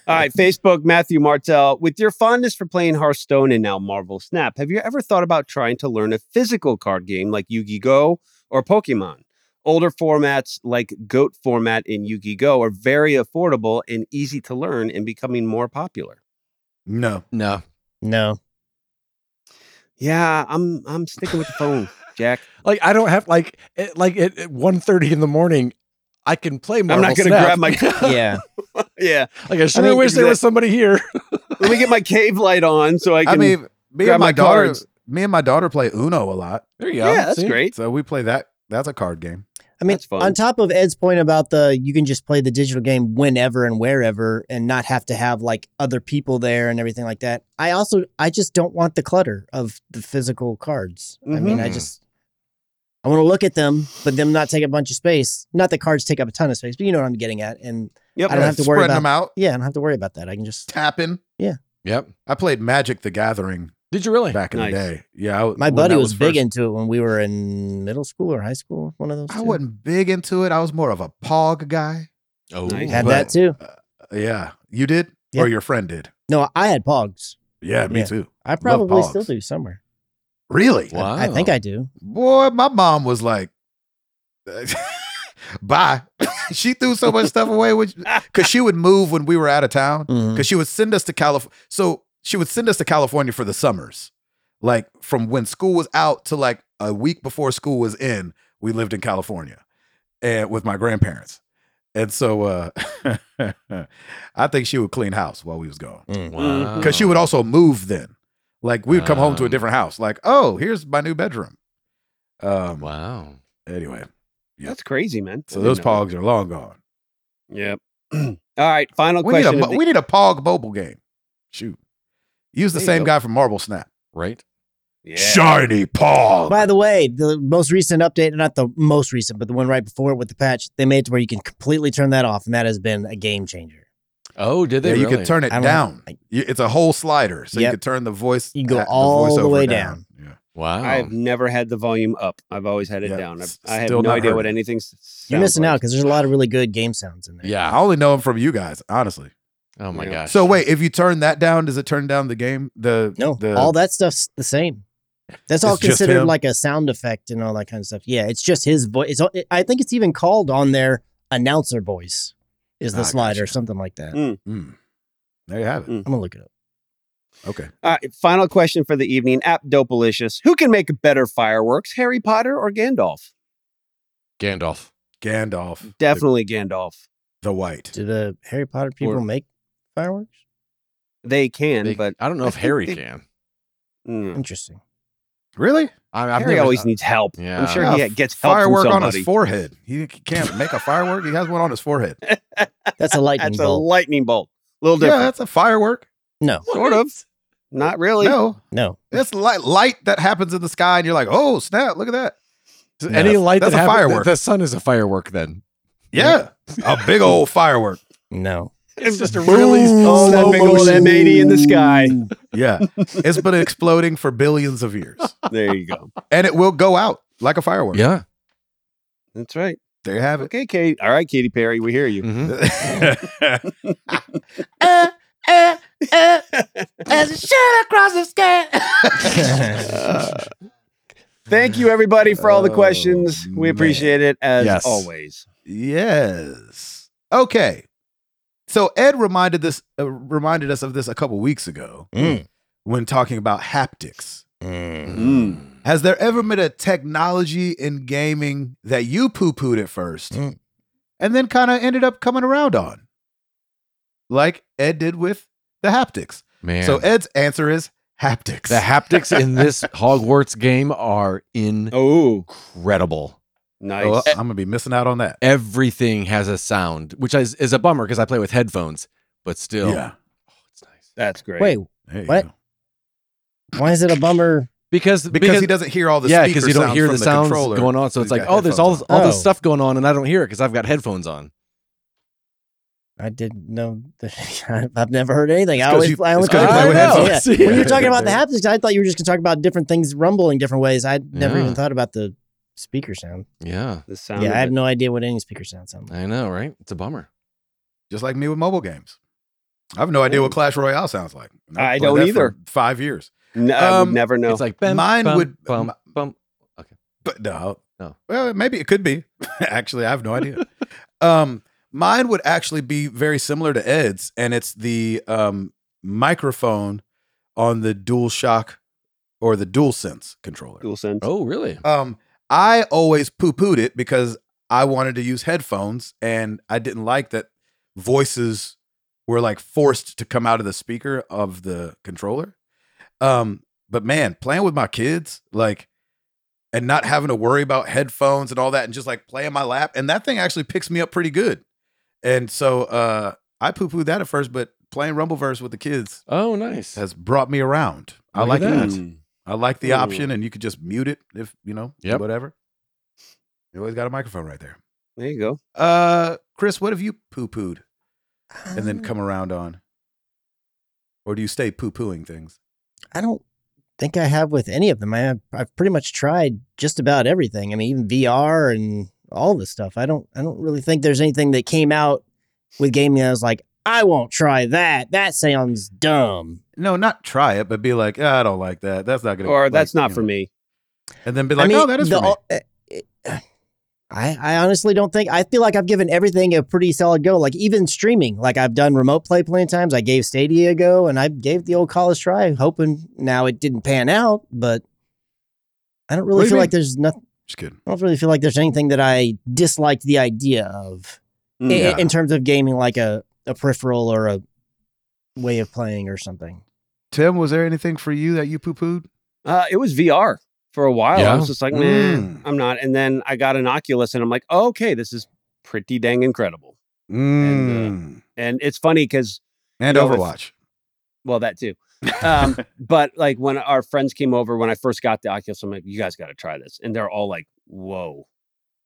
S4: All right, Facebook, Matthew Martell. With your fondness for playing Hearthstone and now Marvel Snap, have you ever thought about trying to learn a physical card game like Yu Gi Go or Pokemon? Older formats like GOAT format in Yu Gi Go are very affordable and easy to learn and becoming more popular.
S1: No.
S2: No,
S3: No.
S4: Yeah, I'm I'm sticking with the phone, Jack.
S2: like I don't have like at, like at, at 1.30 in the morning. I can play. Marvel
S4: I'm not
S2: going
S4: gonna
S2: to
S4: grab
S3: *laughs*
S4: my *laughs*
S3: Yeah.
S4: yeah.
S2: Like I sure
S4: mean,
S2: wish there
S4: exact-
S2: was somebody here.
S4: Let me get my cave light on so I
S1: I,
S4: can.
S1: mean, me
S4: grab
S1: and
S4: my
S1: my daughter,
S4: cards.
S1: me and my daughter play Uno a lot.
S2: There you
S4: yeah, that's
S2: See?
S4: great.
S1: So we play that. That's a card game.
S3: I mean,
S4: That's fun.
S3: on top of Ed's point about the you can just play the digital game whenever and wherever and not have to have like other people there and everything like that. I also I just don't want the clutter of the physical cards. I mean, I
S1: Mm-hmm.
S2: Mhm.
S3: just I want to look at them, but them not take a bunch of space. Not that cards take up a ton of space, but you know what I'm getting at. And
S4: Yep.
S3: I don't have to worry
S1: Spreading
S3: about-
S1: them out,
S3: yeah, I don't have to worry about that. I can just
S1: tapping.
S2: Yep.
S1: I played Magic the Gathering
S2: Did you really?
S1: back in
S4: Nice.
S1: the day. Yeah. I,
S3: my
S1: when
S3: buddy
S1: that
S3: was, big
S1: first-
S3: into it when we were in middle school or high school. One of those.
S1: I
S3: two.
S1: wasn't big into it. I was more of a pog guy.
S2: Oh,
S4: Nice.
S3: had
S1: but-
S3: that too.
S1: Yeah. You did?
S3: Yeah.
S1: Or your friend did?
S3: No, I had Pogs.
S1: Yeah, me
S3: Yeah.
S1: too.
S3: I probably
S1: Pogs. Oh.
S3: still do somewhere.
S1: Really?
S2: Wow.
S3: I think I do.
S1: Boy, my mom was like, *laughs* bye. *laughs* she threw so much stuff away because she would move when we were out of town
S3: Mhm.
S1: because she would send us to California. So she would send us to California for the summers. Like from when school was out to like a week before school was in, we lived in California and with my grandparents. And so uh, *laughs* I think she would clean house while we was gone
S3: Mm.
S4: Wow.
S1: because she would also move then. Like we would come home to a
S2: Um.
S1: different house. Like, oh, here's my new bedroom. Um.
S2: Wow.
S1: Anyway, Yeah.
S4: That's crazy, man.
S1: so
S4: I
S1: those
S4: didn't know
S1: pogs are long gone.
S4: that. Yep. *clears throat* All right. Final
S1: We need a
S4: question.
S1: mo-
S4: of the-
S1: we need a pog mobile game. Shoot, use the
S4: There you
S1: same
S4: go.
S1: guy from Marble Snap.
S2: Right.
S4: yeah.
S1: Shiny pog.
S3: By the way, the most recent update, not the most recent, but the one right before it with the patch, they made it to where you can completely turn that off, and that has been a game changer.
S2: Oh, did
S1: yeah,
S2: they?
S1: you
S2: really?
S1: can turn it
S3: I don't-
S1: down.
S3: like-
S1: You- it's a whole slider, so you
S3: Yep.
S1: can turn the voice.
S3: You can go
S1: uh,
S3: all the
S1: voiceover
S3: way
S1: Yeah.
S2: Wow.
S4: I've never had the volume up. I've always had it
S1: Yeah,
S4: down. I've,
S1: s-
S4: I have
S1: still
S4: no
S1: not
S4: idea
S1: heard
S4: what
S1: it.
S4: anything. s-
S3: You're
S4: sounds
S3: missing
S4: like.
S3: out because there's a lot of really good game sounds in there.
S1: I
S2: yeah.
S1: only know him from you guys, honestly.
S2: Oh my
S4: Yeah.
S2: gosh.
S1: So wait, if you turn that down, does it turn down the game? The
S3: No,
S1: the,
S3: all that stuff's the same. That's all
S1: It's just
S3: considered
S1: him?
S3: like a sound effect and all that kind of stuff. Yeah, it's just his voice. It's, all- it- I think it's even called on their announcer voice is the
S1: Ah,
S3: slide or
S1: gotcha.
S3: something like that.
S4: Mm.
S1: Mm. there you have it.
S4: Mm.
S3: I'm gonna look it up. Mm.
S1: Okay.
S4: All right. Final question for the evening. App Dopalicious. Who can make better fireworks, Harry Potter or Gandalf?
S2: Gandalf.
S1: Gandalf. the-
S4: Definitely Gandalf.
S1: the white.
S3: Do the Harry Potter people
S2: Or-
S3: make fireworks?
S4: They can,
S2: They-
S4: but
S2: I don't know
S4: I
S2: if
S4: think
S2: Harry
S4: they-
S2: can.
S4: mm.
S3: Interesting.
S1: Really?
S2: I, I've
S4: Harry
S2: never-
S4: always needs help.
S2: Yeah.
S4: I'm sure
S1: Yeah,
S4: he gets help
S1: firework
S4: from
S1: on
S4: somebody.
S1: his forehead. He can't make a firework. He has one on his forehead. *laughs*
S3: That's a lightning
S4: That's a
S3: bolt.
S4: lightning bolt. little
S1: Yeah,
S4: different.
S1: that's a firework.
S3: no,
S4: Sort of. Not really.
S1: No,
S3: no.
S1: it's light light that happens in the sky, and you're like, oh snap, look at that.
S2: So
S3: No,
S2: Any light
S1: that's
S2: that
S1: a
S2: happens-
S1: firework.
S2: The sun is a firework. Then
S1: Yeah, a big old firework.
S3: No.
S4: *laughs*
S2: it's just a really
S1: Boom.
S2: slow
S1: Oh, that big old
S2: motion.
S4: M80 in the sky.
S1: Yeah, *laughs* it's been exploding for billions of years,
S4: There you go.
S1: and it will go out like a firework.
S2: Yeah.
S4: That's right.
S1: there you have it.
S4: Okay, Kate. All right, Katy Perry. We hear you.
S2: Mhm.
S1: *laughs* Eh, uh, *laughs* eh, eh, as it shot across the sky.
S4: Uh, Thank you, everybody, for all the
S1: Oh,
S4: questions. we
S1: man.
S4: appreciate it as
S2: Yes.
S4: always.
S1: Yes. Okay. So Ed reminded this uh, reminded us of this a couple weeks ago
S5: Mm.
S1: when talking about haptics.
S5: Mm.
S2: Mm-hmm.
S4: Mm.
S1: Has there ever been a technology in gaming that you poo pooed at first
S5: Mm.
S1: and then kind of ended up coming around on? Like Ed did with the haptics.
S2: Man.
S1: So Ed's answer is haptics.
S2: the haptics
S1: *laughs*
S2: in this Hogwarts game are
S4: Oh,
S2: incredible.
S4: nice.
S1: Oh, I'm going to be missing out on that.
S2: Everything has a sound, which is, is a bummer because I play with headphones, but still.
S1: Yeah.
S2: Oh, it's nice.
S4: That's great.
S3: Wait,
S1: There you
S3: What?
S1: go.
S3: why is it a bummer?
S2: Because,
S1: Because, he doesn't hear all the
S2: yeah,
S1: speaker
S2: because you don't
S1: sounds
S2: hear
S1: from
S2: the
S1: the
S2: sounds
S1: controller.
S2: going on. So
S1: He's
S2: it's like,
S1: got
S2: oh, there's all
S1: headphones
S2: all this
S3: Oh.
S2: stuff going on, and I don't hear it because I've got headphones on.
S3: I didn't know. The, *laughs* I've never heard anything.
S1: It's
S3: I
S1: 'cause
S3: always,
S1: you-
S3: I only
S1: it's 'cause you
S3: I
S1: play with
S3: don't know.
S1: headphones.
S3: Yeah.
S2: See?
S3: when you
S1: *laughs*
S3: were talking about the haptics, I thought you were just going to talk about different things rumbling different ways. I never
S2: Yeah.
S1: Mm.
S3: even thought about the speaker sound.
S2: Yeah,
S4: The sound
S3: yeah,
S4: of
S3: I have
S4: it.
S3: no idea what any speaker sound sounds like.
S2: I know, right? It's a bummer.
S1: Just like me with mobile games. I have no idea what Clash Royale sounds like. I've
S4: I
S1: played
S4: don't
S1: that for
S4: either.
S1: Five years.
S4: N- I would
S1: Um,
S4: never know.
S2: It's like bam,
S1: Mine
S2: bum,
S1: would-
S2: bum,
S1: my-
S2: bum.
S1: But no.
S2: No.
S1: Well, maybe it could be. *laughs* actually, I have no idea. um, mine would actually be very similar to Ed's, and it's the um, microphone on the DualShock or the DualSense controller.
S4: Cool sense.
S2: Oh, really?
S1: Um, I always poo pooed it because I wanted to use headphones, and I didn't like that voices were like forced to come out of the speaker of the controller. Um, but man, playing with my kids, like, and not having to worry about headphones and all that, and just like play in my lap, and that thing actually picks me up pretty good. And so uh, I poo pooed that at first, but playing Rumbleverse with the kids
S2: Oh, nice.
S1: has brought me around. I
S2: Look
S1: like
S2: at that.
S1: that.
S4: Mm.
S1: I like the
S4: Ooh.
S1: option, and you could just mute it if you know,
S2: Yep.
S1: whatever. You always got a microphone right there.
S4: There you go.
S1: Uh, Chris, what have you poo pooed and then
S3: Um,
S1: come around on? Or do you stay poo pooing things?
S3: I don't think I have with any of them. I have, I've pretty much tried just about everything. I mean, even VR and all this stuff. I don't I don't really think there's anything that came out with gaming that I was like, I won't try that. That sounds dumb.
S1: No, not try it, but be like, "Ah, I don't like that. That's not gonna.
S4: Or
S1: like,
S4: that's not
S1: you
S4: for
S1: know.
S4: me.
S1: And then be like, oh, that is
S3: the-
S1: for me.
S3: uh, it- I, I honestly don't think I feel like I've given everything a pretty solid go. Like even streaming, like I've done remote play plenty of times. I gave Stadia a go, and I gave the old college try, hoping now it didn't pan out. But I don't
S1: What do
S3: really
S1: you
S3: feel
S1: mean?
S3: like there's nothing.
S1: Just kidding.
S3: I don't really feel like there's anything that I disliked the idea of i-
S4: Mm.
S1: Yeah.
S3: in, terms of gaming, like a, a peripheral or a way of playing or something.
S1: Tim, was there anything for you that you poo pooed?
S4: Uh, it was VR for a while.
S2: Yeah.
S4: I was just like,
S1: Mm.
S4: man, I'm not. And then I got an Oculus, and I'm like, oh, okay, this is pretty dang incredible.
S1: Mm.
S4: And it's funny because,
S1: And,
S4: no, it's-
S1: Overwatch.
S4: well, that too. Um, but like when our friends came over, when I first got the Oculus, I'm like, you guys got to try this, and they're all like, whoa.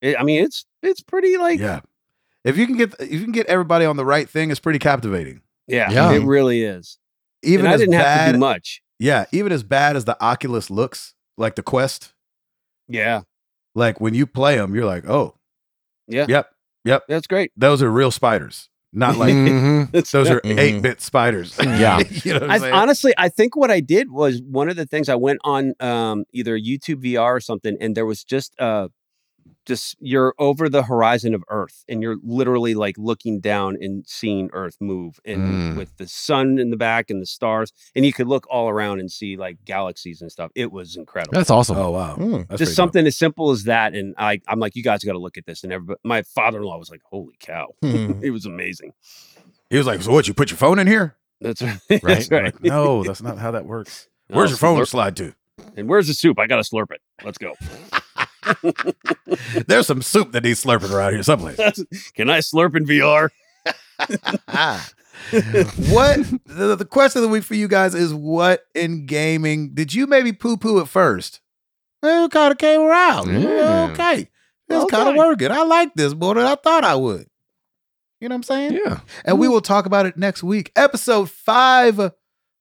S4: It, I mean, it's it's pretty like yeah.
S1: yeah. If you can get if you can get everybody on the right thing, it's pretty captivating.
S2: Yeah.
S4: it really is.
S1: Even
S4: Even and I
S1: as
S4: didn't
S1: bad,
S4: have to do much.
S1: Yeah, even as bad as the Oculus looks, like the Quest,
S4: Yeah,
S1: like when you play them, you're like, oh,
S4: Yeah.
S1: yep, yep.
S4: that's great. *laughs*
S1: Those are real spiders, not like *laughs*
S2: Mhm.
S4: That's
S1: those are
S5: Mhm.
S1: eight bit spiders.
S2: Yeah.
S1: *laughs* you know what I'm
S4: I,
S1: saying?
S4: honestly, I think what I did was one of the things I went on um, either YouTube VR or something, and there was just uh, just you're over the horizon of Earth, and you're literally like looking down and seeing Earth move, and
S2: Mm.
S4: with the sun in the back and the stars, and you could look all around and see like galaxies and stuff. It was incredible.
S2: That's awesome.
S1: oh wow,
S3: Mm-hmm.
S1: That's pretty
S4: just something as simple as that, and I, I'm like, you guys got to look at this, and everybody, my father-in-law was like, "Holy cow,
S3: Hmm.
S1: Mm.
S4: it was amazing."
S1: dope. He was like, so what? You put your phone in
S4: *laughs*
S1: here?
S4: That's right. That's
S2: Right.
S4: right.
S1: Like, no, that's not how that works. Where's your phone to slide to?
S4: And where's the soup? I gotta slurp it. Let's go.
S1: There's some soup that needs slurping around here someplace.
S4: *laughs* Can I slurp in VR?
S1: Ah. what the, the question of the week for you guys is what in gaming did you maybe poo poo at first? It kind of came around.
S2: Mm.
S1: Okay. It's kind of
S4: Okay.
S1: working. I like this more than I thought I would. You know what I'm saying?
S2: yeah.
S1: And we will talk about it next week. Episode five,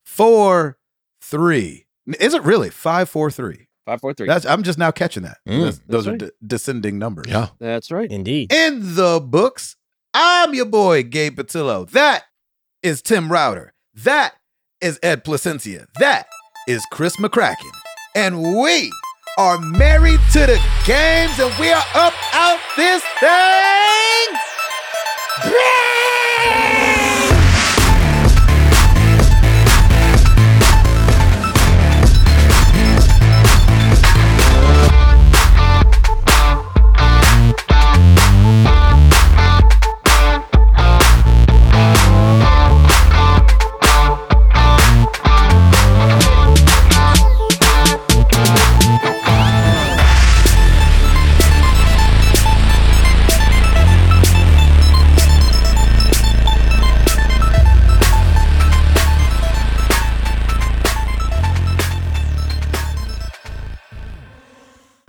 S1: four, three. N- Is it really five, four, three?
S4: Five, four, three.
S1: That's I'm just now catching that.
S5: Mm.
S1: That's- those
S4: That's
S1: are
S4: right.
S1: de- descending numbers
S2: Yeah.
S4: That's
S3: *laughs*
S4: right.
S3: Indeed.
S1: in the books. I'm your boy, Gabe Patillo. That is Tim Router. That is Ed Placencia. That is Chris McCracken. And we are married to the games, and we are up out this thing. Blah!